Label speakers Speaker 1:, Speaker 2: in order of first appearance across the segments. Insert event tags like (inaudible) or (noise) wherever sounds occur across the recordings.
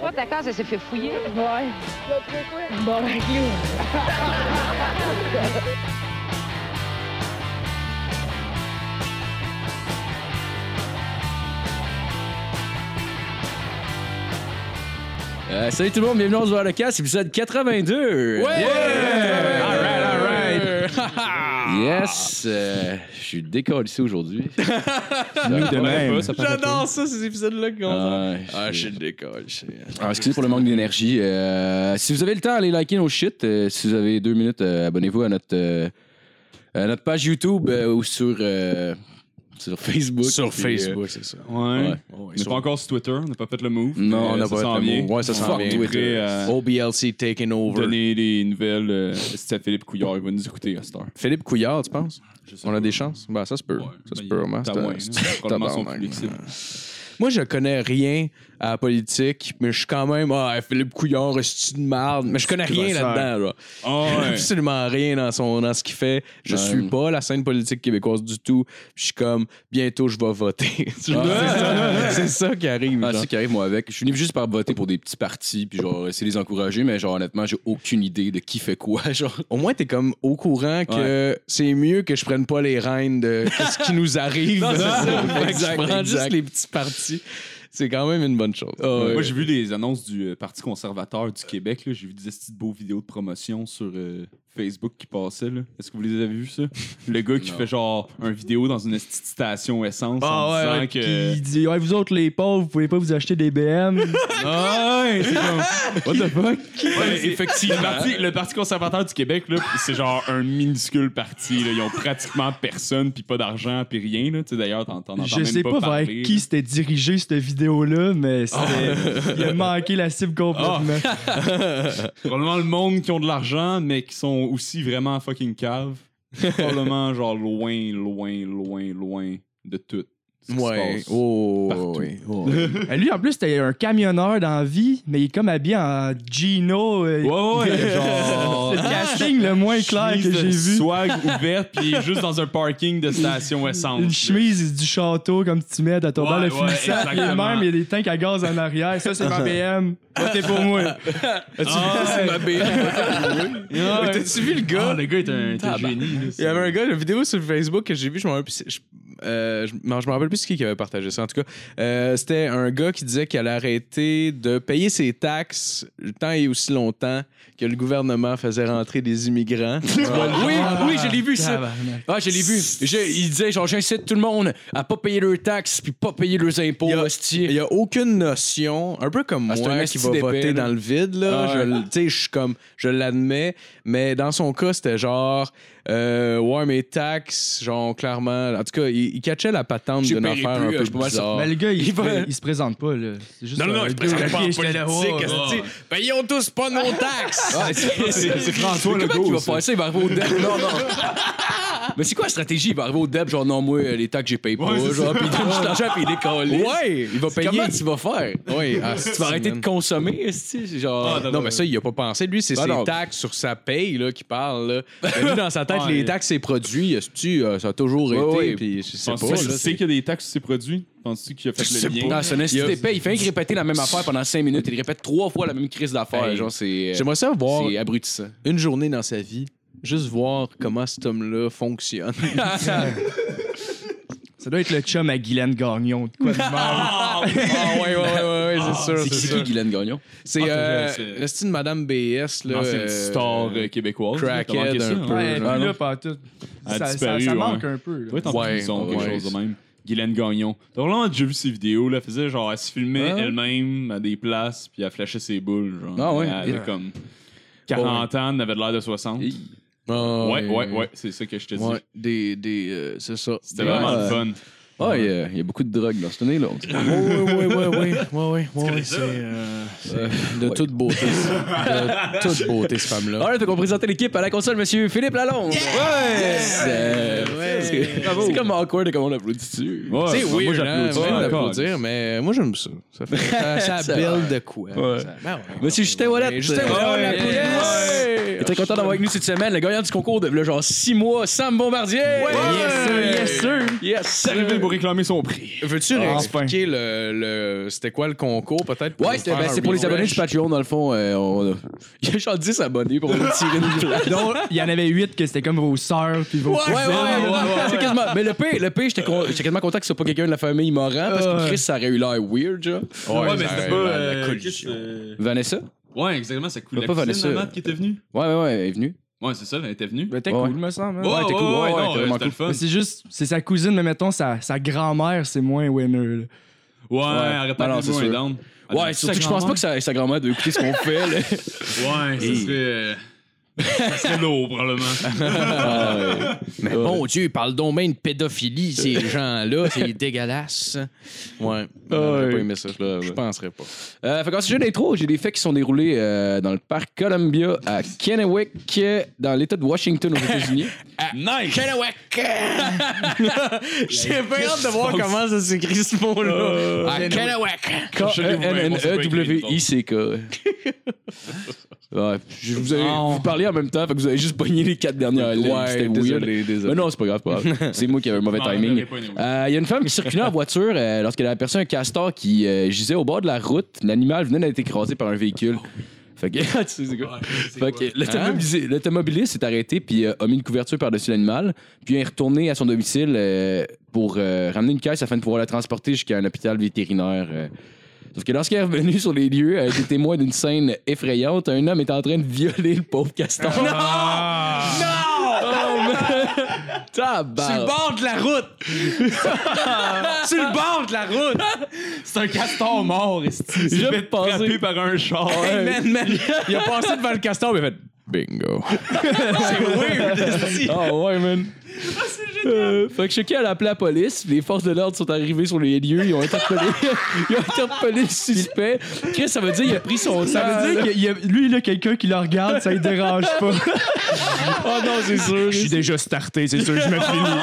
Speaker 1: Toi, ta case, elle s'est fait fouiller.
Speaker 2: Ouais. Bon, ben, clou.
Speaker 3: Euh, salut tout le monde, bienvenue dans le Holocast, épisode 82!
Speaker 4: Ouais! Ah!
Speaker 3: Yeah!
Speaker 4: All right, all right.
Speaker 3: Yes! euh, je suis décalissé aujourd'hui.
Speaker 5: Nous de
Speaker 4: Ouais,
Speaker 5: même.
Speaker 4: pas, ça paraît
Speaker 5: J'adore ça, ces épisodes-là qu'on
Speaker 3: Ah,
Speaker 4: (laughs) Ah, je
Speaker 3: je-
Speaker 4: suis décoché.
Speaker 3: Ah, excusez pour le manque d'énergie. Euh, si vous avez le temps, allez liker nos shit. Euh, si vous avez deux minutes, euh, abonnez-vous à notre, euh, à notre page YouTube euh, ou sur, euh, sur Facebook.
Speaker 4: Sur
Speaker 3: Puis, euh,
Speaker 4: Facebook, c'est ça.
Speaker 5: Ouais.
Speaker 3: Ouais.
Speaker 5: On
Speaker 4: Ouais,
Speaker 5: n'est
Speaker 4: sur-
Speaker 5: pas encore sur Twitter, on n'a pas fait le move.
Speaker 3: euh, non, on
Speaker 5: Euh,
Speaker 3: n'a
Speaker 5: ça
Speaker 3: pas
Speaker 5: s'en
Speaker 3: fait le
Speaker 5: vient.
Speaker 3: mot. Ouais, ça s'en
Speaker 5: Fuck
Speaker 3: vient.
Speaker 5: Twitter.
Speaker 3: Twitter.
Speaker 5: Euh,
Speaker 4: OBLC taking over.
Speaker 5: Donner des nouvelles. euh, C'était Philippe Couillard, il va nous écouter à cette heure.
Speaker 4: Philippe Couillard, tu penses? On a des chances? Ben, ça se peut.
Speaker 5: Ouais,
Speaker 4: ça se
Speaker 5: ben,
Speaker 4: peut,
Speaker 5: il-
Speaker 4: vraiment.
Speaker 5: t'as
Speaker 4: C'est un-
Speaker 5: moyen,
Speaker 4: c'est un
Speaker 5: hein. Probablement son
Speaker 4: tabarnak,
Speaker 5: public,
Speaker 4: man. Moi, je connais rien à la politique, mais je suis quand même. Ah, Philippe Couillard, c'est une marde. Mais je connais rien
Speaker 5: crosseur.
Speaker 4: là-dedans, là.
Speaker 5: Ah ouais.
Speaker 4: (laughs) absolument rien dans, son, dans ce qu'il fait. Je
Speaker 3: Ouais.
Speaker 4: suis pas la scène politique québécoise du tout. Je suis comme, bientôt je vais voter. (laughs) C'est ça- c'est ça, qui arrive.
Speaker 3: Ah, c'est
Speaker 4: genre.
Speaker 3: ça qui arrive, moi, avec. Je suis venu juste par voter pour des petits partis, puis genre, essayer de les encourager, mais genre, honnêtement, j'ai aucune idée de qui fait quoi, (laughs) genre.
Speaker 4: Au moins, t'es comme au courant que c'est mieux que je prenne pas les rênes de ce qui nous (laughs) arrive.
Speaker 5: Non, c'est ça.
Speaker 4: Fait que
Speaker 3: Exact,
Speaker 4: je prends
Speaker 3: exact.
Speaker 4: juste les petits partis. C'est quand même une bonne chose.
Speaker 5: Moi, j'ai vu les annonces du euh, Parti conservateur du Québec. là. J'ai vu des petites beaux vidéos de promotion sur euh, Facebook qui passaient. là. Est-ce que vous les avez vus, ça? Le gars qui
Speaker 3: Non.
Speaker 5: fait genre un vidéo dans une petite station essence en
Speaker 6: Ah ouais,
Speaker 5: disant
Speaker 6: ouais,
Speaker 5: que.
Speaker 6: puis il dit ouais, vous autres les pauvres, vous pouvez pas vous acheter des BM. (laughs)
Speaker 5: Ah ouais, c'est comme. What the fuck?
Speaker 3: effectivement.
Speaker 5: Le parti, le Parti conservateur du Québec, là, c'est genre un minuscule parti. là. Ils ont pratiquement personne, puis pas d'argent, puis rien. là. Tu sais, D'ailleurs, t'en t'en entends
Speaker 6: Je
Speaker 5: même
Speaker 6: sais pas vers
Speaker 5: parler,
Speaker 6: qui
Speaker 5: là.
Speaker 6: c'était dirigé cette vidéo là, mais c'était- il a manqué la cible complètement.
Speaker 5: Probablement le monde qui ont de l'argent, mais qui sont aussi vraiment fucking cave. (laughs) Probablement genre loin, loin, loin, loin de tout. ce qui se
Speaker 4: Ouais.
Speaker 5: passe.
Speaker 4: Oh,
Speaker 5: partout.
Speaker 4: ouais. Oh, ouais.
Speaker 6: Euh, Lui en plus c'était un camionneur dans la vie, mais il est comme habillé en Gino. euh,
Speaker 5: Ouais, ouais, ouais, genre.
Speaker 6: C'est le casting le moins clair que j'ai vu.
Speaker 5: Swag ouverte, puis il est juste dans un parking de station essence.
Speaker 6: Une chemise du château comme tu mets à ton
Speaker 5: Ouais,
Speaker 6: bal le
Speaker 5: ouais,
Speaker 6: finissant. Et
Speaker 5: exactement.
Speaker 6: même, il y a des tanks à gaz en arrière. Ça, c'est ma BM. Votez pour moi.
Speaker 5: Ah,
Speaker 4: C'est ma BM.
Speaker 5: ouais.
Speaker 4: T'as-tu vu le gars?
Speaker 5: Ah, le gars est un, est un génie. là.
Speaker 4: Il y avait un gars, une vidéo sur Facebook que j'ai vu, je m'en rappelle plus, c'est- je, euh, je m'en je m'en rappelle plus qui qui avait partagé ça. En tout cas, euh, c'était un gars qui disait qu'il allait arrêter de payer ses taxes tant et aussi longtemps que le gouvernement faisait rentrer des (laughs) immigrants. Tu vois le genre?
Speaker 3: Ah. Oui, oui, je l'ai vu, ça. Ah, je l'ai vu. Je- il disait, genre, j'incite tout le monde à pas payer leurs taxes puis pas payer leurs impôts,
Speaker 4: Il y a-
Speaker 3: hostie.
Speaker 4: Il n'y a aucune notion, un peu comme
Speaker 3: Ah, c'est un
Speaker 4: moi
Speaker 3: esti
Speaker 4: qui va
Speaker 3: d'épais,
Speaker 4: voter
Speaker 3: là.
Speaker 4: dans le vide, là.
Speaker 3: Ah
Speaker 4: Je
Speaker 3: ouais.
Speaker 4: l- tu sais, je suis comme, je l'admets, mais dans son cas, c'était genre, euh, ouais, mes taxes, genre, clairement, en tout cas, il, il catchait la patente
Speaker 3: J'ai
Speaker 4: d'une
Speaker 3: payé
Speaker 4: affaire
Speaker 3: plus,
Speaker 4: un
Speaker 3: euh,
Speaker 4: peu
Speaker 3: je peux pas le
Speaker 4: bizarre.
Speaker 6: Mais Ben, le gars, il,
Speaker 4: Il va-
Speaker 6: il se présente pas, là. C'est juste
Speaker 4: Non, non, non,
Speaker 6: un
Speaker 4: je
Speaker 6: gars
Speaker 4: présente pas en
Speaker 6: qui est là,
Speaker 4: politique.
Speaker 6: oh, oh.
Speaker 4: esti.
Speaker 3: ben,
Speaker 4: Payons tous pas nos taxes. (laughs)
Speaker 3: C'est François
Speaker 5: Legault,
Speaker 3: Comment il va
Speaker 5: ça.
Speaker 3: faire ça? Il va arriver au DEP. Non, non. (laughs) Mais c'est quoi la stratégie? Il va arriver au DEP, genre, non, moi, euh, les taxes, j'ai payé pas.
Speaker 5: Ouais, c'est
Speaker 3: genre, puis il donne juste l'argent, puis il décolle.
Speaker 4: ouais, il va payer.
Speaker 3: Comment tu vas faire?
Speaker 4: Oui, ah,
Speaker 3: Tu vas arrêter de consommer, esti, c'est genre.
Speaker 4: Non, mais ça, il a pas pensé. Lui, c'est
Speaker 3: Ben
Speaker 4: ses
Speaker 3: non.
Speaker 4: taxes sur sa paye là, qui parle. Là. Mais lui, dans sa tête, les taxes, ses produits, esti, euh, ça a toujours
Speaker 3: Ouais,
Speaker 4: été.
Speaker 3: ouais.
Speaker 4: Puis, je sais
Speaker 5: Penses-tu
Speaker 4: pas.
Speaker 5: que tu
Speaker 4: là,
Speaker 5: sais qu'il y a des taxes sur ces produits? Penses-tu qu'il a fait
Speaker 3: C'est
Speaker 5: le lien?
Speaker 3: pas- Non, c'est un esti d'épais. Il fait rien que répéter la même affaire pendant 5 minutes. Il répète trois fois la même crise d'affaires.
Speaker 4: Hey,
Speaker 3: Genre, c'est. euh,
Speaker 4: J'aimerais ça voir
Speaker 3: C'est abrutissant.
Speaker 4: une journée dans sa vie, juste voir comment cet homme-là fonctionne.
Speaker 6: Ça doit être le chum à Guylaine Gagnon. de Quoi de même.
Speaker 4: ah, ouais, ouais, ouais, ouais, Ah, c'est sûr.
Speaker 3: C'est qui, qui, Guylaine Gagnon?
Speaker 4: C'est
Speaker 5: Ah,
Speaker 4: euh,
Speaker 5: c'est-
Speaker 4: le style de Madame BS. Là,
Speaker 5: Non, c'est une
Speaker 4: euh,
Speaker 5: star euh, québécoise. là,
Speaker 4: crackhead,
Speaker 5: t'as manqué ça,
Speaker 4: un
Speaker 5: hein?
Speaker 4: peu.
Speaker 6: Ouais,
Speaker 3: Ah,
Speaker 6: lui,
Speaker 3: non.
Speaker 6: là, pas en tout.
Speaker 5: Elle a
Speaker 6: Ça,
Speaker 5: disparu,
Speaker 6: ça- ça
Speaker 5: ouais.
Speaker 6: manque un peu. là.
Speaker 5: Doit être en
Speaker 4: Ouais,
Speaker 5: prison,
Speaker 4: ouais.
Speaker 5: quelque chose de même. Guylaine Gagnon. T'as vraiment déjà vu ses vidéos, là. Elle faisait genre, elle se filmait
Speaker 3: Ouais.
Speaker 5: elle-même à des places, puis elle flashait ses boules, genre.
Speaker 3: Ah ouais.
Speaker 5: Elle avait
Speaker 3: Yeah.
Speaker 5: comme 40 ans, elle avait de l'air de 60.
Speaker 3: Hey.
Speaker 4: ah,
Speaker 5: Ouais, ouais, ouais, c'est ça que je te dis.
Speaker 4: Ouais, des, des, euh, c'est ça.
Speaker 5: C'était
Speaker 4: Des-
Speaker 5: vraiment
Speaker 4: Ouais. euh,
Speaker 5: le fun.
Speaker 3: Ah, il y a- il y a beaucoup de drogue dans cette année-là. on dirait.
Speaker 4: Ouais, ouais, ouais, ouais, ouais, ouais, ouais, ouais, c'est euh, c'est de toute beauté, de toute beauté, cette femme-là.
Speaker 3: Alright, donc on présente l'équipe à la console, monsieur Philippe Lalonde. Ouais! Euh, c'est- C'est comme awkward comme on applaudit dessus.
Speaker 5: Ouais,
Speaker 4: C'est
Speaker 5: moi,
Speaker 4: weird, hein,
Speaker 5: j'applaudis.
Speaker 4: même
Speaker 5: Ouais,
Speaker 4: d'applaudir, mais moi j'aime ça. Ça, (laughs) fait, ça, ça
Speaker 3: C'est
Speaker 4: build
Speaker 3: vrai.
Speaker 4: de quoi.
Speaker 5: Ouais.
Speaker 4: Ça- ben ouais.
Speaker 3: Monsieur Justin Wallet.
Speaker 4: Justin Wallet, on l'applaudit.
Speaker 3: Il est très content d'avoir avec nous cette semaine. Le gagnant du concours de là, genre 6 mois, Sam Bombardier.
Speaker 4: Ouais.
Speaker 3: Yes,
Speaker 6: Yes, sir.
Speaker 3: Yes!
Speaker 5: Arrivé le pour réclamer son prix.
Speaker 4: Veux-tu
Speaker 6: Enfin.
Speaker 4: réexpliquer le, le- c'était quoi le concours peut-être
Speaker 3: Ouais, c'était- ben, c'est pour les abonnés du Patreon, dans le fond. euh, on a- (laughs) Il y a genre 10 abonnés pour nous tirer (laughs) une place.
Speaker 6: Donc, il y en avait 8 que c'était comme vos sœurs puis vos
Speaker 3: Ouais,
Speaker 6: cousines.
Speaker 3: ouais, ouais, ouais, ouais. Quasiment- Mais le pire, le pire, j'étais con- j'étais quasiment content que ce soit pas quelqu'un de la famille Morin parce que
Speaker 6: Ouais.
Speaker 3: Chris, ça aurait eu l'air weird, genre.
Speaker 5: Ouais, mais
Speaker 4: ça aurait
Speaker 5: c'était pas.
Speaker 4: eu la- la
Speaker 5: euh,
Speaker 4: collision.
Speaker 5: Chris, euh,
Speaker 3: Vanessa?
Speaker 5: Ouais, exactement, c'est cool.
Speaker 3: Pas
Speaker 5: La
Speaker 3: pas
Speaker 5: cousine
Speaker 3: Vanessa.
Speaker 5: de Matt qui était venue.
Speaker 3: Ouais, ouais, ouais, elle est venue.
Speaker 5: Ouais, c'est ça, elle était venue.
Speaker 6: Ben, t'es
Speaker 3: Ouais.
Speaker 6: cool, me semble. hein.
Speaker 5: Ouais,
Speaker 3: t'es
Speaker 5: ouais,
Speaker 3: cool. Ouais,
Speaker 5: ouais,
Speaker 3: ouais,
Speaker 5: non,
Speaker 3: t'es
Speaker 5: euh,
Speaker 3: vraiment
Speaker 5: c'était le fun.
Speaker 6: Mais c'est juste, c'est sa cousine, mais mettons, sa, sa grand-mère, c'est moins winner. là.
Speaker 5: Ouais, arrête
Speaker 3: Non,
Speaker 5: pas
Speaker 3: non,
Speaker 5: de
Speaker 3: c'est
Speaker 5: jouer Ah,
Speaker 3: sûr.
Speaker 5: down.
Speaker 3: Ouais, surtout que je pense pas que ça- sa grand-mère doit écouter ce qu'on fait,
Speaker 4: (laughs)
Speaker 3: là.
Speaker 5: Ouais, ça serait. euh, Ça serait
Speaker 3: (laughs)
Speaker 5: lourd, probablement.
Speaker 4: Mais mon
Speaker 3: Euh.
Speaker 4: Dieu, ils parlent donc même de pédophilie, ces gens-là. C'est (laughs) dégueulasse. Ouais. J'aurais pas aimé ça. Je penserais pas.
Speaker 3: Euh, fait qu'en sujet d'intro, j'ai des faits qui sont déroulés euh, dans le parc Columbia à Kennewick, euh, dans l'État de Washington aux
Speaker 4: (laughs)
Speaker 3: États-Unis.
Speaker 5: nice!
Speaker 4: J'ai bien hâte de voir comment ça s'écrit ce
Speaker 5: Euh,
Speaker 4: mot-là.
Speaker 3: Ah,
Speaker 4: À Kennewick. E
Speaker 3: K-E-N-N-E-W-I-C-K.
Speaker 5: (laughs)
Speaker 3: Ouais, je vous, ai, vous parlez en même temps, fait que vous avez juste pogné les quatre dernières lettres. C'était
Speaker 4: Ouais,
Speaker 3: weird.
Speaker 4: désolé, désolé.
Speaker 3: Mais non, c'est pas grave, pas grave. C'est moi qui avais un mauvais
Speaker 5: Non,
Speaker 3: timing.
Speaker 5: j'aurais Ah, pas aimé,
Speaker 3: Euh,
Speaker 5: oui.
Speaker 3: Il y a une femme qui circulait en voiture euh, lorsqu'elle a aperçu un castor qui euh, gisait au bord de la route. L'animal venait d'être écrasé par un véhicule. Fait que, (laughs) tu sais, c'est quoi? Hein? Fait que l'automobilis- l'automobiliste s'est arrêté puis euh, a mis une couverture par-dessus l'animal, puis est retourné à son domicile euh, pour euh, ramener une caisse afin de pouvoir la transporter jusqu'à un hôpital vétérinaire. euh. Sauf que lorsqu'elle est revenue sur les lieux, elle a été témoin d'une scène effrayante. Un homme est en train de violer le pauvre (laughs) castor. Non! man! (laughs) Tabarnak!
Speaker 4: bord de la route.
Speaker 6: (laughs)
Speaker 4: Sur le bord de la route.
Speaker 5: C'est un castor mort, est-ce
Speaker 3: J'ai pensé-
Speaker 5: Frappé par un char.
Speaker 4: Hey, man, man.
Speaker 6: (laughs)
Speaker 4: Il a passé devant le castor et il a fait bingo. C'est weird. esti.
Speaker 3: Oh ouais, man. Euh, fait que Chucky a appelé la police. Les forces de l'ordre sont arrivées sur les lieux. Ils ont interpellé, (laughs) ils ont interpellé le suspect. Chris, ça veut dire qu'il a pris son
Speaker 6: Ça veut dire qu'il y a, lui, là, quelqu'un qui le regarde, ça ne dérange (laughs) pas.
Speaker 3: Oh non, c'est sûr.
Speaker 6: Je suis déjà starté, c'est sûr, je me (laughs) finis.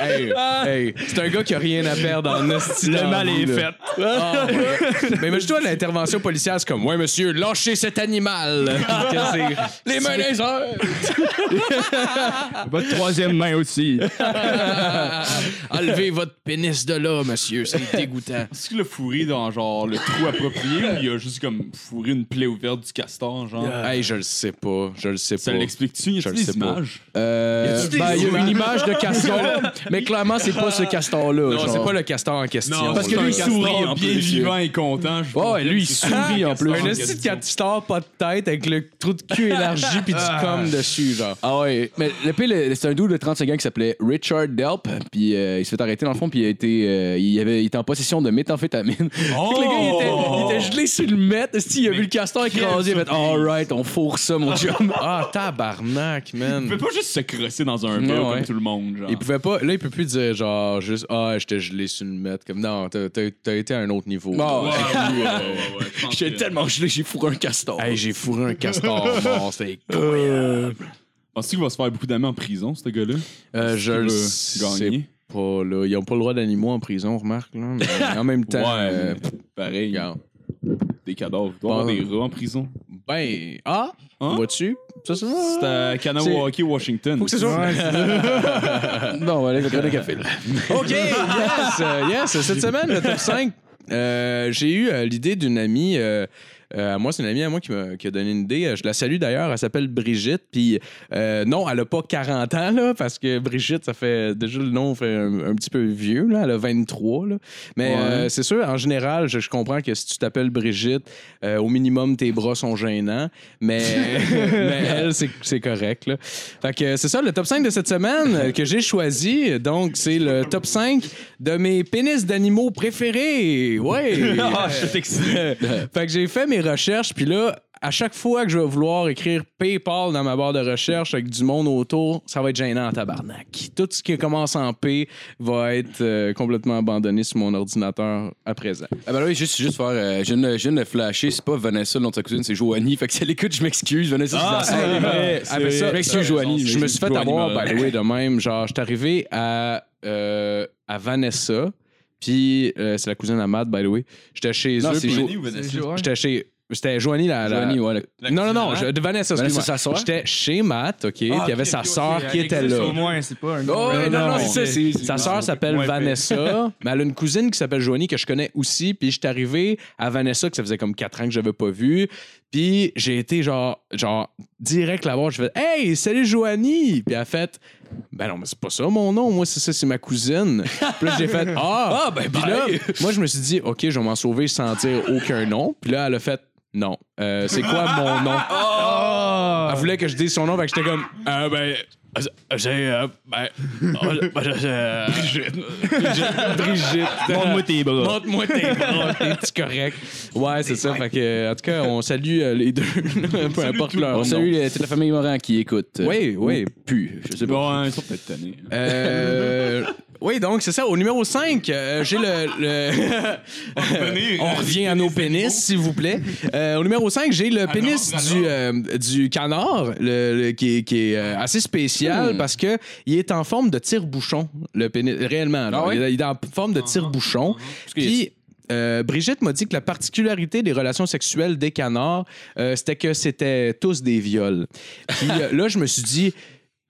Speaker 4: Hey, hey. C'est un gars qui a rien à perdre
Speaker 6: (laughs)
Speaker 4: en esti. dans
Speaker 6: Le
Speaker 4: la
Speaker 6: mal
Speaker 4: vie,
Speaker 6: est
Speaker 4: là.
Speaker 6: fait.
Speaker 4: Ah, ouais. Mais imagine-toi l'intervention policière, c'est comme Ouais, monsieur, lâchez
Speaker 3: (laughs)
Speaker 4: cet animal. (laughs) Les mains des
Speaker 6: Votre troisième main (laughs) aussi.
Speaker 4: Enlevez votre pénis de là, monsieur, c'est (laughs) dégoûtant.
Speaker 5: Est-ce qu'il l'a fourré dans genre le trou approprié ou il a juste comme fourré une plaie ouverte du castor, genre?
Speaker 4: Hey, je le sais pas, je le sais
Speaker 5: Ça
Speaker 4: pas.
Speaker 5: l'explique-tu? Y
Speaker 4: Je
Speaker 5: a
Speaker 4: le
Speaker 5: des
Speaker 4: sais pas.
Speaker 5: images?
Speaker 3: Euh,
Speaker 4: Y
Speaker 3: ben,
Speaker 4: a-tu des hein?
Speaker 3: il y a
Speaker 4: images?
Speaker 3: une image de castor,
Speaker 4: (laughs)
Speaker 3: mais clairement, c'est pas ce castor-là.
Speaker 4: Non,
Speaker 3: genre.
Speaker 4: c'est pas le castor en question.
Speaker 3: parce que lui,
Speaker 5: c'est un
Speaker 3: il sourit
Speaker 5: castor
Speaker 3: en
Speaker 5: bien
Speaker 3: plus,
Speaker 5: vivant et content. je
Speaker 3: Ouais,
Speaker 5: pense.
Speaker 3: ouais, lui, il sourit en plus.
Speaker 4: Un esti de castor pas de tête avec le trou de cul élargi puis du com dessus, genre.
Speaker 3: Ah ouais, mais le pire, le- c'est un dude de 35 ans qui s'appelait Richard Delp, puis euh, il s'est fait arrêter dans le fond, puis il a été, euh, il avait, il était en possession de méthamphétamine. (laughs) Fait que le gars, il était, il
Speaker 4: Oh!
Speaker 3: était gelé sur le mètre, esti, il a vu le castor écrasé, il a fait « Alright, on fourre ça, mon chum.
Speaker 4: (laughs) Ah, tabarnak, man. (laughs)
Speaker 5: Il peut pas juste se crosser dans un
Speaker 3: Ouais,
Speaker 5: mur
Speaker 3: ouais.
Speaker 5: comme tout le monde, genre.
Speaker 4: Il pouvait pas. Là, il peut plus dire genre juste Ah, j'étais gelé sur une mètre. Comme non, t'as t'as- t'as été à un autre niveau.
Speaker 3: Ah ouais.
Speaker 5: Ouais, ouais, ouais, ouais, ouais, je pense
Speaker 3: J'étais
Speaker 5: que-
Speaker 3: tellement gelé, j'ai fourré un castor.
Speaker 4: Hey, j'ai fourré un (laughs) castor mort, c'était
Speaker 5: Penses-tu qu'il va se faire beaucoup d'amis en prison, ce gars-là?
Speaker 4: Euh, je
Speaker 5: Qu'il
Speaker 4: le
Speaker 5: va
Speaker 4: sais
Speaker 5: gagner.
Speaker 4: pas, là. Ils ont pas le droit d'animaux en prison, remarque, là. (laughs) Mais en même temps,
Speaker 5: Ouais,
Speaker 4: euh,
Speaker 5: mais pareil.
Speaker 4: regarde.
Speaker 5: Des cadavres. Il doit y avoir
Speaker 4: Bon.
Speaker 5: des rats en prison.
Speaker 4: Ben, ah,
Speaker 5: Hein?
Speaker 4: vois-tu? Ça, ça,
Speaker 5: C'est à Kanawaki, Washington.
Speaker 4: Faut que ce soit-
Speaker 3: Non, on va aller
Speaker 4: Euh,
Speaker 3: avec le café.
Speaker 4: (laughs) OK, yes, euh, yes. Cette semaine, le top 5, euh, j'ai eu euh, l'idée d'une amie. euh, euh, à moi, c'est une amie à moi qui m'a qui a donné une idée. Euh, Je la salue d'ailleurs. Elle s'appelle Brigitte. Puis euh, non, elle a pas 40 ans, là, parce que Brigitte, ça fait déjà le nom fait un, un petit peu vieux. Là. Elle a 23. Là. Mais
Speaker 3: Ouais.
Speaker 4: euh, c'est sûr, en général, je, je comprends que si tu t'appelles Brigitte, euh, au minimum, tes bras sont gênants. Mais, mais elle, c'est- c'est correct. Là. Fait que euh, c'est ça, le top 5 de cette semaine euh, que j'ai choisi. Donc, c'est le top 5 de mes pénis d'animaux préférés.
Speaker 5: (laughs)
Speaker 4: Ouais!
Speaker 5: (laughs) Ah, je suis excité.
Speaker 4: fait que j'ai fait mes recherches, puis là, à chaque fois que je vais vouloir écrire PayPal dans ma barre de recherche avec du monde autour, ça va être gênant en tabarnak. Tout ce qui commence en P va être euh, complètement abandonné sur mon ordinateur à présent.
Speaker 3: Ah ben là, oui, juste, juste faire. euh, je, viens de, je viens de flasher, c'est pas Vanessa, le nom de sa cousine, c'est Joanie. Fait que si elle écoute, je m'excuse. Vanessa,
Speaker 5: Ah,
Speaker 3: c'est
Speaker 5: c'est vrai,
Speaker 3: Ah, ben
Speaker 5: c'est
Speaker 3: ça,
Speaker 5: vrai.
Speaker 3: excuse
Speaker 5: T'as raison,
Speaker 3: Joanie.
Speaker 4: Je me suis fait
Speaker 5: Joanie
Speaker 4: avoir, bah,
Speaker 5: Morin.
Speaker 4: by the way, de même. Genre, je suis arrivé à, euh, à Vanessa, puis euh, c'est la cousine à Matt, by the way. J'étais chez
Speaker 3: Non,
Speaker 4: eux.
Speaker 3: c'est
Speaker 4: puis-
Speaker 3: Jo-
Speaker 5: Johnny ou Vanessa?
Speaker 6: C'est Jo- ouais.
Speaker 4: J'étais chez C'était Joanie la. la-
Speaker 3: Joanie, ouais, le-
Speaker 4: Non, non, non, je-
Speaker 3: Vanessa,
Speaker 4: Vanessa, excuse-moi.
Speaker 3: sa sœur.
Speaker 4: J'étais chez Matt, OK, puis il y avait sa sœur qui était là.
Speaker 1: Au moins, c'est pas un.
Speaker 4: Oh, ouais,
Speaker 5: non,
Speaker 4: non,
Speaker 5: non,
Speaker 4: c'est ça, c'est- Sa sœur s'appelle
Speaker 1: Ouais,
Speaker 4: (laughs) Vanessa, mais elle a une cousine qui s'appelle Joanie que je connais aussi. Puis je suis arrivé à Vanessa, que ça faisait comme 4 ans que je n'avais pas vu. Puis j'ai été genre, genre direct la voir. Je fais Hey, salut Joanie! Puis elle a fait Ben non, mais c'est pas ça mon nom. Moi, c'est ça, c'est ma cousine. Puis là, j'ai (laughs) fait Ah! ben Puis là, moi, je me suis dit Ok, je vais m'en sauver sans dire aucun nom. Puis là, elle a fait Non. Euh, c'est quoi mon (laughs) nom? Elle voulait que je dise son nom, fait que j'étais comme Ah, ben. euh, J'ai. euh, ben. oh, ben, je- euh, Brigitte. Brigitte.
Speaker 1: Montre-moi tes bras.
Speaker 4: Montre-moi tes bras, t'es petit Ah, correct. Ouais, c'est ça. Fait que, euh, en tout cas, on salue
Speaker 3: (laughs)
Speaker 4: euh, les deux. Peu importe leur.
Speaker 3: On
Speaker 4: nom.
Speaker 3: salue euh, toute la famille Morin qui écoute. euh,
Speaker 4: Oui, oui.
Speaker 3: ou Pu, je sais pas.
Speaker 5: Bon, ils sont peut-être tannés. hein.
Speaker 4: Euh, oui, donc c'est ça. Au numéro 5, j'ai le. le- (laughs)
Speaker 3: euh,
Speaker 4: on revient à nos pénis, s'il vous plaît. Euh, au numéro 5, j'ai
Speaker 3: Ah
Speaker 4: le pénis du, euh, du canard, le, le- qui est, qui est, euh, assez spécial
Speaker 3: Hmm.
Speaker 4: parce que il est en forme de tire-bouchon, le pénis, réellement. là.
Speaker 3: Ah ouais?
Speaker 4: il, est- il est en forme de tire-bouchon. Puis. euh, Brigitte m'a dit que la particularité des relations sexuelles des canards, euh, c'était que c'était tous des viols. Puis euh, là, je me suis dit,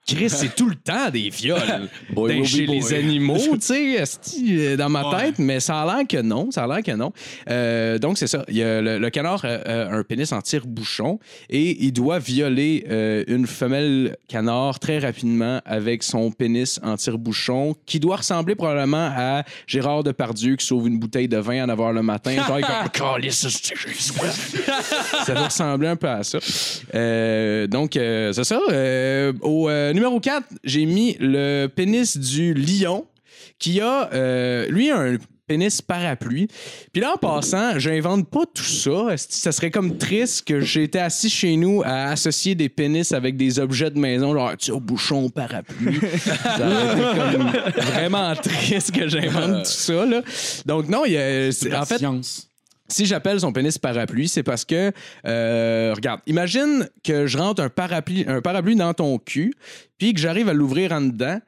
Speaker 4: Chris, c'est tout le temps des viols.
Speaker 3: Boy
Speaker 4: Ben,
Speaker 3: will be
Speaker 4: chez
Speaker 3: boy.
Speaker 4: les animaux, tu sais, esti, euh, dans ma
Speaker 5: Ouais.
Speaker 4: tête, mais ça a l'air que non, ça a l'air que non. Euh, donc, c'est ça. Il y a le, le canard euh, euh, a un pénis en tire-bouchon et il doit violer euh, une femelle canard très rapidement avec son pénis en tire-bouchon qui doit ressembler probablement à Gérard Depardieu qui sauve une bouteille de vin à 9h
Speaker 3: (laughs)
Speaker 4: le matin. Genre, il est comme, Calisse, esti, j'ai soif. ça doit ressembler un peu à ça. Euh, donc, euh, c'est ça. Euh, au euh, numéro 4, j'ai mis le pénis du lion qui a, euh, lui, un pénis parapluie. Puis là, en passant, j'invente pas tout ça. Esti, Ça serait comme triste que j'étais assis chez nous à associer des pénis avec des objets de maison, genre tire-bouchon, parapluie. ça aurait été comme vraiment triste que j'invente tout ça. Là. Donc non, il y a, c'est- en fait,
Speaker 5: Science.
Speaker 4: si j'appelle son pénis parapluie, c'est parce que, euh, regarde, imagine que je rentre un parapluie, un parapluie dans ton cul, puis que j'arrive à l'ouvrir en dedans,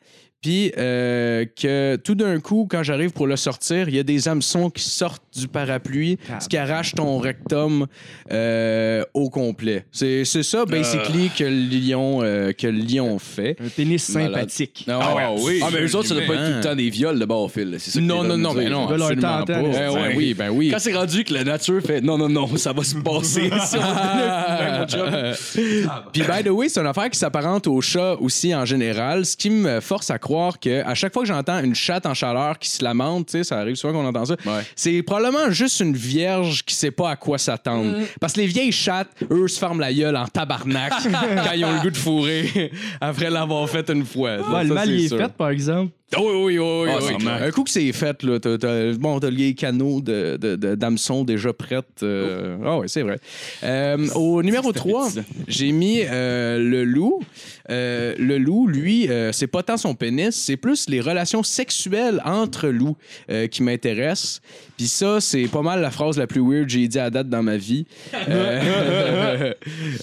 Speaker 4: puis euh, que tout d'un coup, quand j'arrive pour le sortir, il y a des hameçons qui sortent du parapluie, ce qui arrache ton rectum euh, au complet. C'est c'est ça,
Speaker 3: Euh.
Speaker 4: basically, que le lion, euh, que le lion fait.
Speaker 6: Un pénis
Speaker 3: Malade.
Speaker 6: sympathique.
Speaker 3: Non,
Speaker 4: Ah ouais,
Speaker 3: oui. Ah, mais eux autres, ça doit pas être
Speaker 4: hein.
Speaker 3: tout le temps des viols de bord fil. C'est ça que
Speaker 4: Non,
Speaker 3: t'es
Speaker 4: non,
Speaker 3: en
Speaker 4: non,
Speaker 3: train de
Speaker 4: mais
Speaker 3: dire.
Speaker 4: non,
Speaker 6: Ils veulent leur
Speaker 4: absolument
Speaker 6: tenter,
Speaker 4: pas.
Speaker 6: les
Speaker 4: Ben
Speaker 3: enfants.
Speaker 4: oui, ben oui.
Speaker 3: Quand c'est rendu que la nature fait non, non, non, (laughs) ça va se
Speaker 4: (laughs)
Speaker 3: passer. si on
Speaker 4: Ah!
Speaker 3: donne un Ben, job.
Speaker 4: Puis by the way, c'est une affaire qui s'apparente aux chats aussi en général, ce qui me force à croire que à chaque fois que j'entends une chatte en chaleur qui se lamente, tu sais, ça arrive souvent qu'on entend ça.
Speaker 3: Ouais.
Speaker 4: C'est probablement juste une vierge qui sait pas à quoi s'attendre. Parce que les vieilles chattes, eux, se ferment la gueule en tabarnak quand ils ont le goût de fourrer après l'avoir fait une fois.
Speaker 6: Ouais, le
Speaker 4: Ça,
Speaker 6: mal
Speaker 4: c'est
Speaker 6: il est
Speaker 4: sûr.
Speaker 6: fait, par exemple.
Speaker 4: Ah Oui, oui, oui, oui.
Speaker 3: Ah,
Speaker 4: oui.
Speaker 3: c'est marrant.
Speaker 4: Un coup que c'est fait, là, t'as, t'as- bon, t'as les canaux de, de, de- d'hameçons déjà prêtes. euh, Ah oui, c'est vrai. Euh, au numéro 3, j'ai mis euh, le loup. Euh, le loup, lui, euh, c'est pas tant son pénis, c'est plus les relations sexuelles entre loups euh, qui m'intéressent. Puis ça, c'est pas mal la phrase la plus weird que j'ai dit à date dans ma vie. (laughs) Euh,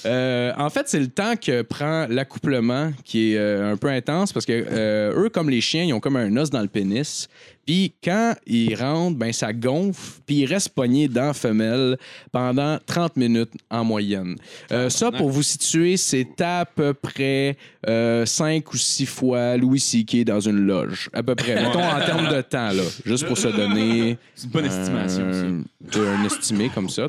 Speaker 4: euh, en fait, c'est le temps que prend l'accouplement qui est euh, un peu intense parce que euh, eux, comme les chiens, ils ont comme un os dans le pénis. Puis quand ils rentrent, ben ça gonfle, puis ils restent pognés dans la femelle pendant 30 minutes en moyenne. Euh, ça, pour vous situer, c'est à peu près 5 ou 6 fois Louis C.K. dans une loge. À peu près. Mettons en termes de temps, là. Juste pour se donner
Speaker 5: C'est une bonne
Speaker 4: Euh,
Speaker 5: estimation, ça.
Speaker 4: un, un estimé comme ça.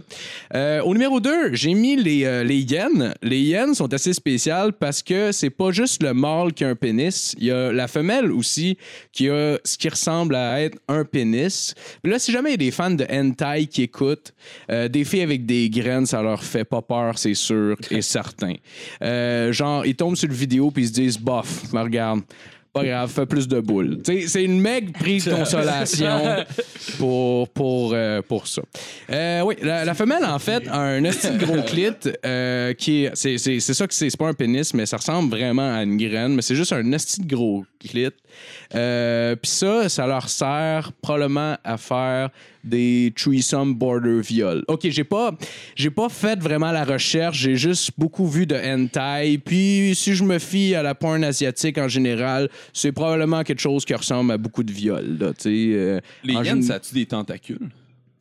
Speaker 4: Euh, au numéro 2, j'ai mis les, euh, les hyènes. Les hyènes sont assez spéciales parce que c'est pas juste le mâle qui a un pénis. Il y a la femelle aussi qui a ce qui ressemble à être un pénis. Puis là, si jamais il y a des fans de hentai qui écoutent, euh, des filles avec des graines, ça leur fait pas peur, c'est sûr et certain. Euh, genre, ils tombent sur le vidéo puis ils se disent, bof, me regarde. Pas grave, fais plus de boules. Tu sais, c'est une mec prise de consolation pour, pour, euh, pour ça. Euh, oui, la, la femelle, en fait, a un esti de gros clit euh, qui est. C'est, c'est, c'est ça que c'est. C'est pas un pénis, mais ça ressemble vraiment à une graine, mais c'est juste un esti de gros clit. Euh, Puis ça, ça leur sert probablement à faire des threesome border viol. OK, j'ai pas, j'ai pas fait vraiment la recherche, j'ai juste beaucoup vu de hentai. Puis si je me fie à la porn asiatique en général, c'est probablement quelque chose qui ressemble à beaucoup de viols. là, tu sais, euh,
Speaker 5: Les
Speaker 4: en
Speaker 5: hyènes,
Speaker 4: gén-
Speaker 5: ça a-tu des tentacules?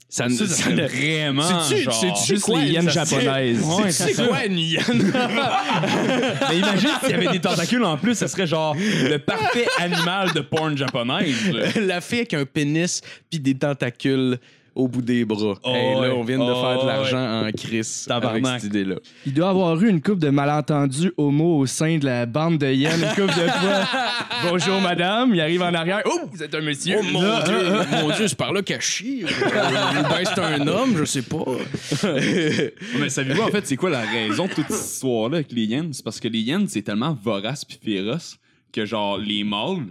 Speaker 5: Ça,
Speaker 1: ne-
Speaker 5: ça,
Speaker 1: ça
Speaker 5: fait
Speaker 1: ne-
Speaker 5: vraiment.
Speaker 4: C'est-tu-
Speaker 5: genre-
Speaker 4: c'est-tu
Speaker 1: Juste
Speaker 4: quoi,
Speaker 1: les hyènes
Speaker 4: ça-
Speaker 1: japonaises.
Speaker 5: Ouais, c'est
Speaker 4: (laughs) C'est
Speaker 5: ça.
Speaker 4: quoi une hyène?
Speaker 5: Mais imagine s'il y avait des tentacules en plus, ça serait genre le parfait animal de porn japonaise. là.
Speaker 4: La fille avec un pénis puis des tentacules au bout des bras.
Speaker 5: Oh
Speaker 4: Hey,
Speaker 5: ouais.
Speaker 4: là, on vient de
Speaker 5: Oh
Speaker 4: faire de
Speaker 5: ouais.
Speaker 4: l'argent en crise avec
Speaker 5: Tabarnak.
Speaker 4: cette idée-là.
Speaker 6: Il doit avoir eu une coupe de malentendus homo au sein de la bande de Yann, une coupe de fois. (laughs) Bonjour madame, il arrive en arrière. Oh, vous êtes un monsieur.
Speaker 4: Oh mon
Speaker 6: Là,
Speaker 4: dieu,
Speaker 6: hein,
Speaker 4: (laughs)
Speaker 6: hein.
Speaker 4: mon dieu, c'est par là qu'elle
Speaker 5: (laughs)
Speaker 4: chie. Ou ben c'est un homme, je sais pas.
Speaker 5: Mais savez-vous, en fait, c'est quoi la raison de toute cette histoire-là avec les hyènes? C'est parce que les hyènes, c'est tellement vorace puis féroce que, genre, les mâles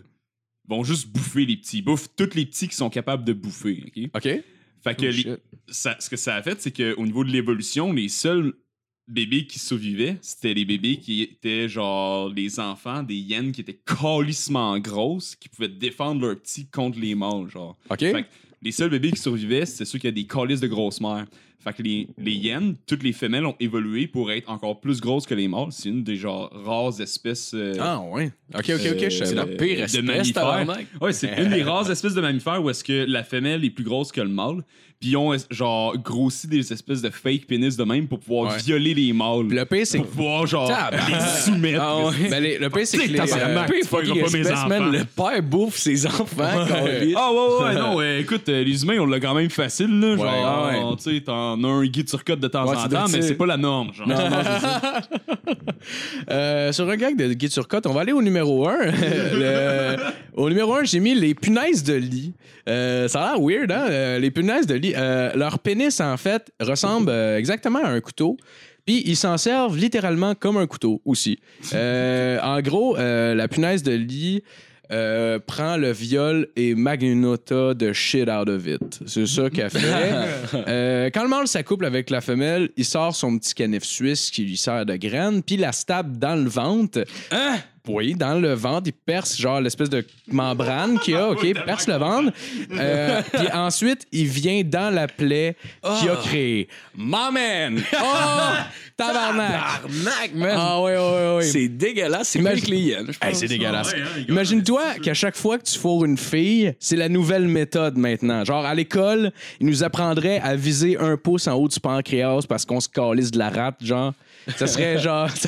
Speaker 5: vont juste bouffer les petits. Ils bouffent tous les petits qui sont capables de bouffer, OK?
Speaker 4: OK?
Speaker 5: Fait que les- ça- ce que ça a fait, c'est qu'au niveau de l'évolution, les seuls bébés qui survivaient, c'était les bébés qui étaient, genre, les enfants des hyènes qui étaient calissement grosses, qui pouvaient défendre leurs petits contre les mâles, genre.
Speaker 4: OK?
Speaker 5: Fait que euh, les seuls bébés qui survivaient, c'était ceux qui avaient des calices de grosses mères. Fait que les, les hyènes, toutes les femelles ont évolué pour être encore plus grosses que les mâles. C'est une des genre rares espèces. euh,
Speaker 4: ah ouais. OK, OK, OK. je
Speaker 3: Euh,
Speaker 5: C'est
Speaker 4: savais.
Speaker 5: la pire espèce, tabarnak. Ouais, c'est une des rares espèces de mammifères où est-ce que la femelle est plus grosse que le mâle. Puis ils ont euh, genre grossi des espèces de fake pénis de même pour pouvoir
Speaker 4: Ouais.
Speaker 5: violer les mâles.
Speaker 4: Puis Le pire, c'est que...
Speaker 5: Pour pouvoir genre
Speaker 3: Tabarnak.
Speaker 5: les soumettre.
Speaker 3: Ah ouais.
Speaker 4: ben, les- le pire, c'est que les...
Speaker 3: Tabarnak,
Speaker 4: euh,
Speaker 3: pire
Speaker 5: tu feras
Speaker 3: fucking
Speaker 5: pas mes
Speaker 3: espèce, man.
Speaker 5: enfants.
Speaker 3: Le père bouffe ses enfants. câlisse.
Speaker 5: Ah ouais, ouais, non, euh, écoute, euh, les humains, on l'a quand même facile, là. Genre,
Speaker 3: ah ouais.
Speaker 5: tu sais, t'en as un Guy Turcotte de temps
Speaker 3: Ouais,
Speaker 5: en
Speaker 3: c'est
Speaker 5: temps,
Speaker 3: drôle,
Speaker 5: mais
Speaker 3: tu sais.
Speaker 5: c'est pas la norme, genre.
Speaker 4: Euh, sur un gag de Guy Turcotte, on va aller au numéro (laughs) 1. au numéro 1, j'ai mis les punaises de lit. Euh, ça a l'air weird, hein? euh, les punaises de lit. Euh, leur pénis, en fait, ressemble euh, exactement à un couteau. Puis ils s'en servent littéralement comme un couteau aussi. Euh, en gros, euh, la punaise de lit euh, prend le viol et magnota de shit out of it. C'est ça qu'elle fait. Euh, quand le mâle s'accouple avec la femelle, il sort son petit canif suisse qui lui sert de graine, puis la stab dans le ventre. Oui, dans le ventre, il perce genre l'espèce de membrane qu'il y a, OK, perce le ventre. Euh, puis ensuite, il vient dans la plaie qu'il a créée.
Speaker 3: My man!
Speaker 4: Oh! Tabarnak!
Speaker 3: Arnaque, man!
Speaker 4: Ah oui, oui, oui.
Speaker 3: C'est dégueulasse. C'est mal
Speaker 4: Imagine-
Speaker 3: les hyènes. je pense.
Speaker 4: c'est dégueulasse. Imagine-toi qu'à chaque fois que tu fourres une fille, c'est la nouvelle méthode maintenant. Genre, à l'école, ils nous apprendraient à viser un pouce en haut du pancréas parce qu'on se calisse de la rate, genre. Ça serait genre. Ça,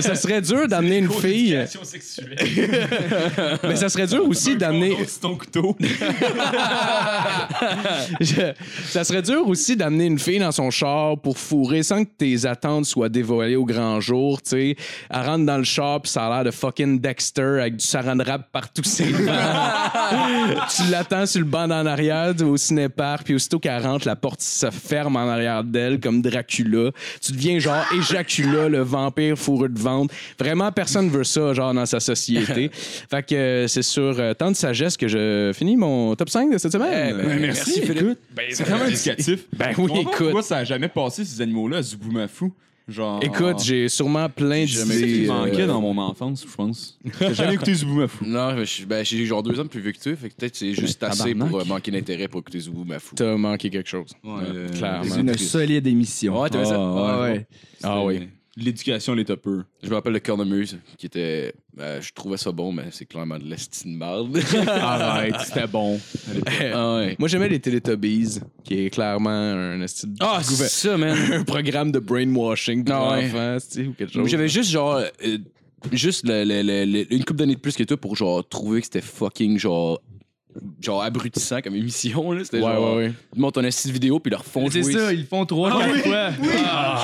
Speaker 4: ça serait dur d'amener une fille.
Speaker 5: Euh, (laughs)
Speaker 4: Mais ça serait dur aussi d'amener.
Speaker 5: C'est ton couteau.
Speaker 4: (laughs) Je- ça serait dur aussi d'amener une fille dans son char pour fourrer sans que tes attentes soient dévoilées au grand jour, tu sais. Elle rentre dans le char puis ça a l'air de fucking Dexter avec du saran wrap partout ses dents. tu l'attends sur le banc en arrière du- au cinépark puis aussitôt qu'elle rentre, la porte se ferme en arrière d'elle comme Dracula. Tu deviens genre Éjacula, le vampire fourreux de ventre. Vraiment, personne veut ça, genre, dans
Speaker 3: (laughs)
Speaker 4: sa société. fait que euh, c'est sur euh, tant de sagesse que je finis mon top 5 de cette semaine.
Speaker 3: Eh ben, Merci, Philippe.
Speaker 5: C'est quand même éducatif.
Speaker 4: Ben oui,
Speaker 5: Je comprends pas
Speaker 4: écoute.
Speaker 5: Pourquoi ça a jamais passé ces animaux-là à Zubumafou? Genre.
Speaker 3: Oh.
Speaker 4: Écoute, j'ai sûrement plein
Speaker 5: C'est ça
Speaker 4: d'idées.
Speaker 5: qui manquait
Speaker 4: euh,
Speaker 5: dans mon enfance, je pense. J'ai jamais écouté Zubumafou.
Speaker 3: Non, mais je suis- ben, j'ai genre deux ans de plus vieux que tu, fait que peut-être c'est juste assez pour euh, manquer d'intérêt pour écouter Zoubou Mafou.
Speaker 4: T'as manqué quelque chose.
Speaker 5: euh,
Speaker 4: clairement.
Speaker 6: C'est une solide émission.
Speaker 3: Ouais, t'avais ça?
Speaker 5: Ah,
Speaker 3: Ouais,
Speaker 5: ouais.
Speaker 3: ouais.
Speaker 4: Ah oui.
Speaker 5: L'éducation, les toppers.
Speaker 3: Je me rappelle le cornemuse, qui était. ben, je trouvais ça bon, mais c'est clairement de l'estime marde.
Speaker 5: Arrête, c'était bon.
Speaker 3: (laughs) ah ouais.
Speaker 4: Moi, j'aimais les Teletubbies, qui est clairement un, esti de-
Speaker 3: Ah, c'est ça, (laughs) man.
Speaker 4: un programme de brainwashing pour
Speaker 3: Ah ouais.
Speaker 4: enfants, esti, ou quelque
Speaker 3: Moi,
Speaker 4: chose.
Speaker 3: J'avais juste genre. euh, juste le- le- le- le- une couple d'années de plus que toi pour genre trouver que c'était fucking genre. Genre abrutissant comme émission, là. C'était
Speaker 4: Ouais,
Speaker 3: genre.
Speaker 4: ouais, ouais.
Speaker 3: Ils te montrent un assis de vidéo puis ils leur font
Speaker 6: C'est
Speaker 3: jouer.
Speaker 6: ça, ils font
Speaker 4: Ah
Speaker 6: trois, quatre fois.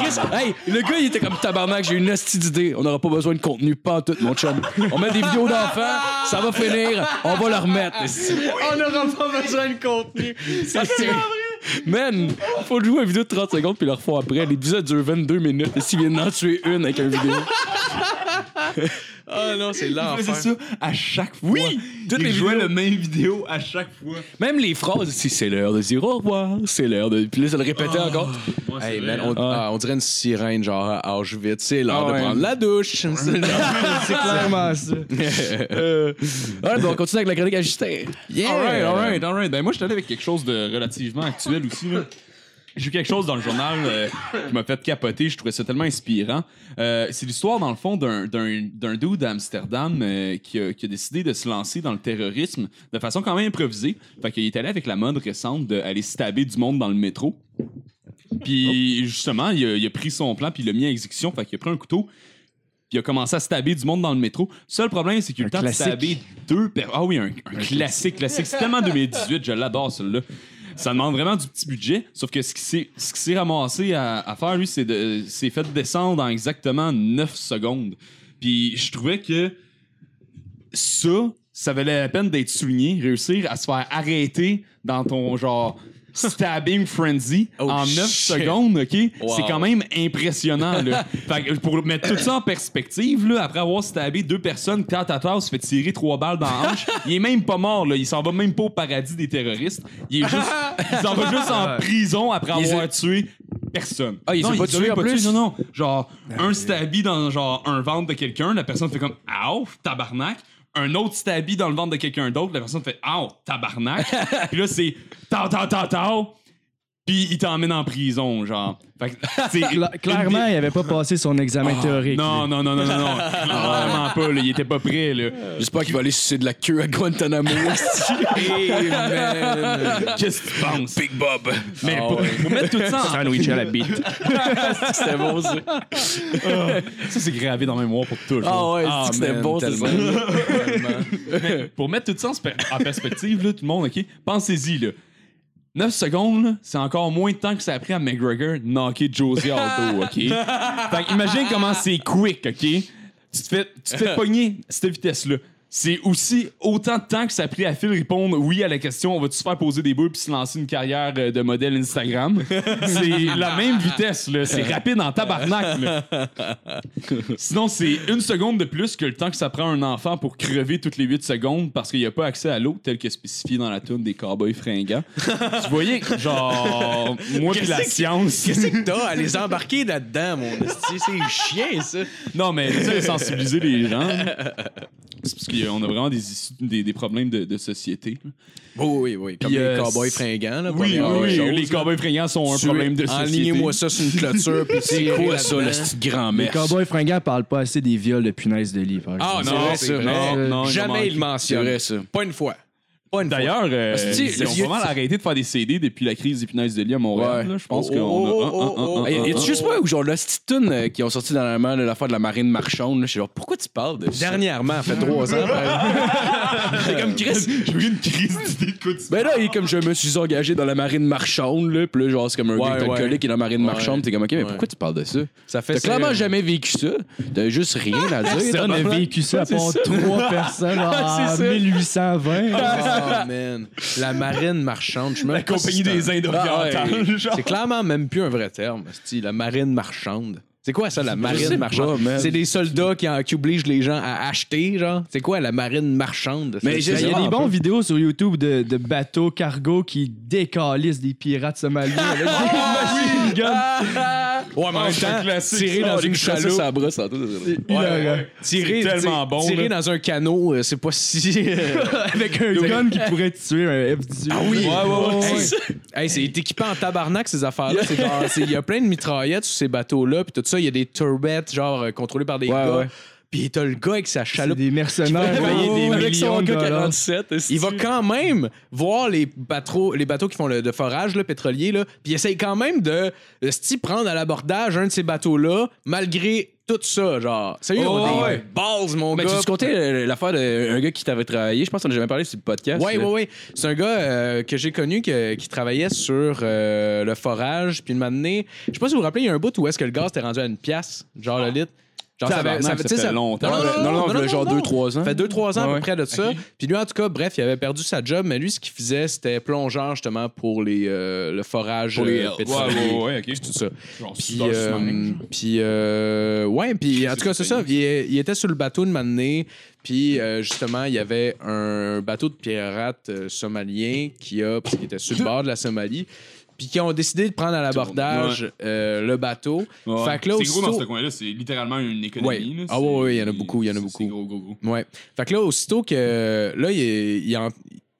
Speaker 3: Chris, hey, le gars, il était comme tabarnak, j'ai une hostie d'idée. On n'aura pas besoin de contenu, pas en tout, mon chum. On met des vidéos d'enfants, ça va finir, on va le remettre.
Speaker 6: On n'aura pas besoin de contenu.
Speaker 3: C'est Man, faut jouer une vidéo de 30 secondes puis le refont après. L'épisode dure 22 minutes. Et s'ils viennent d'en tuer une avec une vidéo.
Speaker 4: Ah non, c'est
Speaker 5: Il faisait
Speaker 4: l'enfer.
Speaker 5: ça à chaque fois. Oui!
Speaker 3: Toutes les
Speaker 5: Il jouait la même vidéo à chaque fois.
Speaker 3: Même les phrases, si c'est l'heure de dire au revoir, c'est l'heure de. Puis là, ça le répétait encore.
Speaker 5: Moi, c'est
Speaker 4: Hey,
Speaker 5: vrai,
Speaker 4: man, on, ah, on dirait une sirène, genre, à Auschwitz. C'est l'heure
Speaker 3: Ah
Speaker 4: de
Speaker 3: ouais.
Speaker 4: prendre la douche. C'est
Speaker 3: (laughs)
Speaker 4: l'heure-
Speaker 6: C'est clairement ça.
Speaker 3: Alright, bon, on continue avec la chronique à Justin.
Speaker 4: yeah!
Speaker 5: Alright, alright, alright. Ben moi, je suis allé avec quelque chose de relativement actuel aussi. Là. J'ai vu quelque chose dans le journal euh, qui m'a fait capoter. Je trouvais ça tellement inspirant. Euh, c'est l'histoire, dans le fond, d'un, d'un, d'un dude d'Amsterdam euh, qui, a, qui a décidé de se lancer dans le terrorisme de façon quand même improvisée. Fait qu'il est allé avec la mode récente d'aller stabber du monde dans le métro. Puis justement, il a, il a pris son plan puis il l'a mis à exécution. Fait qu'il a pris un couteau. Puis il a commencé à stabber du monde dans le métro. Seul problème, c'est qu'il a eu le temps de stabber deux per- Ah oui, un, un classique, classique. C'est tellement 2018, je l'adore celui-là. Ça demande vraiment du petit budget. Sauf que ce qui s'est, ce qui s'est ramassé à, à faire, lui, c'est de s'est fait descendre en exactement 9 secondes. Puis je trouvais que ça, ça valait la peine d'être souligné, réussir à se faire arrêter dans ton genre stabbing frenzy
Speaker 4: Oh,
Speaker 5: en 9
Speaker 4: shit.
Speaker 5: secondes, OK?
Speaker 4: Wow.
Speaker 5: C'est quand même impressionnant, là. (laughs) Fait que pour mettre tout ça en perspective, là, après avoir stabé deux personnes, Tata se fait tirer trois balles dans la hanche, il est même pas mort, là. Il s'en va même pas au paradis des terroristes. Il est juste... il s'en
Speaker 3: (laughs)
Speaker 5: va juste en prison après
Speaker 4: Il
Speaker 5: avoir tué personne.
Speaker 3: Ah, il
Speaker 5: Non,
Speaker 3: s'est pas
Speaker 5: les a
Speaker 3: tué,
Speaker 5: même
Speaker 3: en plus?
Speaker 5: Non, non. Genre, un stabby dans genre un ventre de quelqu'un, la personne fait comme Ow, tabarnak. Un autre stabby dans le ventre de quelqu'un d'autre, la personne fait Ow,
Speaker 3: (laughs)
Speaker 5: tabarnak. Puis là, c'est Tao, tao, tao, tao. Puis il t'emmène en prison, genre. Fait (laughs) que, c'est-
Speaker 6: Cla- clairement, il avait pas passé son examen
Speaker 4: Ah,
Speaker 6: théorique.
Speaker 5: Non,
Speaker 6: lui.
Speaker 5: non, non, non, (laughs) non, non. Clairement pas, là. Il était pas prêt, là.
Speaker 3: J'espère qu'il va aller sucer de la queue à
Speaker 4: (laughs)
Speaker 3: Guantanamo.
Speaker 5: Qu'est-ce que tu penses? Big Bob. Ah Mais pour, pour mettre tout ça en
Speaker 6: Sandwich à la bite.
Speaker 3: C'était bon, ça.
Speaker 5: Ça, c'est gravé dans ma mémoire pour toujours.
Speaker 3: Ah ouais, c'est que c'était
Speaker 4: man,
Speaker 3: bon, c'est ça.
Speaker 4: tellement.
Speaker 5: Mais pour mettre tout ça en spe- en perspective, là, tout le monde, OK? Pensez-y, là. 9 secondes, là, c'est encore moins de temps que ça a pris à McGregor de knocker Josie Aldo, OK? fait imagine comment c'est quick, OK? Tu te fais, tu te fais pogner à cette vitesse-là. C'est aussi autant de temps que ça a pris à Phil répondre oui à la question on va-tu se faire poser des boules puis se lancer une carrière euh, de modèle Instagram. c'est la même vitesse, là. C'est rapide en tabarnak, là. Sinon, c'est une seconde de plus que le temps que ça prend un enfant pour crever toutes les 8 secondes parce qu'il n'y a pas accès à l'eau, tel que spécifié dans la toune des cowboys (laughs) fringants. tu voyais, que, genre, moi puis la
Speaker 4: Qu'est-ce que-
Speaker 5: science.
Speaker 4: Qu'est-ce que (laughs) t'as à les embarquer là-dedans, mon esti? C'est chien, ça.
Speaker 5: (laughs) Non, mais tu sais, sensibiliser les gens. C'est parce qu'on a vraiment des, issues- des, des problèmes de, de société.
Speaker 4: Oh, oui, oui. Comme
Speaker 5: Puis, euh,
Speaker 4: les cowboys
Speaker 5: c'est-
Speaker 4: fringants, là.
Speaker 5: Oui,
Speaker 4: première
Speaker 5: oui,
Speaker 4: chose,
Speaker 5: les
Speaker 4: là.
Speaker 5: cowboys fringants sont un problème de
Speaker 4: Tuer-
Speaker 5: société.
Speaker 4: Enlignez-moi ça sur une clôture, puis c'est
Speaker 3: Quoi, ça, le petit
Speaker 6: Les
Speaker 3: grand-mère?
Speaker 6: cowboys fringants parlent pas assez des viols de punaises de lit, par
Speaker 4: Ah
Speaker 6: exemple.
Speaker 4: non,
Speaker 3: vrai,
Speaker 4: c'est
Speaker 3: c'est
Speaker 4: vrai.
Speaker 5: vrai. Non, non, il en
Speaker 4: jamais
Speaker 5: manque.
Speaker 4: il le
Speaker 3: C'est
Speaker 4: mentionne.
Speaker 3: vrai, ça.
Speaker 4: Pas une fois. Pas une fois.
Speaker 5: D'ailleurs, euh,
Speaker 4: Parce que, tu sais,
Speaker 5: ils ont
Speaker 4: le-
Speaker 5: vraiment arrêté de faire des CD depuis la crise des punaises de lit à Montréal.
Speaker 3: Ouais.
Speaker 5: là. Je pense
Speaker 4: Oh,
Speaker 5: qu'on
Speaker 4: oh, oh,
Speaker 5: a... un, un,
Speaker 4: oh,
Speaker 5: un,
Speaker 4: oh,
Speaker 5: un,
Speaker 3: Hey,
Speaker 5: un,
Speaker 3: y a-tu
Speaker 5: un.
Speaker 3: juste pas ou genre la petite toune euh, qui ont sorti dernièrement là, l'affaire de la marine marchande? là? Je suis genre, pourquoi tu parles de ça?
Speaker 4: Dernièrement, fait trois ans. par exemple.
Speaker 3: C'est comme Chris.
Speaker 5: (laughs) J'ai eu une crise d'idée de quotidien.
Speaker 3: Ben là, il est comme je me suis engagé dans la marine marchande, là, pis là, genre, c'est comme un gars que t'as
Speaker 4: ouais.
Speaker 3: collé qui est dans la marine marchande, t'es comme, ok, mais
Speaker 4: Ouais.
Speaker 3: pourquoi tu parles de ça?
Speaker 4: Ça fait
Speaker 3: T'as clairement
Speaker 4: sérieux.
Speaker 3: jamais vécu ça, t'as juste rien à dire.
Speaker 6: Personne n'a vécu ça à part trois personnes en 1820.
Speaker 4: Oh, man. La marine marchande. La
Speaker 5: compagnie des Indes orientales. genre.
Speaker 4: C'est clairement même plus un vrai terme, esti, la marine marchande. C'est quoi ça, la
Speaker 3: sais
Speaker 4: marine
Speaker 3: pas,
Speaker 4: marchande?
Speaker 3: man.
Speaker 4: C'est des soldats qui, en- qui obligent les gens à acheter, genre. C'est quoi la marine marchande?
Speaker 3: Mais
Speaker 4: C'est-
Speaker 3: je-
Speaker 6: Il
Speaker 4: c'est
Speaker 6: y a des
Speaker 4: vraiment
Speaker 1: hein.
Speaker 6: bons vidéos sur YouTube de, de bateaux cargo qui décalissent des pirates somaliens avec des machine guns.
Speaker 4: peu- Ouais, mais en même temps, tirer dans une chaloupe.
Speaker 3: ça brosse en tout.
Speaker 6: hilarant.
Speaker 4: Tirer,
Speaker 5: C'est tellement
Speaker 4: t'sais,
Speaker 5: bon,
Speaker 4: tirer
Speaker 5: là.
Speaker 4: dans un canot, euh, c'est pas si. euh,
Speaker 6: Avec un gun qui pourrait tuer un F-18. Ah
Speaker 4: oui.
Speaker 5: Ouais,
Speaker 3: Oh,
Speaker 5: ouais, ouais.
Speaker 4: (laughs) Hey, hey, c'est équipé en tabarnak, ces affaires-là. C'est genre- c'est- Il y a plein de mitraillettes sur ces bateaux-là, puis tout ça. Il y a des turbettes, genre, euh, contrôlés par des gars.
Speaker 6: ouais.
Speaker 4: Puis t'as le gars avec sa
Speaker 6: C'est
Speaker 4: chaloupe.
Speaker 6: des mercenaires.
Speaker 4: Ouais, ouais, ouais.
Speaker 6: avec
Speaker 4: Avec son
Speaker 6: son
Speaker 4: gars
Speaker 6: dollars.
Speaker 4: Il va quand même voir les bateaux, les bateaux qui font le, de forage là, pétrolier, là, puis il essaye quand même de euh, s'y prendre à l'abordage un de ces bateaux-là, malgré tout ça. Genre, sérieux,
Speaker 3: Oh,
Speaker 4: on a des
Speaker 3: ouais.
Speaker 4: balls, mon
Speaker 3: Mais tu
Speaker 4: gars.
Speaker 3: te comptais euh, l'affaire d'un gars qui t'avait travaillé, je pense qu'on a jamais parlé sur le podcast.
Speaker 4: Ouais,
Speaker 3: là.
Speaker 4: ouais, ouais. C'est un gars euh, que j'ai connu que- qui travaillait sur euh, le forage. Puis une matinée, je sais pas si vous vous rappelez, il y a un bout où est-ce que le gaz était rendu à une pièce, genre le litre. Genre,
Speaker 5: Tabarnak, ça
Speaker 4: tu sais,
Speaker 5: fait longtemps.
Speaker 4: Non, non, non,
Speaker 3: Non, non,
Speaker 4: non,
Speaker 3: il y a
Speaker 4: non,
Speaker 3: genre
Speaker 4: non.
Speaker 3: 2-3 ans.
Speaker 4: Ça
Speaker 3: (laughs)
Speaker 4: fait 2-3 ans à
Speaker 3: Ouais,
Speaker 4: peu près de ça. Puis lui, en tout cas, bref, il avait perdu sa job, mais lui, ce qu'il faisait, c'était plongeur justement pour les, euh, le forage
Speaker 5: Pour les-
Speaker 4: euh,
Speaker 5: ouais,
Speaker 4: pétrolier,
Speaker 5: ouais, ouais, ok.
Speaker 4: puis tout ça.
Speaker 5: Genre,
Speaker 4: Puis,
Speaker 5: Star
Speaker 4: euh,
Speaker 5: Smiling, genre.
Speaker 4: puis euh, ouais, puis en tout cas, c'est ça. Il, il était sur le bateau de Mané, puis euh, justement, il y avait un bateau de pirates euh, somalien qui a, parce qu'il était sur le bord de la Somalie, puis qui ont décidé de prendre à l'abordage euh, le bateau.
Speaker 5: Ouais.
Speaker 4: Fait que là,
Speaker 5: c'est gros dans
Speaker 4: aussitôt-
Speaker 5: ce coin-là, c'est littéralement une économie.
Speaker 4: Ouais.
Speaker 5: là.
Speaker 4: Ah ouais, ouais,
Speaker 5: C'est-
Speaker 4: il y en a beaucoup, il y en a
Speaker 5: c'est-
Speaker 4: beaucoup.
Speaker 5: C'est gros, gros, gros.
Speaker 4: Ouais. Fait que là, aussitôt que. Là, ils ils en-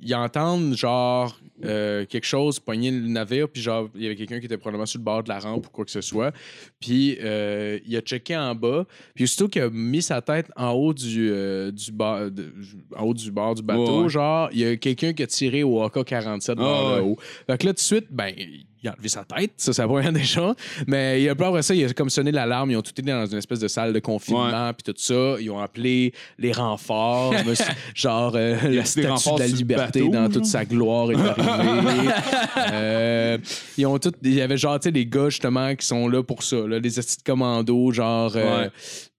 Speaker 4: ils entendent, genre, euh, quelque chose, pogné le navire, puis genre, il y avait quelqu'un qui était probablement sur le bord de la rampe ou quoi que ce soit. Puis euh, il a checké en bas, puis aussitôt qu'il a mis sa tête en haut du, euh, du, bord, de- en haut du bord du bateau,
Speaker 3: Ouais, ouais.
Speaker 4: genre, il y a quelqu'un qui a tiré au AK-47
Speaker 3: Ah,
Speaker 4: vers le
Speaker 3: ouais.
Speaker 4: haut. Fait que là, tout de suite, ben, il a enlevé sa tête, ça, c'est la (laughs) première des choses. Mais il a après ça, il a comme sonné l'alarme, ils ont tout été dans une espèce de salle de confinement, puis tout ça. Ils ont appelé les renforts, je me
Speaker 5: (laughs)
Speaker 4: suis- genre euh,
Speaker 5: y
Speaker 4: la
Speaker 5: a-tu des
Speaker 4: statue
Speaker 5: renforts
Speaker 4: de la
Speaker 5: sur le
Speaker 4: liberté
Speaker 5: bateau,
Speaker 4: dans
Speaker 5: genre?
Speaker 4: toute sa gloire est
Speaker 5: (laughs)
Speaker 4: arrivée. Euh, ils ont tout, il y avait genre, tu sais, les gars justement qui sont là pour ça, là, les astis de commando, genre. euh,
Speaker 5: Ouais.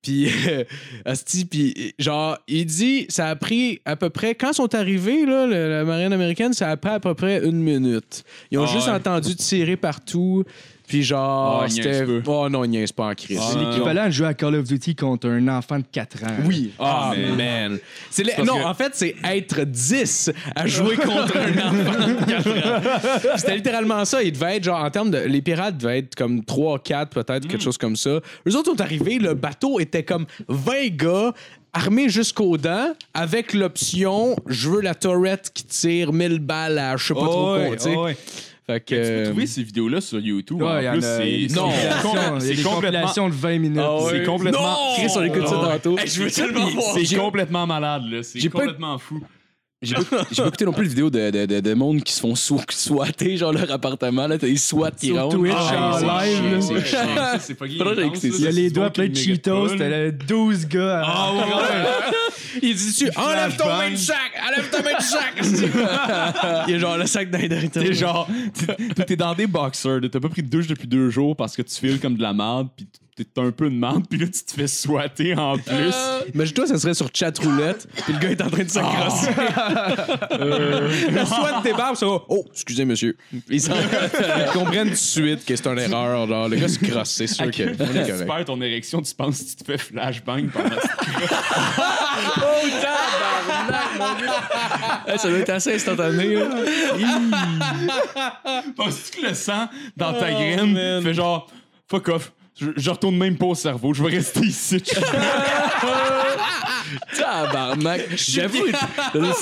Speaker 4: Puis, euh, asti, puis, genre, il dit, ça a pris à peu près, quand sont arrivés, là, le- la marine américaine, ça a pris à peu près une minute. Ils ont
Speaker 5: Ah
Speaker 4: juste
Speaker 5: ouais.
Speaker 4: entendu tirer partout, puis genre,
Speaker 5: Ah, il niaise
Speaker 4: c'était.
Speaker 5: peu.
Speaker 4: Oh non, il niaise pas en crise.
Speaker 5: Ah,
Speaker 6: C'est l'équivalent de jouer à Call of Duty contre un enfant de 4 ans.
Speaker 4: Oui.
Speaker 5: Ah, mais-
Speaker 4: man. C'est le-
Speaker 5: parce
Speaker 4: Non,
Speaker 5: que-
Speaker 4: en fait, c'est être 10 à jouer contre un enfant de quatre ans. C'était littéralement ça. Il devait être, genre, en termes de. Les pirates devaient être comme 3, 4, peut-être, quelque chose comme ça. Eux autres sont arrivés, le bateau était comme 20 gars. armés jusqu'aux dents, avec l'option je veux la torrette qui tire 1000 balles à je sais pas trop quoi, tu sais. Fait que.
Speaker 5: Tu peux
Speaker 4: euh,
Speaker 5: trouver ces vidéos-là sur YouTube.
Speaker 6: Ouais,
Speaker 5: en
Speaker 6: il y en
Speaker 5: plus,
Speaker 6: a- il y
Speaker 5: c'est.
Speaker 6: a des
Speaker 5: Non,
Speaker 6: compilations, il y a
Speaker 5: c'est
Speaker 6: des
Speaker 5: complètement.
Speaker 6: compilations de 20 minutes.
Speaker 1: C'est complètement.
Speaker 4: Chris, on écoute ça
Speaker 5: Ah
Speaker 3: (laughs)
Speaker 5: ouais.
Speaker 4: tantôt.
Speaker 5: Hey, je veux tellement voir.
Speaker 3: C'est
Speaker 5: C'est complètement malade, là.
Speaker 3: J'ai
Speaker 5: C'est
Speaker 3: pas-
Speaker 5: complètement fou.
Speaker 3: J'ai pas, j'ai pas écouté non plus les vidéos de, de, de, de monde qui se font sou- swatter, genre leur appartement. Là, t'as des swats qui
Speaker 6: Sur
Speaker 3: rentrent.
Speaker 6: Twitch,
Speaker 5: Ah,
Speaker 6: en
Speaker 5: c'est
Speaker 6: live,
Speaker 5: chiant,
Speaker 6: là.
Speaker 5: c'est chiant,
Speaker 3: (laughs)
Speaker 5: ça, c'est fucking
Speaker 3: Faudrait que
Speaker 5: intense,
Speaker 3: j'écoute
Speaker 5: ça,
Speaker 6: Il y a
Speaker 5: c'est
Speaker 6: les
Speaker 5: du
Speaker 6: doigts
Speaker 5: monde qui
Speaker 6: pleins de
Speaker 5: méga
Speaker 6: Cheetos,
Speaker 5: folle.
Speaker 6: t'as le 12 gars.
Speaker 5: Ah ouais!
Speaker 4: Il dit dessus, enlève ton main du sac! Enlève ton main du sac! Il y a genre le sac d'un
Speaker 5: T'es genre, Ah, t'es- t'es dans des boxers, là, t'as pas pris de douche depuis deux jours parce que tu files comme de la merde, pis t'es un peu de merde, pis là tu te fais swatter en plus.
Speaker 4: Imagine-toi, ça serait sur chat roulette, puis le gars est en train de s'accrocher. (laughs) le SWAT débarque, ça va. Oh, excusez, monsieur. Ils, s'en- Ils comprennent tout de suite que c'est une erreur. Genre, le gars se crosse, c'est sûr que. on est
Speaker 5: tu
Speaker 4: correct.
Speaker 5: perds ton érection, tu penses que tu te fais flashbang pendant
Speaker 3: Ah, ça doit être assez instantané. là.
Speaker 5: (laughs) Penses-tu que le sang dans ta graine fait genre fuck off? Je, je retourne même pas au cerveau, je vais rester (laughs) ici.
Speaker 3: Tabarnak. J'avoue, tu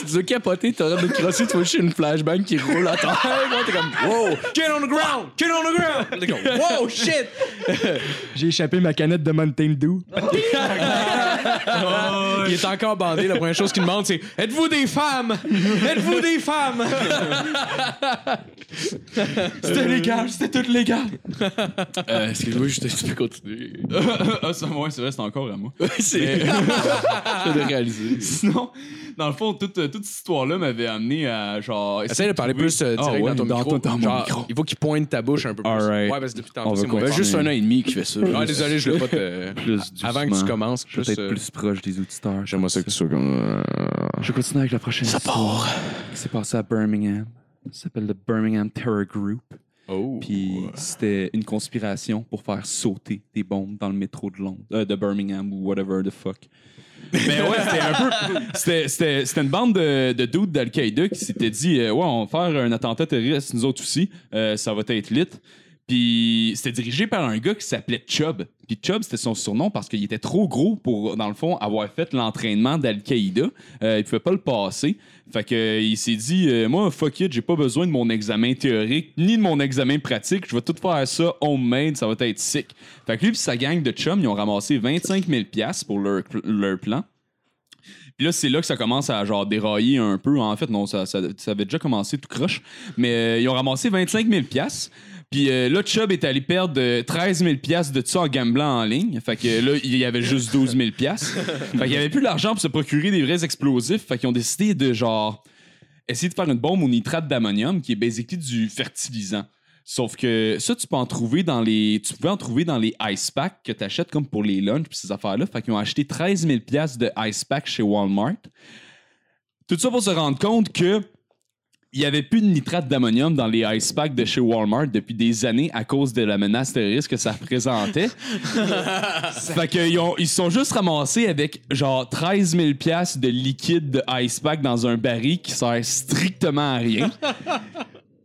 Speaker 3: tu dois capoter, t'as l'air de te crosser, tu vois juste une flashbang qui roule à terre. là, T'es comme, wow!
Speaker 4: Get on the ground! Get on the ground! Le gars, wow, shit!
Speaker 6: J'ai échappé ma canette de Mountain Dew.
Speaker 5: Ah,
Speaker 4: Il est encore bandé. La première chose qu'il demande, c'est Êtes-vous des femmes? Êtes-vous des femmes?
Speaker 5: c'était légal, c'était tout légal.
Speaker 3: Euh, Excuse-moi, je te je peux continuer.
Speaker 5: (laughs) ah, ça, ouais, c'est vrai, c'est encore à moi.
Speaker 3: C'est. Je de réaliser.
Speaker 5: (laughs) Sinon, dans le fond, toute, euh, toute cette histoire-là m'avait amené à genre.
Speaker 4: Essaye de parler plus euh, direct
Speaker 5: Ah ouais,
Speaker 4: dans ton
Speaker 5: dans
Speaker 4: micro.
Speaker 5: ton- dans mon
Speaker 4: Genre,
Speaker 5: micro.
Speaker 4: Il faut qu'il pointe ta bouche un peu plus.
Speaker 1: All right.
Speaker 4: Ouais, parce que depuis
Speaker 1: On va
Speaker 4: tantôt, c'est moins
Speaker 1: comprendre.
Speaker 4: fort.
Speaker 3: Ben, juste un an et demi que je fais ça.
Speaker 4: Ah, désolé, je l'ai pas. te- (laughs)
Speaker 1: Plus doucement.
Speaker 4: Avant que tu commences, juste,
Speaker 1: Peut-être
Speaker 4: euh,
Speaker 1: plus proche des auditeurs.
Speaker 4: J'aimerais ça que tu sois comme. euh,
Speaker 1: Je continue avec la prochaine. Ça part. Qui s'est passé à Birmingham. Ça s'appelle le Birmingham Terror Group.
Speaker 4: Oh.
Speaker 1: Puis c'était une conspiration pour faire sauter des bombes dans le métro de Londres, euh, de Birmingham ou whatever the fuck.
Speaker 5: Mais ouais, c'était un peu. C'était, c'était, c'était une bande de, de dudes d'Al-Qaïda qui s'était dit euh, Ouais, on va faire un attentat terroriste, nous autres aussi. Euh, ça va être lit. Puis c'était dirigé par un gars qui s'appelait Chubb. Puis Chubb, c'était son surnom parce qu'il était trop gros pour, dans le fond, avoir fait l'entraînement d'Al-Qaïda. Euh, il pouvait pas le passer. Fait que, euh, il s'est dit euh, Moi, fuck it, j'ai pas besoin de mon examen théorique ni de mon examen pratique. Je vais tout faire ça homemade, ça va être sick. Fait que lui et sa gang de chums, ils ont ramassé 25 000 pour leur, leur plan. Puis là, c'est là que ça commence à genre dérailler un peu. En fait, non, ça, ça, ça avait déjà commencé tout croche. Mais euh, ils ont ramassé 25 000 Puis euh, là, Chubb est allé perdre euh, 13 000 de tout ça en gamblant en ligne. Fait que là, il y avait juste 12 000 Fait qu'il n'y avait plus l'argent pour se procurer des vrais explosifs. Fait qu'ils ont décidé de genre essayer de faire une bombe au nitrate d'ammonium, qui est basically du fertilisant. Sauf que ça, tu peux en trouver dans les. Tu pouvais en trouver dans les ice packs que tu achètes comme pour les lunchs puis ces affaires-là. Fait qu'ils ont acheté 13 000 de ice packs chez Walmart. Tout ça pour se rendre compte que il n'y avait plus de nitrate d'ammonium dans les ice packs de chez Walmart depuis des années à cause de la menace terroriste que ça représentait. fait qu'ils ont- ils se sont juste ramassés avec genre 13 000 de liquide de ice pack dans un baril qui sert strictement à rien.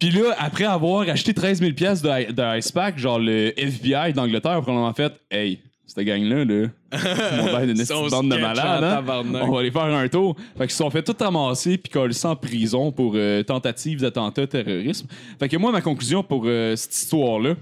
Speaker 5: Puis là, après avoir acheté 13 000 de, de ice pack, genre le FBI d'Angleterre a probablement fait Hey, cette gang-là,
Speaker 4: (laughs)
Speaker 5: là, ils vont être une
Speaker 4: Son
Speaker 5: petite bande de
Speaker 4: sketch en
Speaker 5: malades. hein.
Speaker 4: tabarnak.
Speaker 5: On va aller faire un tour. Fait qu'ils se sont fait tout ramasser puis coller en prison pour euh, tentative d'attentat terrorisme. Fait que moi, ma conclusion pour euh, cette histoire-là,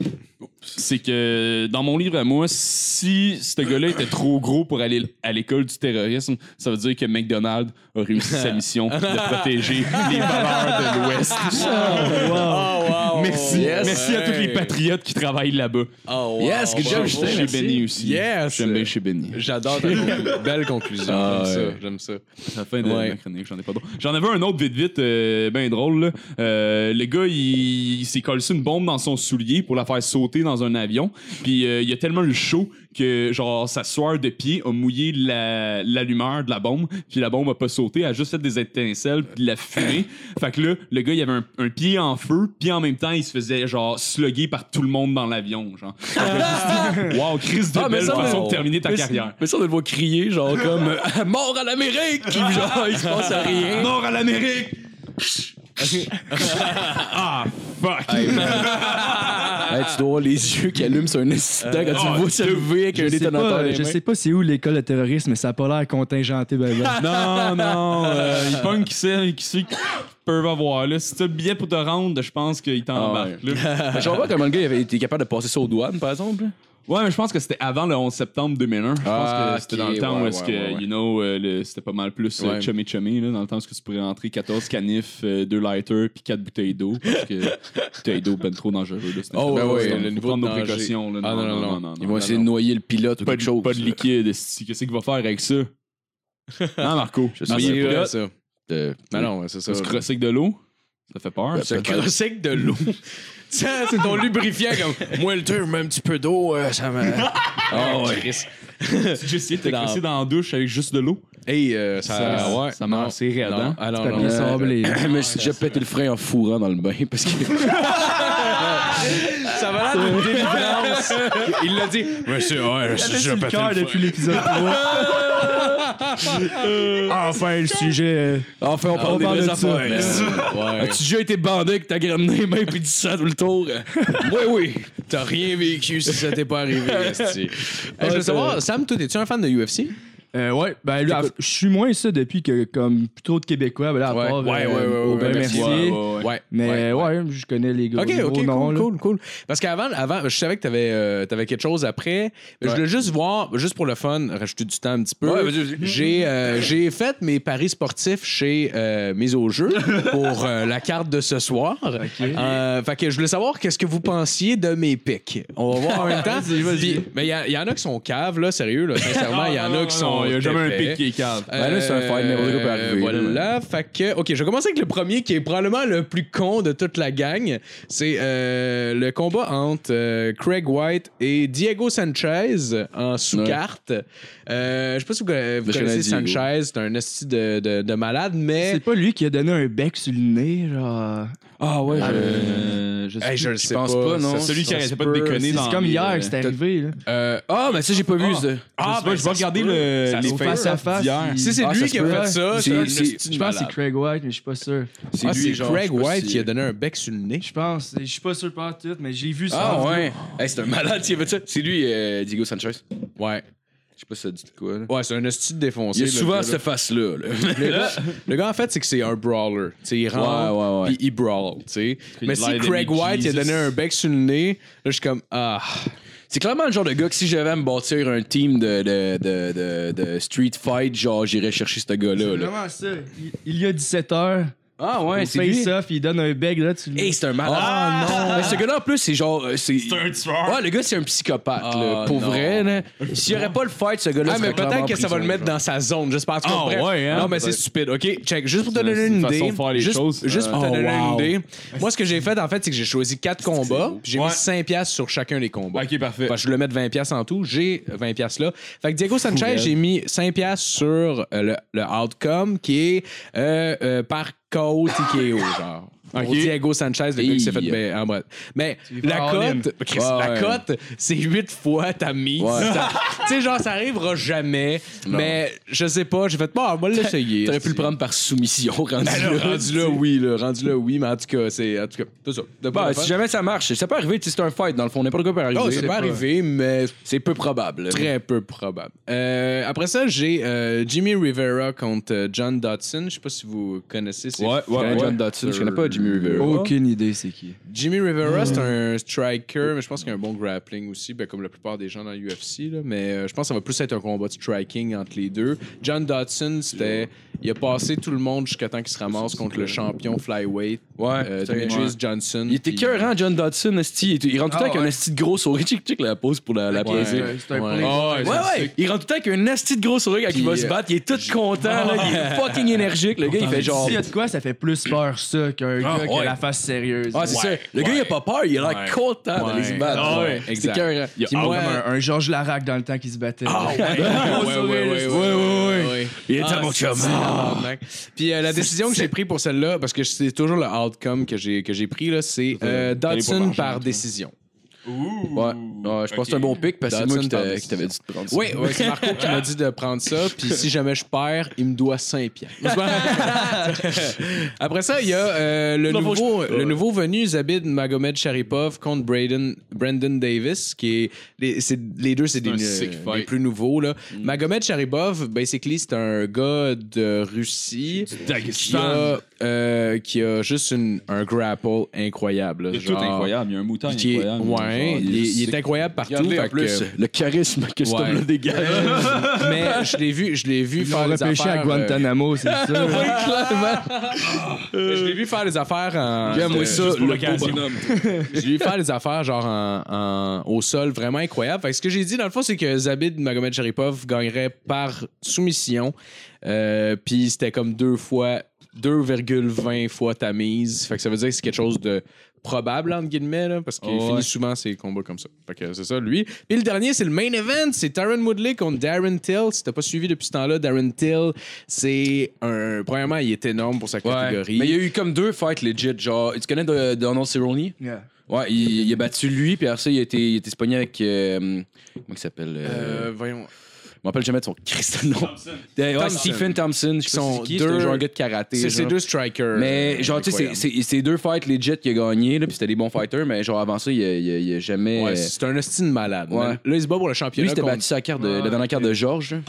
Speaker 5: c'est que dans mon livre à moi, si ce gars-là était trop gros pour aller l- à l'école du terrorisme, ça veut dire que McDonald's a
Speaker 4: (laughs)
Speaker 5: réussi sa mission de protéger les valeurs de l'Ouest.
Speaker 4: Ah, Oh, wow.
Speaker 5: (laughs) Merci.
Speaker 3: Yes.
Speaker 5: Merci à tous les patriotes qui travaillent là-bas.
Speaker 4: Oh, wow.
Speaker 3: Yes, good job,
Speaker 4: Bravo.
Speaker 3: Justin.
Speaker 5: J'aime chez
Speaker 3: merci.
Speaker 5: Benny aussi.
Speaker 4: Yes.
Speaker 5: J'aime bien chez Benny.
Speaker 4: J'adore (laughs) ta conclu- belle conclusion.
Speaker 3: Ah,
Speaker 4: J'aime
Speaker 3: ouais.
Speaker 4: ça. J'aime ça.
Speaker 5: C'est la fin de
Speaker 4: Ouais.
Speaker 5: ma chronique, j'en ai pas d'autres. J'en avais un autre vite vite, euh, ben drôle. Là. Euh, le gars, il, il s'est collé une bombe dans son soulier pour la faire sauter dans un avion. Puis euh, il a tellement eu chaud que genre sa sueur de pied a mouillé la- l'allumeur de la bombe. Puis la bombe a pas sauté, elle a juste fait des étincelles puis
Speaker 3: (coughs)
Speaker 5: la fumée. fait que là, le gars, il avait un, un pied en feu, puis en même temps, il se faisait genre slugger par tout le monde dans l'avion. Genre,
Speaker 3: (laughs)
Speaker 5: wow, crise de
Speaker 3: Ah, mais
Speaker 5: belle
Speaker 3: ça,
Speaker 5: façon
Speaker 3: mais-
Speaker 5: de terminer ta
Speaker 3: mais-
Speaker 5: carrière.
Speaker 3: Mais ça, on le voit crier, genre comme euh, Mort à l'Amérique! Puis genre, il se passe à rien.
Speaker 5: Mort à l'Amérique! ah, fuck!
Speaker 3: Hey, tu dois voir
Speaker 4: (laughs)
Speaker 3: les yeux qui allument sur un incident quand tu
Speaker 5: oh,
Speaker 3: le vois se lever avec un
Speaker 6: Je sais,
Speaker 3: détonateur. dans
Speaker 6: pas,
Speaker 3: les
Speaker 6: je
Speaker 3: mains.
Speaker 6: sais pas c'est où l'école de terrorisme, mais ça a pas l'air contingenté, (laughs) ben, ben.
Speaker 5: non, non, euh, il pogne qui sait, qui sait qu'ils peuvent avoir. Là. Si t'as le billet pour te rendre, je pense qu'il t'embarque.
Speaker 3: Ah ouais.
Speaker 5: là.
Speaker 3: Je vois pas comment le gars il avait été capable de passer ça aux douanes, par exemple.
Speaker 5: Ouais, mais je pense que c'était avant le 11 septembre 2001. Je pense
Speaker 3: Ah,
Speaker 5: que c'était
Speaker 3: ok,
Speaker 5: dans le temps
Speaker 3: ouais,
Speaker 5: où est-ce
Speaker 3: ouais,
Speaker 5: que,
Speaker 3: ouais, ouais.
Speaker 5: you know, euh, le- c'était pas mal plus euh,
Speaker 4: Ouais.
Speaker 5: chummy chummy, là, dans le temps où est-ce que tu pourrais rentrer 14 canifs, 2 lighters, puis 4 bouteilles d'eau, parce que
Speaker 4: (laughs)
Speaker 5: bouteilles d'eau, ben trop dangereux. Là, c'était-
Speaker 4: Oh, ouais,
Speaker 5: Faut
Speaker 4: ouais,
Speaker 5: prendre-
Speaker 4: le
Speaker 5: faut
Speaker 4: niveau
Speaker 5: prendre
Speaker 4: de
Speaker 5: nos
Speaker 4: danger.
Speaker 5: précautions. Là,
Speaker 4: Ah, non, non, non.
Speaker 3: Ils vont essayer de noyer le pilote ou
Speaker 5: pas
Speaker 3: quelque chose.
Speaker 5: de, pas de liquide. esti. Qu'est-ce qu'il va faire
Speaker 4: (laughs)
Speaker 5: avec ça? Hein, Marco?
Speaker 3: Je sais
Speaker 5: Noyer
Speaker 3: pas.
Speaker 5: le
Speaker 4: Ah, C'est vrai,
Speaker 5: pilote,
Speaker 4: ça.
Speaker 3: Euh,
Speaker 4: Non, non, ouais, c'est ça.
Speaker 5: se crosser avec de l'eau? Ça fait peur.
Speaker 4: Se (laughs) crosser avec de l'eau. Tiens, c'est ton lubrifiant comme. Moi, le truc, même un petit peu d'eau, euh, ça me. Oh, ouais.
Speaker 5: J'ai essayé de te
Speaker 4: dans-
Speaker 5: crosser dans la douche avec juste de l'eau.
Speaker 4: (laughs) Hey, euh, ça.
Speaker 3: Ah,
Speaker 5: Ça-
Speaker 4: ouais.
Speaker 5: ça m'a
Speaker 4: Non.
Speaker 5: assez raide,
Speaker 4: Non.
Speaker 5: hein?
Speaker 4: Ah, non, non,
Speaker 6: C'est pas bien
Speaker 4: non. Ah,
Speaker 6: sablé. là.
Speaker 3: Je (laughs) me suis déjà pété le frein en fourrant dans le bain parce que.
Speaker 4: Ça va l'air d'une délivrance. Il l'a dit. Monsieur, ouais, je suis
Speaker 6: C'est le cœur depuis l'épisode (laughs) 3. enfin, le sujet. euh,
Speaker 3: Enfin, Ah, on parle
Speaker 6: on
Speaker 3: des
Speaker 6: parle
Speaker 3: vraies
Speaker 6: de ça,
Speaker 3: affaires.
Speaker 6: mais-
Speaker 3: (laughs) Euh, As-tu déjà été bandé avec ta graine dans les mains puis du sang tout le tour? oui, oui.
Speaker 4: T'as rien vécu si ça t'est pas arrivé, esti. Hey, je veux
Speaker 6: Ouais,
Speaker 4: savoir, Sam, toi, es-tu un fan de UFC?
Speaker 6: Euh, ouais, ben là, je suis moins ça depuis que, comme, plus trop de Québécois, ben là, à
Speaker 4: Ouais.
Speaker 6: part
Speaker 4: Ouais,
Speaker 6: euh,
Speaker 4: ouais, ouais,
Speaker 6: Aubin
Speaker 4: ouais,
Speaker 6: Mercier.
Speaker 5: Ouais, ouais, ouais.
Speaker 4: Ouais.
Speaker 6: Mais ouais, je connais les gars.
Speaker 4: Ok,
Speaker 6: les gros
Speaker 4: ok,
Speaker 6: noms,
Speaker 4: cool,
Speaker 6: là.
Speaker 4: cool, cool. Parce qu'avant, avant, je savais que t'avais euh, t'avais quelque chose après. Mais Je
Speaker 3: Ouais.
Speaker 4: voulais juste voir, juste pour le fun, rajouter du temps un petit peu.
Speaker 3: Ouais, vas-y, vas-y.
Speaker 4: j'ai euh, j'ai fait mes paris sportifs chez euh, Mise au jeu pour euh, la carte de ce soir. Euh, fait que je voulais savoir qu'est-ce que vous pensiez de mes pics. On va voir en même temps. Puis- Mais il y a- il y, en a qui sont caves, là, sérieux, là, sincèrement. Il y en a qui sont.
Speaker 5: Il y a jamais un
Speaker 4: épais.
Speaker 5: pic qui est calme.
Speaker 3: Ben là, c'est un fight, n'importe quoi peut arriver,
Speaker 4: Euh, Voilà, fait que. Ok, je vais commencer avec le premier qui est probablement le plus con de toute la gang. C'est euh, le combat entre euh, Craig White et Diego Sanchez en sous-carte. Euh, je sais pas si vous, conna- vous
Speaker 3: Le
Speaker 4: connaissez
Speaker 3: Canadien,
Speaker 4: Sanchez, c'est un esti de, de- de malade, mais.
Speaker 6: C'est pas lui qui a donné un bec sur le nez, genre.
Speaker 3: Ah ouais, Euh,
Speaker 5: je
Speaker 4: Hey, je le sais
Speaker 3: pense pas, non.
Speaker 4: Ça,
Speaker 5: Celui qui
Speaker 4: ça se
Speaker 5: arrêtait pas de
Speaker 4: peut.
Speaker 5: déconner
Speaker 6: C'est
Speaker 5: dans
Speaker 6: comme
Speaker 5: les,
Speaker 6: hier,
Speaker 5: euh,
Speaker 6: c'est arrivé, là.
Speaker 4: Euh,
Speaker 3: Ah, mais ça, j'ai pas vu ça.
Speaker 5: Ah, ben, je vais regarder le,
Speaker 4: Ah,
Speaker 5: les
Speaker 6: Au
Speaker 5: face à face.
Speaker 6: il-
Speaker 4: si c'est
Speaker 3: Ah, ça
Speaker 4: lui
Speaker 3: se
Speaker 4: qui a
Speaker 3: peut.
Speaker 4: fait ça, c'est
Speaker 3: C'est-
Speaker 4: un
Speaker 3: c'est-
Speaker 4: esti de
Speaker 6: Je pense que c'est
Speaker 4: malade.
Speaker 6: Craig White, mais je suis pas sûr.
Speaker 4: Ah,
Speaker 3: lui,
Speaker 4: c'est
Speaker 3: genre,
Speaker 4: Craig
Speaker 3: je sais pas
Speaker 4: White
Speaker 3: si-
Speaker 4: qui a donné un bec sur le nez.
Speaker 6: Je pense. Je suis pas sûr pas en tout, mais j'ai vu ça.
Speaker 3: Ah ouais. Hey, c'est un malade qui a fait ça. C'est lui, euh, Diego Sanchez. Je
Speaker 4: Ouais.
Speaker 3: sais pas si ça dit de quoi. là.
Speaker 4: Ouais, c'est un esti de défoncé.
Speaker 3: Il y a
Speaker 4: là,
Speaker 3: souvent
Speaker 4: le gars, là.
Speaker 3: cette face-là. là.
Speaker 4: (laughs) Le gars, le gars, en fait, c'est que c'est un brawler. Tu sais, il rentre,
Speaker 3: Ouais, ouais, ouais.
Speaker 4: puis il brawl. tu sais. Mais
Speaker 5: il a
Speaker 4: si
Speaker 5: l'air
Speaker 4: Craig
Speaker 5: d'aimer
Speaker 4: White il a
Speaker 5: Jesus.
Speaker 4: donné un bec sur le nez, là, je suis comme, ah.
Speaker 3: C'est clairement le genre de gars que si j'avais à me bâtir un team de, de, de, de, de street fight, genre, j'irais chercher ce
Speaker 6: C'est
Speaker 3: gars-là. là.
Speaker 6: vraiment ça. Il, il y a 17 heures.
Speaker 3: Ah ouais,
Speaker 6: il
Speaker 3: c'est
Speaker 6: face
Speaker 3: lui.
Speaker 6: off, il donne un bec là, tu le.
Speaker 3: Hey, c'est un malade.
Speaker 6: Ah,
Speaker 3: non. Mais ce gars-là, en plus, c'est genre. euh, C'est
Speaker 7: C'est un tueur.
Speaker 3: Ouais, le gars, c'est un psychopathe, là,
Speaker 4: Ah,
Speaker 3: pour
Speaker 4: non.
Speaker 3: vrai. là. S'il n'y aurait pas le fight, ce gars-là,
Speaker 4: Ah, mais
Speaker 3: serait clairement
Speaker 4: peut-être que
Speaker 3: en
Speaker 4: ça va
Speaker 3: prison,
Speaker 4: le mettre
Speaker 3: genre.
Speaker 4: dans sa zone, juste parce que.
Speaker 5: Ah, ouais, hein?
Speaker 4: Non, mais c'est stupide. OK, check. Juste pour te donner
Speaker 5: c'est
Speaker 4: une
Speaker 5: une façon
Speaker 4: idée.
Speaker 5: de faire les
Speaker 4: juste,
Speaker 5: choses.
Speaker 4: juste pour te
Speaker 5: Euh,
Speaker 4: donner
Speaker 5: oh, wow.
Speaker 4: une idée. Moi, ce que j'ai fait, en fait, c'est que j'ai choisi quatre combats, puis j'ai
Speaker 7: Ouais.
Speaker 4: mis 5$ piastres sur chacun des combats.
Speaker 5: Ok, parfait.
Speaker 3: Euh,
Speaker 4: Fait que je voulais mettre 20 pièces en tout, j'ai 20 pièces là. Fait que Diego Sanchez, j'ai mis 5 pièces sur
Speaker 3: (laughs)
Speaker 4: euh, le, le outcome qui est euh, euh, par KO TKO genre. Pour Diego Sanchez, le gars qui s'est fait
Speaker 3: Hey.
Speaker 4: ben, embrasser. Mais la
Speaker 6: all in.
Speaker 4: cote, Chris, la
Speaker 3: Ouais.
Speaker 4: cote, c'est huit fois ta mise.
Speaker 3: Ouais.
Speaker 4: Ça- tu sais, genre, ça arrivera jamais. Mais je sais pas, j'ai fait, bon, moi, l'essayer.
Speaker 3: T'aurais pu le prendre par soumission, (laughs) rendu
Speaker 4: (laughs) Ben là,
Speaker 3: là.
Speaker 4: rendu là, oui, là, rendu là, oui, mais en tout cas, c'est en tout cas, c'est ça. T'as pas
Speaker 3: Bah,
Speaker 4: d'affaire.
Speaker 3: si jamais ça marche, ça peut arriver, tu sais, c'est un fight dans le fond, n'importe quoi peut arriver.
Speaker 4: Oh, c'est pas arrivé, mais
Speaker 3: C'est peu probable.
Speaker 4: très peu probable. Euh, après ça, j'ai euh, Jimmy Rivera contre euh, John Dodson. Je sais pas si vous connaissez. c'est-
Speaker 1: Ouais,
Speaker 3: Je
Speaker 1: ouais,
Speaker 3: connais
Speaker 1: ouais.
Speaker 3: John Dodson, je connais pas Jimmy Rivera.
Speaker 6: Aucune idée, c'est qui. Hmm.
Speaker 4: Jimmy Rivera, c'est un striker, mais je pense qu'il a un bon grappling aussi, ben, comme la plupart des gens dans l'UFC. là, Mais euh, je pense que ça va plus être un combat de striking entre les deux. John Dodson, c'était, il a passé tout le monde jusqu'à temps qu'il se ramasse contre le champion flyweight,
Speaker 3: Ouais,
Speaker 4: euh,
Speaker 3: c'est-
Speaker 4: Demetrius Johnson.
Speaker 3: Il était
Speaker 4: Puis-
Speaker 3: cœurant, John Dodson, esti. Il- Il rentre tout le temps avec un esti de gros sourire. Check, check la pose pour la, la
Speaker 4: Ah, Ouais.
Speaker 3: poser.
Speaker 6: C'est un
Speaker 4: Ouais.
Speaker 5: Ah,
Speaker 6: plaisir.
Speaker 3: Ouais, ouais. Il rentre tout le temps avec un esti de gros sourire quand
Speaker 4: Puis,
Speaker 3: il va se
Speaker 4: euh,
Speaker 3: battre. Il est tout content, là. Il
Speaker 4: (laughs)
Speaker 3: est fucking énergique. Le gars, il fait genre.
Speaker 6: S'il y a de quoi, ça fait plus peur ça qu'un gars qui
Speaker 3: ouais.
Speaker 6: a la face sérieuse.
Speaker 3: Ah, c'est
Speaker 6: Ouais.
Speaker 3: ça. Le gars, il a pas peur. Il a l'air
Speaker 4: Ouais.
Speaker 3: content d'aller se hein, battre.
Speaker 4: Ah, ouais.
Speaker 3: Ouais. C'est Ah
Speaker 4: Exact.
Speaker 3: cœurant.
Speaker 6: Puis moi, comme un, un Georges Larac dans le temps qui se battait. (laughs)
Speaker 4: Ouais, ouais, ouais, ouais, ouais, ouais. Ah,
Speaker 3: Il est tellement chum.
Speaker 4: Tabarnak. Puis euh, la décision que j'ai prise pour celle-là, parce que c'est toujours le outcome que j'ai que j'ai pris là, c'est euh, Dodson par décision.
Speaker 3: Ouais. Ouais, Je pense que c'est un bon pic parce que c'est
Speaker 4: Dodson
Speaker 3: moi qui
Speaker 4: par
Speaker 3: t'a- qui t'avais dit de prendre ça.
Speaker 4: Oui, ouais, c'est Marco qui m'a dit de prendre ça. Puis si jamais je perds, il me doit 5
Speaker 5: (laughs)
Speaker 4: piastres. (laughs) Après ça, il y a euh, le,
Speaker 3: Non, faut
Speaker 4: nouveau, le nouveau venu, Zabid Magomed Sharipov contre Braden, Brandon Davis, qui est. Les, c'est- les deux, c'est des,
Speaker 5: un sick
Speaker 4: euh,
Speaker 5: fight. Mm.
Speaker 4: des plus nouveaux. Là. Magomed Sharipov, basically, c'est un gars de Russie qui a, euh, qui a juste une- un grapple incroyable. là,
Speaker 5: C'est tout
Speaker 4: genre,
Speaker 5: incroyable. Il y a un mouton
Speaker 4: qui est-
Speaker 5: incroyable.
Speaker 4: ouais,
Speaker 5: Genre,
Speaker 4: il, est- il
Speaker 5: sick.
Speaker 4: est incroyable partout.
Speaker 3: Regardez en
Speaker 4: fait que-
Speaker 3: plus euh, le charisme que ce
Speaker 4: Ouais.
Speaker 3: homme-là dégage.
Speaker 4: mais je l'ai vu, je l'ai vu
Speaker 6: Ils
Speaker 4: faire
Speaker 6: l'ont
Speaker 4: des
Speaker 6: repêché
Speaker 4: affaires, (laughs)
Speaker 6: à Guantanamo, c'est ça.
Speaker 4: euh, je l'ai vu faire des affaires en.
Speaker 3: Regarde, moi,
Speaker 4: euh,
Speaker 3: ça, le beau bonhomme.
Speaker 4: Je l'ai vu faire des affaires genre en, en- au sol vraiment incroyable. Fait que ce que j'ai dit dans le fond, c'est que Zabid Magomed Sharipov gagnerait par soumission. Euh, Puis c'était comme deux fois 2,20 fois ta mise. Fait que ça veut dire que c'est quelque chose de probable entre guillemets là, parce qu'il
Speaker 6: Ouais.
Speaker 4: finit souvent ses combats comme ça. Fait que c'est ça lui. Puis le dernier c'est le main event, c'est Tyron Woodley contre Darren Till. Si t'as pas suivi depuis ce temps-là, Darren Till, c'est un premièrement il est énorme pour sa catégorie.
Speaker 3: Mais il y a eu comme deux fights legit. Genre, tu connais de- Donald Cerrone?
Speaker 6: Yeah.
Speaker 3: Ouais, il, il a battu lui, puis après ça, il a été, il a été spogné avec. euh, comment il s'appelle euh,
Speaker 4: Euh, voyons.
Speaker 3: Je me rappelle jamais de son Christian nom. Euh, ouais,
Speaker 4: Thompson.
Speaker 3: Stephen Thompson. Je sais
Speaker 4: Ils
Speaker 3: pas
Speaker 4: sont
Speaker 3: c'est qui,
Speaker 4: deux-
Speaker 3: c'est un genre un gars de karaté.
Speaker 4: C'est ces
Speaker 3: genre.
Speaker 4: deux strikers.
Speaker 3: Mais genre, tu sais,
Speaker 4: Incroyable.
Speaker 3: c'est- c'est c'est deux fights legit qu'il a gagné, là, puis c'était des bons fighters, mais genre avant ça, il a, il a- il a jamais.
Speaker 4: Ouais,
Speaker 3: euh,
Speaker 4: c'est un hostile malade.
Speaker 3: Ouais.
Speaker 4: Mais Là, il se bat pour le championnat.
Speaker 3: lui, c'était
Speaker 4: contre-
Speaker 3: battu sa carte de, la dernière carte de Georges. là.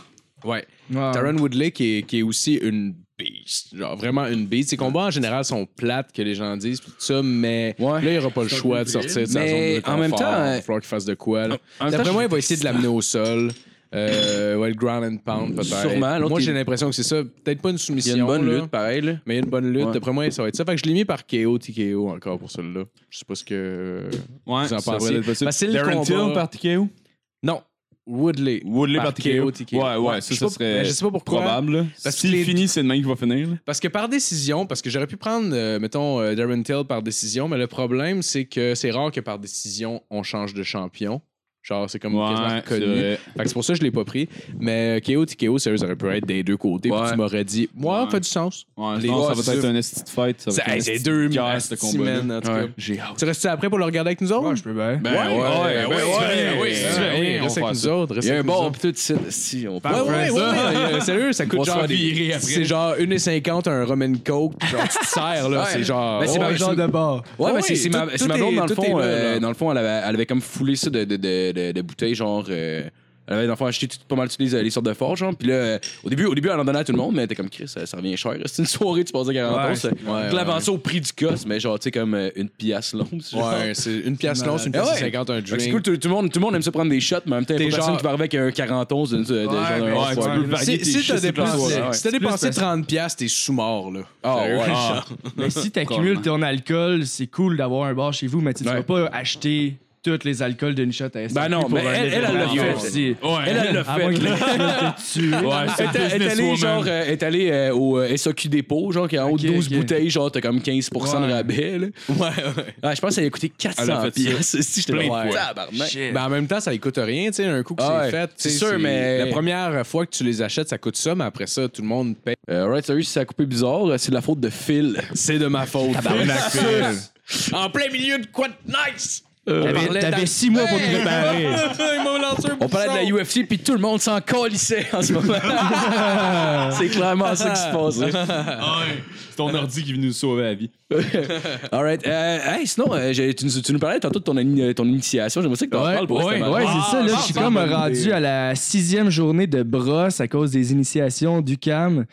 Speaker 4: Ouais.
Speaker 3: Ah.
Speaker 6: Ouais.
Speaker 4: Tyron Woodley, qui est, qui est aussi une beast. Genre, vraiment une beast. Ses combats, en général, sont plates, que les gens disent, pis tout ça, mais
Speaker 3: Ouais.
Speaker 4: là, il n'aura pas le choix de sortir de sa zone
Speaker 3: Mais
Speaker 4: de confort.
Speaker 3: en même temps,
Speaker 4: Il va
Speaker 3: euh,
Speaker 4: falloir qu'il fasse de quoi, là.
Speaker 3: en même temps,
Speaker 4: D'après moi,
Speaker 3: je-
Speaker 4: il va essayer de l'amener au sol. Euh, ouais, le ground and pound, peut-être.
Speaker 3: Sûrement, l'autre,
Speaker 4: Moi,
Speaker 3: il-
Speaker 4: j'ai l'impression que c'est ça. Peut-être pas une
Speaker 3: Il y
Speaker 4: soumission.
Speaker 3: a une bonne
Speaker 4: là,
Speaker 3: lutte, pareil. là.
Speaker 4: Mais il y a une bonne lutte.
Speaker 3: Ouais.
Speaker 4: D'après moi, ça va être ça. Fait que je l'ai mis par KO, TKO encore pour celui-là. Je sais pas ce que
Speaker 5: Ouais,
Speaker 4: vous en
Speaker 5: ça
Speaker 4: pensez.
Speaker 5: devrait être possible.
Speaker 4: Parce que c'est le
Speaker 5: Darren
Speaker 4: combat-
Speaker 5: Till par TKO?
Speaker 4: Non. Woodley.
Speaker 5: Woodley
Speaker 4: Par
Speaker 5: par TKO.
Speaker 4: TKO.
Speaker 5: Ouais, ouais,
Speaker 4: Je
Speaker 5: ça,
Speaker 4: sais pas-
Speaker 5: ça serait
Speaker 4: mais je sais pas pourquoi.
Speaker 5: probable. là.
Speaker 4: Parce que
Speaker 5: S'il
Speaker 4: les-
Speaker 5: finit, c'est le même qui va finir. là.
Speaker 4: Parce que par décision, parce que j'aurais pu prendre, euh, mettons, euh, Darren Till par décision, mais le problème, c'est que c'est rare que par décision, on change de champion. Genre, c'est comme quasiment
Speaker 5: Ouais, c'est
Speaker 4: connu.
Speaker 5: vrai.
Speaker 4: Fait que c'est pour ça que je l'ai pas pris. Mais euh, KO, TKO, sérieux, ça aurait pu être des deux côtés. Puis
Speaker 3: Ouais.
Speaker 4: tu m'aurais dit, moi,
Speaker 5: Ouais.
Speaker 4: fait du sens.
Speaker 5: Ouais,
Speaker 4: Les-
Speaker 5: non,
Speaker 4: Ouais,
Speaker 5: ça
Speaker 4: c'est
Speaker 5: va être
Speaker 4: ça.
Speaker 5: un esti de fight. ça va
Speaker 4: C'est
Speaker 5: être un
Speaker 4: hey, c'est
Speaker 5: esti de
Speaker 4: deux
Speaker 5: guerre, Ah, ce (laughs) combat-là.
Speaker 4: semaines, en tout cas.
Speaker 3: J'ai hâte.
Speaker 4: Tu restes après pour le regarder avec nous autres?
Speaker 6: Ouais, je peux bien.
Speaker 5: Ben ouais, ouais,
Speaker 4: ben
Speaker 5: ouais,
Speaker 4: oui,
Speaker 5: ouais,
Speaker 4: ben
Speaker 5: ouais, ouais,
Speaker 4: oui,
Speaker 5: on
Speaker 4: reste
Speaker 5: va
Speaker 4: avec
Speaker 5: faire
Speaker 4: nous
Speaker 5: ça.
Speaker 4: autres.
Speaker 3: Il y a un bon petit de si on
Speaker 4: Ouais,
Speaker 3: parle.
Speaker 4: ouais, ouais, ouais, euh, (laughs) Sérieux, ça coûte
Speaker 3: On se
Speaker 4: genre.
Speaker 3: fait virer après.
Speaker 4: C'est genre 1,50 un Roman Coke, puis genre tu te sers, là.
Speaker 3: Ouais.
Speaker 4: C'est genre.
Speaker 3: Ben, c'est
Speaker 4: Oh,
Speaker 3: ma-
Speaker 6: un
Speaker 4: ouais,
Speaker 6: genre de bar.
Speaker 3: Ouais,
Speaker 4: Ah
Speaker 3: mais
Speaker 4: oui,
Speaker 3: c'est- c'est ma,
Speaker 4: tout-
Speaker 3: c'est ma
Speaker 4: tout
Speaker 3: blonde,
Speaker 4: est-
Speaker 3: dans le
Speaker 4: tout est
Speaker 3: fond,
Speaker 4: là,
Speaker 3: euh,
Speaker 4: là.
Speaker 3: dans le fond, elle avait, elle avait comme foulé ça de, de, de, de, de bouteilles, genre. euh, elle avait dans le fond acheté tout- pas mal toutes les, les sortes de forts, genre. Puis là, euh, au début, au début, elle en donnait à tout le monde, mais elle était comme Chris, ça, ça revient cher. C'est une soirée, tu passes à 40
Speaker 6: Ouais,
Speaker 3: ans. ça-
Speaker 4: ouais,
Speaker 3: Tu la vends ça au prix du gosse, mais genre, tu sais, comme euh, une pièce longue. genre.
Speaker 4: Ouais, c'est une pièce longue, c'est une
Speaker 3: Ah
Speaker 4: pièce
Speaker 3: ouais.
Speaker 4: 50, un
Speaker 3: Fait que C'est
Speaker 4: drink.
Speaker 3: cool, tout, tout le monde, tout le monde aime ça prendre des shots, mais en même temps, il y a
Speaker 4: T'es
Speaker 3: pas personne
Speaker 4: genre-
Speaker 3: qui va arriver avec un 40 onces d'une- de, de, genre d'un
Speaker 6: mais
Speaker 3: soir.
Speaker 6: ouais, tu peux
Speaker 5: varier tes
Speaker 4: Si, si
Speaker 5: shit,
Speaker 4: t'as
Speaker 5: c'est clair,
Speaker 4: dépensé,
Speaker 5: ouais, ouais.
Speaker 4: si t'as
Speaker 6: C'est plus
Speaker 4: dépensé
Speaker 6: facile.
Speaker 4: 30$, piastres, t'es sous-mort, là.
Speaker 3: Ah,
Speaker 4: Sérieux.
Speaker 3: ouais.
Speaker 5: Ah,
Speaker 6: Mais si t'accumules ton alcool, c'est cool d'avoir un bar chez vous, mais tu ne
Speaker 3: Ouais.
Speaker 6: vas pas acheter tous les alcools d'une shot à SAQ
Speaker 3: Ben non,
Speaker 6: pour
Speaker 3: mais
Speaker 6: un
Speaker 3: elle- elle, elle l'a
Speaker 6: événement Ah,
Speaker 3: fait.
Speaker 6: UFC.
Speaker 3: Elle, elle l'a
Speaker 6: À
Speaker 3: fait.
Speaker 6: moins que
Speaker 3: là.
Speaker 6: la personne te tue.
Speaker 1: Ouais,
Speaker 3: Elle est- elle est allée,
Speaker 1: businesswoman.
Speaker 3: genre, euh, elle est allée euh, au euh, SAQ dépôt, genre, qui a en haut de
Speaker 6: Ok,
Speaker 3: 12
Speaker 6: ok.
Speaker 3: bouteilles, genre, t'as comme 15 de
Speaker 6: Ouais.
Speaker 3: rabais, là.
Speaker 4: Ouais, ouais.
Speaker 3: Ah, je pense qu'elle a coûté 400
Speaker 6: (laughs)
Speaker 3: pièces. Si j'étais
Speaker 1: Plein
Speaker 3: là,
Speaker 1: de
Speaker 3: ouais.
Speaker 1: fois.
Speaker 3: Tabarnak.
Speaker 6: Shit.
Speaker 4: Ben, en même temps, ça ne coûte rien, tu sais, un coup que
Speaker 3: Ah ouais.
Speaker 4: c'est fait. tu sais,
Speaker 3: C'est sûr, mais-
Speaker 4: La première fois que tu les achètes, ça coûte ça, mais après ça, tout le monde paye.
Speaker 3: Euh, Alright, sérieux, si ça a coupé bizarre, euh, c'est de la faute de Phil.
Speaker 4: C'est de ma faute.
Speaker 3: En plein milieu de quoi de nice?
Speaker 6: Euh, T'avais t'avais six mois pour te préparer.
Speaker 3: On parlait de la UFC, puis tout le monde s'en colissait en ce
Speaker 6: (laughs)
Speaker 3: moment. c'est clairement ça qui se passe.
Speaker 1: C'est ton ordi qui est venu nous sauver la vie.
Speaker 3: Alright. Euh, hey, sinon, euh, j'ai- tu, nous, tu nous parlais tantôt de ton, ani- ton initiation. J'aimerais ça que t'en
Speaker 6: Ouais,
Speaker 3: parles pour vrai,
Speaker 6: ouais,
Speaker 3: c'était
Speaker 6: ouais,
Speaker 3: marrant.
Speaker 6: c'est ça. Là, je suis comme rendu à la sixième journée de brosse à cause des initiations du CAM.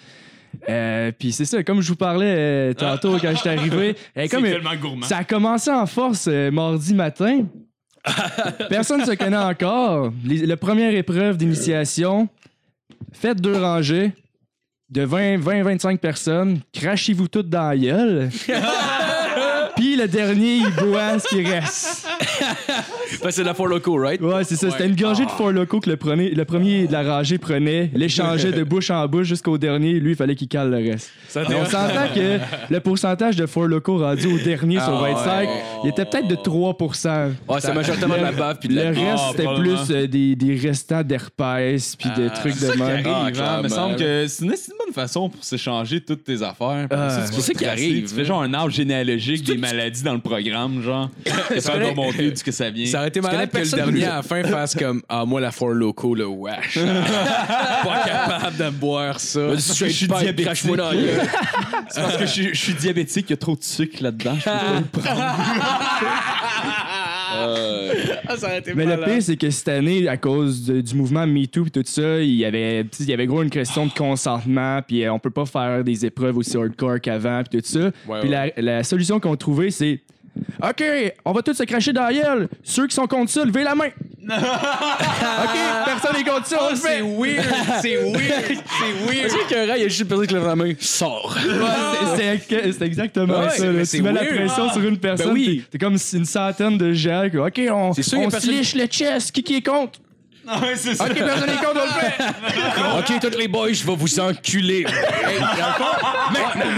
Speaker 6: Euh, Puis c'est ça, comme je vous parlais euh, tantôt quand j'étais arrivé, euh,
Speaker 1: C'est
Speaker 6: comme, euh,
Speaker 1: tellement
Speaker 5: hein.
Speaker 1: gourmand.
Speaker 6: ça a commencé en force euh, mardi matin. Personne ne se connaît encore. Les- la première épreuve d'initiation, faites deux rangées de 20-25 personnes, crachez-vous toutes dans la gueule. Puis le dernier, il boit ce qui reste.
Speaker 3: Fait que c'est de la four loco, right?
Speaker 6: Ouais, c'est ça. C'était une gorgée de Four Loco que le, prenait- le premier de la rangée prenait,
Speaker 3: (laughs)
Speaker 6: l'échangeait de bouche en bouche jusqu'au dernier. Lui, il fallait qu'il cale le reste. Mais on s'entend
Speaker 3: (laughs)
Speaker 6: que le pourcentage de Four Loco rendu au dernier sur 25, il était peut-être de 3
Speaker 3: Ah Ouais, c'est majoritairement de
Speaker 6: (laughs)
Speaker 3: la bave Ah, puis de
Speaker 6: Le
Speaker 3: la
Speaker 6: reste, c'était plus euh, des, des restants d'herpès puis de trucs de même.
Speaker 1: arrive,
Speaker 3: Ah,
Speaker 1: hein.
Speaker 3: clairement.
Speaker 1: me semble que c'est une, c'est une bonne façon pour s'échanger toutes tes affaires.
Speaker 6: Ah,
Speaker 1: Ça, tu
Speaker 6: c'est
Speaker 1: peux
Speaker 3: ça qui
Speaker 1: stresser,
Speaker 3: arrive,
Speaker 1: Tu
Speaker 3: hein.
Speaker 1: fais genre un arbre généalogique des maladies dans le programme, genre. Ça fait de remonter d'où que ça vient.
Speaker 4: Ça aurait été malade que
Speaker 3: connais
Speaker 4: le
Speaker 3: personne
Speaker 4: dernier
Speaker 3: plus-
Speaker 4: à la fin fasse comme Ah, moi, la Four Loco, le wesh.
Speaker 3: (laughs)
Speaker 4: pas capable de boire ça.
Speaker 3: Vas-y, straight pipe, crache-moi dans la gueule.
Speaker 1: (laughs) C'est parce que je, suis- je suis diabétique, il y a trop de sucre là-dedans.
Speaker 6: Mais le pire, c'est que cette année, à cause de- du mouvement MeToo et tout ça, il y avait, tu sais, il y avait gros une question de consentement, puis euh, on peut pas faire des épreuves aussi hardcore qu'avant, puis tout ça.
Speaker 4: Ouais,
Speaker 6: puis la- La, solution qu'on trouvait, c'est OK, on va tous se cracher dans la gueule. Ceux qui sont contre ça, levez la main. OK, personne n'est contre ça, on le fait.
Speaker 4: c'est weird. C'est weird.
Speaker 3: Tu sais qu'un rat, il y a juste une personne qui lève la main. Sors.
Speaker 6: Ouais, Ah, c'est- c'est- c'est exactement
Speaker 4: Ouais,
Speaker 6: ça. là.
Speaker 4: mais c'est
Speaker 6: Tu mets la
Speaker 4: weird.
Speaker 6: pression sur une personne.
Speaker 3: Ben oui.
Speaker 6: t'es- T'es comme une centaine de gens. que, OK, on,
Speaker 3: C'est sûr, y a
Speaker 6: on se
Speaker 3: personne-
Speaker 6: liche le chest. Qui, qui est contre?
Speaker 1: c'est ça.
Speaker 6: OK, personne n'est contre, on le fait.
Speaker 3: OK, toutes les boys, je vais vous enculer.
Speaker 4: Ouais,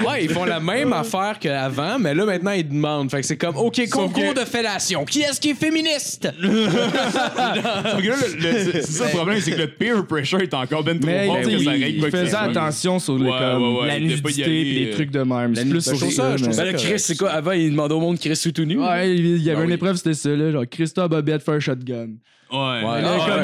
Speaker 4: ouais, ils font la même affaire qu'avant, mais là, maintenant, ils demandent. Fait que c'est comme, OK, concours de fellation. Qui est-ce qui est féministe?
Speaker 1: Parce que là, le- le- (laughs) c'est ça le problème, c'est que le peer pressure est encore ben trop
Speaker 6: Mais
Speaker 1: fort
Speaker 6: tu
Speaker 1: que ça
Speaker 6: sais, il-
Speaker 1: règle
Speaker 6: il
Speaker 1: quoi que
Speaker 6: faisait
Speaker 1: ce soit.
Speaker 6: attention sur le,
Speaker 1: Ouais,
Speaker 6: comme,
Speaker 1: ouais, ouais,
Speaker 6: la
Speaker 1: il était pas y
Speaker 6: nudité
Speaker 1: aller,
Speaker 6: et
Speaker 1: euh,
Speaker 6: les trucs de même. C'est plus
Speaker 4: Ben, je
Speaker 6: sur
Speaker 4: trouve ça- je trouve
Speaker 3: Ben là,
Speaker 4: ça-
Speaker 3: Chris, c'est quoi? Avant, il demandait au monde qui reste sous tout nu.
Speaker 6: Ouais, il y avait
Speaker 3: Ah
Speaker 6: une
Speaker 3: oui.
Speaker 6: épreuve, c'était ça, là, genre Christophe Bobette fait un shotgun.
Speaker 1: Ouais.
Speaker 4: Ouais,
Speaker 6: Là,
Speaker 1: Ah,
Speaker 6: comme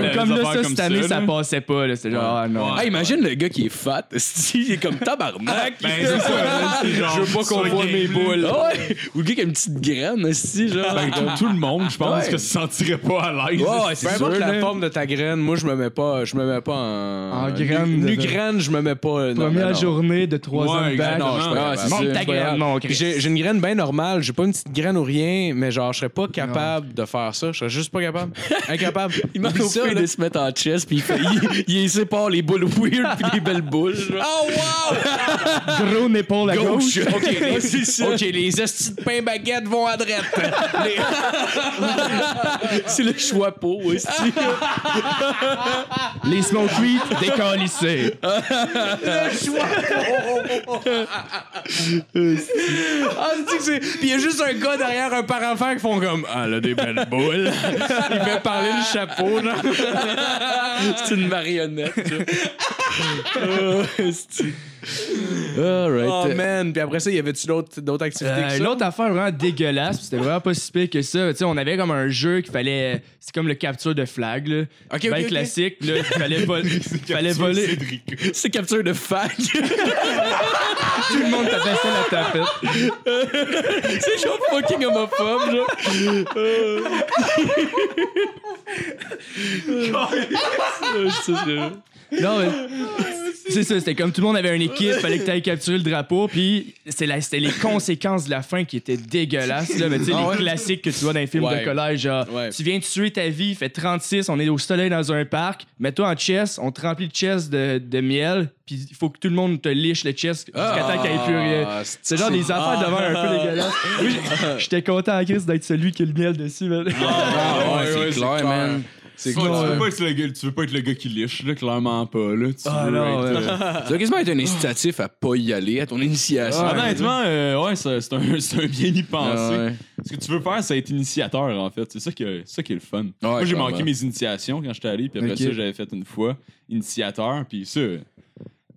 Speaker 1: ouais,
Speaker 6: comme
Speaker 1: des
Speaker 6: là,
Speaker 1: affaires
Speaker 6: ça,
Speaker 1: comme
Speaker 6: cette année,
Speaker 1: là.
Speaker 6: ça passait pas. là, C'était genre, ah non.
Speaker 1: Ouais.
Speaker 3: Ah, imagine le gars qui est fat. (laughs) Si, il est comme
Speaker 5: (laughs)
Speaker 3: tabarnak.
Speaker 1: Ben, c'est ça, c'est genre-
Speaker 3: Je veux pas qu'on
Speaker 1: sur
Speaker 3: voit
Speaker 1: le
Speaker 3: mes
Speaker 1: game,
Speaker 3: boules. Ah ouais. Ou le gars qui a une petite graine, si, genre.
Speaker 1: Ben, tout, tout le monde, je pense,
Speaker 3: Ouais.
Speaker 1: que se sentirait pas à l'aise.
Speaker 3: Ouais, ouais,
Speaker 4: Peu
Speaker 3: c'est sûr.
Speaker 4: importe la
Speaker 3: là.
Speaker 4: forme de ta graine, moi, je me mets pas, je me mets pas en.
Speaker 6: En graine
Speaker 4: Nu
Speaker 6: de-
Speaker 4: graine, je me mets pas. non,
Speaker 6: Première
Speaker 4: non, non.
Speaker 6: journée de 3 ans de
Speaker 1: Ouais,
Speaker 6: bac.
Speaker 1: exactement.
Speaker 4: Non, je suis pas
Speaker 3: Ah,
Speaker 4: capable.
Speaker 3: c'est
Speaker 6: Monte
Speaker 3: sûr. c'est
Speaker 6: ta
Speaker 3: pas
Speaker 6: graine,
Speaker 3: grave.
Speaker 6: mon
Speaker 4: Puis
Speaker 6: Chris.
Speaker 4: J'ai j'ai une graine bien normale, j'ai pas une petite graine ou rien, mais genre je serais pas capable de faire ça, je serais juste pas capable, incapable.
Speaker 3: Il m'a
Speaker 4: Oublie ça,
Speaker 3: fait
Speaker 4: là.
Speaker 3: de se mettre en chest, puis il, fait, il, il sépare les boules weird puis les belles boules. (laughs) genre.
Speaker 4: Oh wow!
Speaker 6: Gros épaule à gauche.
Speaker 1: (laughs)
Speaker 4: OK,
Speaker 3: (laughs)
Speaker 4: les, OK, les estis de pain baguette vont à droite.
Speaker 3: C'est le choix pour aussi.
Speaker 6: Les smoke weed décalissés.
Speaker 4: Ah, c'est-tu que c'est- Puis il y a juste un gars derrière un parent qui font comme Ah, là, des belles boules. il fait parler le chapeau, là.
Speaker 3: (laughs) C'est une marionnette. Alright.
Speaker 4: Oh man. Puis après ça, y avait-tu d'autres d'autres activités
Speaker 6: Euh,
Speaker 4: que ça?
Speaker 6: une autre affaire vraiment dégueulasse, puis c'était vraiment pas si pire que ça. Tu sais, on avait comme un jeu qu'il fallait. C'est comme le capture de flag, là.
Speaker 4: Ok,
Speaker 6: Bien
Speaker 4: ok, ok.
Speaker 6: classique, là. Il
Speaker 4: (laughs)
Speaker 6: fallait, vol- fallait voler.
Speaker 3: C'est capture de fag.
Speaker 6: Tout le monde tapait ça la (laughs) tapette.
Speaker 3: C'est genre fucking homophobe, genre. Euh. Euh, c'est ça.
Speaker 6: Non, mais. C'est ça, c'était comme tout le monde avait une équipe, fallait que tu ailles capturer le drapeau, puis c'est la- c'était les conséquences de la fin qui étaient dégueulasses. Là, mais tu sais,
Speaker 4: Ah
Speaker 6: les
Speaker 4: ouais?
Speaker 6: classiques que tu vois dans les films
Speaker 4: Ouais.
Speaker 6: de collège, genre,
Speaker 4: Ouais.
Speaker 6: tu viens de tuer ta vie, il fait 36, on est au soleil dans un parc, mets-toi en chess, on te remplit le chess de, de miel, puis il faut que tout le monde te liche le chess jusqu'à
Speaker 3: Ah,
Speaker 6: temps qu'il n'y ait plus rien. C'est genre des affaires devant un peu (laughs) dégueulasses. Oui, j- j'étais content à Chris d'être celui qui a le miel dessus. mais-
Speaker 4: Ah,
Speaker 3: ouais, c'est clair, man.
Speaker 4: C'est
Speaker 5: Ouais, tu, veux
Speaker 4: clair.
Speaker 5: pas être le gars, tu veux pas être le gars qui liche, là, clairement pas. Là. Tu
Speaker 6: Ah,
Speaker 5: veux
Speaker 6: non,
Speaker 5: être,
Speaker 6: ouais.
Speaker 5: euh,
Speaker 3: Ça doit quasiment être un incitatif à pas y aller, à ton initiation.
Speaker 5: Honnêtement, euh, ouais, c'est c'est un, (laughs) c'est un bien y penser.
Speaker 3: Ah ouais.
Speaker 5: Ce que tu veux faire, c'est être initiateur, en fait. C'est ça, que, c'est ça qui est le fun. Moi, j'ai
Speaker 3: clairement.
Speaker 5: manqué mes initiations quand j'étais allé, puis après
Speaker 6: Ok.
Speaker 5: ça, j'avais fait une fois initiateur, puis ça.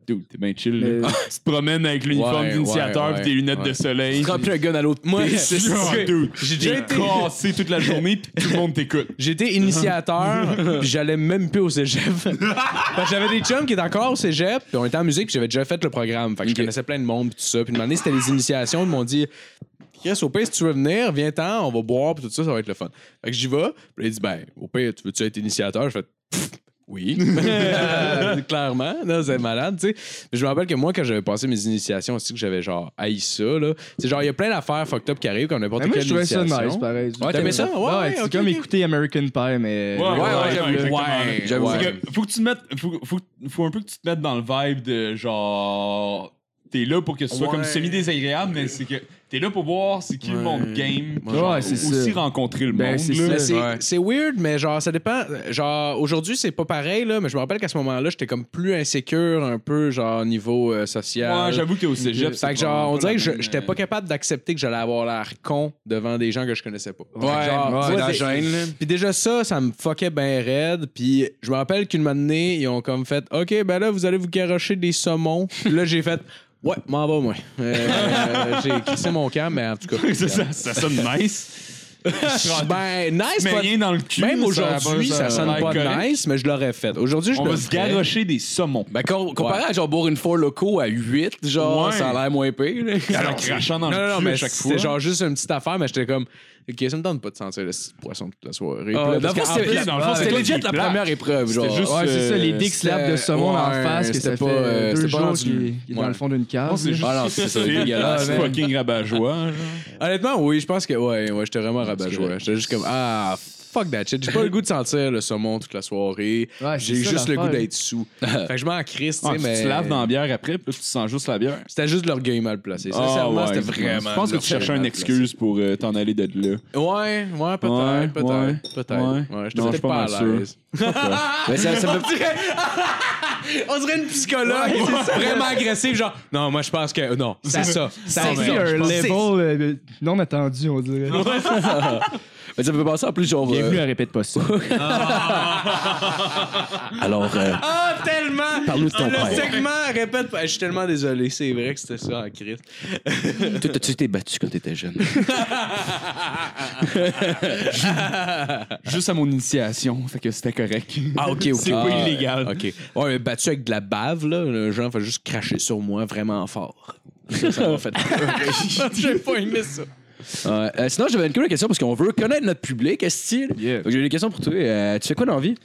Speaker 5: Dude, t'es bien chill. là. (laughs) tu te promènes avec l'uniforme
Speaker 4: Ouais,
Speaker 5: d'initiateur
Speaker 4: ouais,
Speaker 5: pis tes lunettes
Speaker 4: ouais.
Speaker 5: de soleil.
Speaker 3: Tu te remplis un gun à l'autre. Moi,
Speaker 5: C'est ça, dude.
Speaker 4: J'ai
Speaker 5: J'ai
Speaker 4: déjà été.
Speaker 5: cassé toute la journée pis tout le monde t'écoute.
Speaker 4: J'étais
Speaker 6: (laughs)
Speaker 4: initiateur, puis j'allais même plus au cégep. Parce que j'avais des chums qui étaient encore au cégep, puis on était en musique, puis j'avais déjà fait le programme. Fait que
Speaker 3: Ok.
Speaker 4: je connaissais plein de monde, puis tout ça. Puis une année, c'était les initiations, ils m'ont dit Chris, au pire, si tu veux venir, viens-t'en, on va boire, puis tout ça, ça va être le fun. Fait que j'y vais, puis il dit Ben, au pire, tu veux-tu être initiateur Je fais Pff,
Speaker 6: (laughs)
Speaker 4: oui, (laughs) Euh, clairement, non, c'est malade, tu sais. Mais je me rappelle que moi, quand j'avais passé mes initiations aussi, que j'avais genre haï ça, là. C'est genre, il y a plein d'affaires fucked up qui arrivent, comme n'importe
Speaker 6: Mais moi,
Speaker 4: quelle
Speaker 6: je trouvais ça
Speaker 4: initiation.
Speaker 6: nice, pareil.
Speaker 4: Ouais, t'aimais ça? Ouais, ouais,
Speaker 6: c'est
Speaker 4: ok,
Speaker 6: comme
Speaker 4: ok.
Speaker 6: écouter American Pie, mais.
Speaker 5: Ouais, ouais, ouais,
Speaker 3: j'avoue.
Speaker 5: exactement.
Speaker 3: Ouais,
Speaker 5: C'est
Speaker 3: j'avoue.
Speaker 5: que Faut que tu te mettes. Faut, faut, faut un peu que tu te mettes dans le vibe de genre. T'es là pour que ce soit
Speaker 4: Ouais.
Speaker 5: comme semi-désagréable, mais c'est que. T'es là pour voir c'est qui le monde game. puis
Speaker 4: Ouais,
Speaker 5: genre,
Speaker 6: c'est ça.
Speaker 5: aussi rencontrer le
Speaker 6: Ben,
Speaker 5: monde.
Speaker 6: c'est
Speaker 5: là.
Speaker 4: Mais c'est
Speaker 3: Ouais.
Speaker 4: c'est weird, mais genre, ça dépend. Genre, aujourd'hui, c'est pas pareil, là, mais je me rappelle qu'à ce moment-là, j'étais comme plus insécure, un peu, genre, niveau euh, social.
Speaker 5: Ouais, j'avoue qu'au cégep, c'est
Speaker 4: Fait que genre,
Speaker 5: probablement
Speaker 4: on
Speaker 5: pas
Speaker 4: dirait que
Speaker 5: la
Speaker 4: je-
Speaker 5: même, euh,
Speaker 4: j'étais pas capable d'accepter que j'allais avoir l'air con devant des gens que je connaissais pas. Fait que
Speaker 3: Ouais,
Speaker 4: genre,
Speaker 3: ouais,
Speaker 4: tu vois,
Speaker 3: la
Speaker 4: des-
Speaker 3: gêne, là.
Speaker 4: Puis déjà ça, ça me fuckait bien raide. Puis je me rappelle qu'une matinée, ils ont comme fait « OK, ben là, vous allez vous garrocher des saumons. » Puis là, j'ai fait « Ouais, m'en va, moi. Euh, euh, j'ai crissé mon camp, mais en
Speaker 5: (laughs)
Speaker 4: tout cas...
Speaker 5: euh, (laughs)
Speaker 4: (laughs)
Speaker 5: ça, ça, ça sonne nice. (laughs)
Speaker 4: Ben, nice,
Speaker 5: Mais
Speaker 4: pas-
Speaker 5: rien dans le cul.
Speaker 4: Même
Speaker 5: ça
Speaker 4: aujourd'hui,
Speaker 5: va
Speaker 4: ça sonne
Speaker 5: l'air
Speaker 4: pas
Speaker 5: correct.
Speaker 4: nice, mais je l'aurais fait. Aujourd'hui, je
Speaker 5: On
Speaker 4: le
Speaker 5: va se
Speaker 4: ferais.
Speaker 5: garrocher des saumons.
Speaker 3: Ben, com- comparé à genre boire une four loco à 8, genre,
Speaker 5: Ouais.
Speaker 3: ça a l'air moins pire. là.
Speaker 5: En crachant dans
Speaker 4: Non,
Speaker 5: le
Speaker 4: non, non,
Speaker 5: cul à
Speaker 4: mais
Speaker 5: chaque fois.
Speaker 4: c'était genre juste une petite affaire, mais j'étais comme, OK, ça me tente pas de sentir le petit poisson toute la soirée.
Speaker 3: Ah,
Speaker 4: Puis là,
Speaker 3: dans le
Speaker 4: parce
Speaker 3: fond,
Speaker 4: qu'en
Speaker 3: c'était-
Speaker 4: plus,
Speaker 5: dans le fond,
Speaker 3: c'était
Speaker 5: c'est
Speaker 3: legit
Speaker 5: juste
Speaker 3: la
Speaker 5: des
Speaker 3: première épreuve.
Speaker 5: C'était
Speaker 3: Genre.
Speaker 5: juste,
Speaker 6: Ouais, c'est
Speaker 5: euh,
Speaker 6: ça, les dick slaps de saumon
Speaker 4: ouais,
Speaker 6: en face que
Speaker 4: c'était
Speaker 6: ça fait
Speaker 4: pas, euh,
Speaker 6: deux
Speaker 4: c'était pas
Speaker 6: jours
Speaker 4: rendu-
Speaker 6: qu'il qu'il est dans
Speaker 4: ouais.
Speaker 6: le fond d'une
Speaker 5: Non,
Speaker 6: cave.
Speaker 5: c'est (laughs) juste
Speaker 3: Ah non, c'est
Speaker 5: c'est (laughs)
Speaker 3: ça, dégueulasse,
Speaker 6: man.
Speaker 5: fucking rabat-joie. genre.
Speaker 4: Honnêtement, oui, je pense que, ouais, ouais, j'étais vraiment rabat-joie. J'étais juste comme, ah, fuck that shit. J'ai pas le goût de sentir le saumon toute la soirée.
Speaker 6: Ouais, c'est
Speaker 4: J'ai
Speaker 6: ça,
Speaker 4: juste le goût
Speaker 6: l'affaire.
Speaker 4: d'être sous.
Speaker 3: (laughs)
Speaker 4: fait que je m'en crisse, tu
Speaker 5: Ah,
Speaker 4: sais,
Speaker 5: tu
Speaker 4: mais.
Speaker 5: te laves dans la bière après, puis là, tu sens juste la bière.
Speaker 4: C'était juste l'orgueil mal placé. Sincèrement,
Speaker 5: Ah ouais,
Speaker 4: c'était
Speaker 5: exactement.
Speaker 4: vraiment.
Speaker 5: Je pense que tu
Speaker 4: l'orgueil
Speaker 5: cherchais une
Speaker 4: mal placé.
Speaker 5: excuse pour euh, t'en aller de là.
Speaker 4: Ouais, ouais, peut-être,
Speaker 5: Ouais,
Speaker 4: peut-être,
Speaker 5: ouais,
Speaker 4: peut-être.
Speaker 5: ouais.
Speaker 4: Ouais, j'étais
Speaker 5: Non, je suis
Speaker 4: peut-être
Speaker 5: pas
Speaker 4: pas,
Speaker 5: mal
Speaker 4: à
Speaker 5: sûr.
Speaker 4: l'aise.
Speaker 5: (laughs)
Speaker 3: Mais ça, ça me-
Speaker 4: (laughs) On dirait une psychologue vraiment agressive, genre non, moi je pense que non, c'est ça.
Speaker 6: Ah, Ça c'est un level euh, non attendu, on dirait.
Speaker 3: Mais ça me fait penser en plus, genre.
Speaker 6: Bienvenue
Speaker 3: euh,
Speaker 6: à Répète pas ça.
Speaker 3: Alors, euh,
Speaker 4: Ah, tellement!
Speaker 3: parle-nous de ton
Speaker 4: Ah, Le
Speaker 3: père.
Speaker 4: segment répète pas. Je suis tellement désolé, c'est vrai que c'était ça en crise.
Speaker 3: Toi, T'as-tu été battu quand t'étais
Speaker 4: (laughs)
Speaker 3: jeune?
Speaker 5: Juste à mon initiation, fait que c'était correct.
Speaker 4: Ah, ok,
Speaker 5: C'est pas
Speaker 4: Ah,
Speaker 5: illégal.
Speaker 4: Ok. Ouais, mais battu avec de la bave, là, le genre va juste cracher sur moi vraiment fort. Ça m'a fait peur. (laughs) J'ai pas aimé ça.
Speaker 3: Ouais. Euh, sinon, j'avais une cool question parce qu'on veut connaître notre public, est-ce
Speaker 6: Yeah.
Speaker 3: J'ai des questions pour toi. Euh, tu fais quoi dans la vie?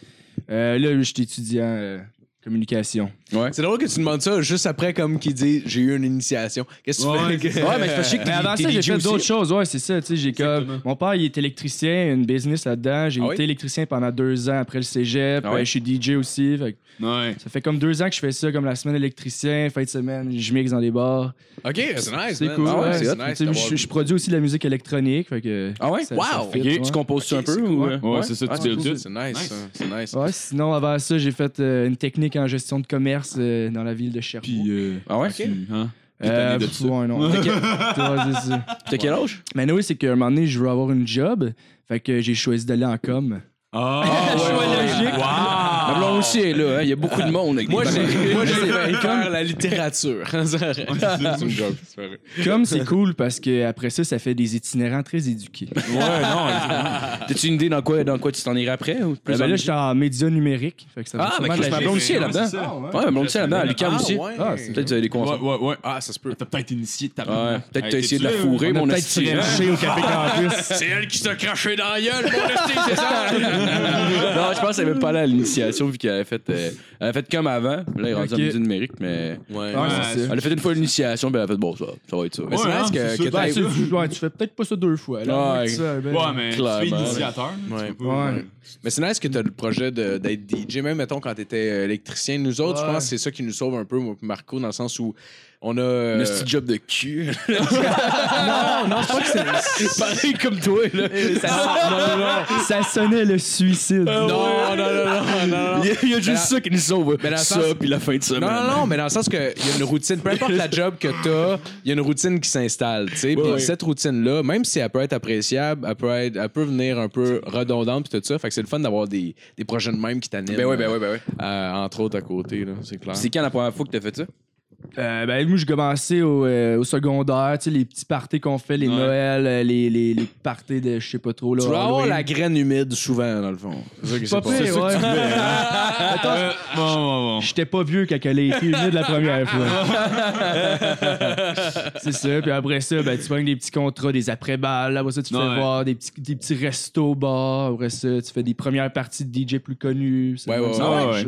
Speaker 6: Euh, là, je suis étudiant euh, communication.
Speaker 4: C'est drôle que tu demandes ça juste après, comme qui dit j'ai eu une initiation. Qu'est-ce que
Speaker 5: Ouais,
Speaker 4: tu fais? (laughs)
Speaker 3: Ouais, mais c'est parce que je sais que
Speaker 6: Mais avant
Speaker 3: t'es
Speaker 6: ça, j'ai
Speaker 3: DJ
Speaker 6: fait
Speaker 3: aussi.
Speaker 6: d'autres choses. Ouais, c'est ça. Tu sais, j'ai comme mon père, il est électricien, il a une business là-dedans. J'ai
Speaker 4: Ah
Speaker 6: été
Speaker 4: oui?
Speaker 6: électricien pendant deux ans après le cégep.
Speaker 3: Ah ouais?
Speaker 6: Euh, je suis DJ aussi. Fait que
Speaker 5: Ouais.
Speaker 6: ça fait comme deux ans que je fais ça, comme la semaine électricien, fin de semaine, je mixe dans des bars.
Speaker 4: Ok, c'est nice.
Speaker 6: C'est
Speaker 4: man.
Speaker 6: cool.
Speaker 4: Ah ouais,
Speaker 6: ouais.
Speaker 4: c'est
Speaker 6: Tu
Speaker 4: nice.
Speaker 6: sais,
Speaker 4: d'avoir-
Speaker 6: je, je produis aussi de la musique électronique. Fait que
Speaker 3: Ah ouais?
Speaker 6: ça-
Speaker 4: Wow!
Speaker 6: ça fit,
Speaker 3: Ok,
Speaker 6: ouais.
Speaker 3: Tu composes-tu un peu? ou, euh,
Speaker 5: Ouais, c'est ça, tu
Speaker 3: Ah,
Speaker 5: fais
Speaker 3: cool.
Speaker 5: tout.
Speaker 4: C'est nice,
Speaker 5: Nice.
Speaker 4: ça. c'est nice.
Speaker 6: Ouais, sinon, avant ça, j'ai fait euh, une technique en gestion de commerce euh, dans la ville de
Speaker 5: Puis,
Speaker 6: Sherbrooke.
Speaker 5: euh,
Speaker 3: Ah ouais?
Speaker 4: Ok.
Speaker 5: puis, hein.
Speaker 6: Euh,
Speaker 5: t'es tanné de
Speaker 6: pff,
Speaker 5: ça.
Speaker 6: ouais, non. Fait que- Ouais, c'est ça.
Speaker 3: T'as quel âge?
Speaker 6: Mais oui, c'est qu'à un moment donné, je veux avoir une job. Fait que j'ai choisi d'aller en com.
Speaker 5: (laughs) Ah,
Speaker 3: Choix logique. Ma blonde aussi est là, hein. il y a beaucoup de monde. avec
Speaker 4: Moi,
Speaker 3: des
Speaker 4: j'ai
Speaker 3: (laughs) parents.
Speaker 4: moi, j'ai failli faire
Speaker 3: (laughs)
Speaker 4: la littérature.
Speaker 5: C'est une (laughs) joke.
Speaker 6: Com, c'est cool parce que après ça, ça fait des itinérants très éduqués.
Speaker 3: T'as-tu une idée dans quoi, dans quoi tu t'en irais après? Ou plus
Speaker 6: Euh, ben là,
Speaker 3: en-
Speaker 6: j'étais en médias numériques. Fait que ça va
Speaker 5: ben,
Speaker 3: Ah, mais
Speaker 6: sûrement de
Speaker 3: Chris,
Speaker 6: la-
Speaker 3: ma blonde aussi est là-dedans.
Speaker 5: Ouais, c'est ça.
Speaker 3: Ouais, ma blonde aussi est là-dedans, à l'UQAM aussi.
Speaker 4: ouais.
Speaker 6: Ah, c'est-
Speaker 3: Peut-être que vous avez des
Speaker 5: Ouais,
Speaker 3: contacts.
Speaker 5: ouais, ouais.
Speaker 4: Ah, ça se peut.
Speaker 5: T'as peut-être initié ta
Speaker 3: Ouais, peut-être que t'as
Speaker 5: Hey,
Speaker 3: essayé de la
Speaker 5: t'es-tu là?
Speaker 3: fourrer,
Speaker 6: On a
Speaker 3: mon
Speaker 6: peut-être
Speaker 3: esti.
Speaker 6: frenché au Café Campus.
Speaker 3: C'est (laughs) elle qui t'a craché dans la gueule, mon esti, c'est ça? non, je pense qu'elle veut pas aller à l'initiation vu qu'elle elle a fait, euh, elle a fait comme avant. Là, il est rendu
Speaker 6: Ok.
Speaker 3: en musée numérique, mais.
Speaker 4: Ouais.
Speaker 6: Ouais,
Speaker 5: Ouais,
Speaker 6: c'est ça.
Speaker 3: Elle a fait une fois l'initiation, puis elle a fait bon, ça, ça va être ça.
Speaker 4: Mais c'est
Speaker 5: Ouais,
Speaker 4: nice
Speaker 5: hein,
Speaker 4: que,
Speaker 5: c'est
Speaker 4: que
Speaker 5: sûr.
Speaker 6: Ben,
Speaker 4: t'ailles-
Speaker 6: tu, ouais, tu fais peut-être pas ça deux fois. Là,
Speaker 3: Ouais.
Speaker 6: Ouais, c'est ça, ben- (laughs)
Speaker 5: Ouais, mais tu
Speaker 3: Clairement.
Speaker 5: fais initiateur. là, tu
Speaker 4: Ouais.
Speaker 5: peux pas- euh,
Speaker 6: Ouais.
Speaker 4: Mais c'est nice que t'as le projet de- d'être DJ, même mettons quand t'étais euh, électricien. Nous autres, je
Speaker 6: Ouais.
Speaker 4: pense que c'est ça qui nous sauve un peu, moi, puis Marco, dans le sens où on a. euh,
Speaker 3: Le petit job de cul.
Speaker 4: (laughs)
Speaker 3: (laughs)
Speaker 4: non, non, je crois que c'est. Eh,
Speaker 3: Pareil comme toi, là.
Speaker 6: Ça sonnait le suicide.
Speaker 4: Euh, Non, non, non, non, non, non, non.
Speaker 3: Il y a, il y a
Speaker 4: Mais
Speaker 3: juste
Speaker 4: la-
Speaker 3: ça qui nous sauve.
Speaker 4: mais la
Speaker 3: ça,
Speaker 4: sens-
Speaker 3: puis la fin de semaine.
Speaker 4: Non, non, non, mais dans le sens qu'il y a une routine, peu importe la job que t'as, il y a une routine qui s'installe, tu sais. Puis
Speaker 3: ouais.
Speaker 4: cette routine-là, même si elle peut être appréciable, elle peut, être, elle peut venir un peu redondante, puis tout ça. Fait que c'est le fun d'avoir des, des projets de même qui t'animent.
Speaker 3: Ben ouais, ben ouais, ben ouais.
Speaker 4: euh, entre autres à côté, là, c'est clair.
Speaker 3: C'est quand la première fois que t'as fait ça?
Speaker 6: Euh, ben, moi, j'ai commencé au, euh, au secondaire, tu sais, les petits parties qu'on fait, les Noëls, euh, les, les, les parties de je sais pas trop. Là,
Speaker 4: Tu vas avoir
Speaker 6: Halloween.
Speaker 4: la graine humide souvent, dans le fond. C'est ça que
Speaker 6: Pas
Speaker 4: passé.
Speaker 6: pire, ouais.
Speaker 5: Euh, bon, bon, bon.
Speaker 6: J'étais pas vieux quand elle a été humide
Speaker 5: (laughs)
Speaker 6: la première fois. (laughs) c'est ça. Puis après ça, ben, tu prends des petits contrats, des après-balles. Après ça, tu te fais
Speaker 5: Ouais.
Speaker 6: voir des petits, des petits restos bars. Après ça, tu fais des premières parties de DJ plus connus. C'est
Speaker 4: Ouais,
Speaker 6: comme
Speaker 4: ouais,
Speaker 6: ça,
Speaker 5: ouais,
Speaker 6: marche,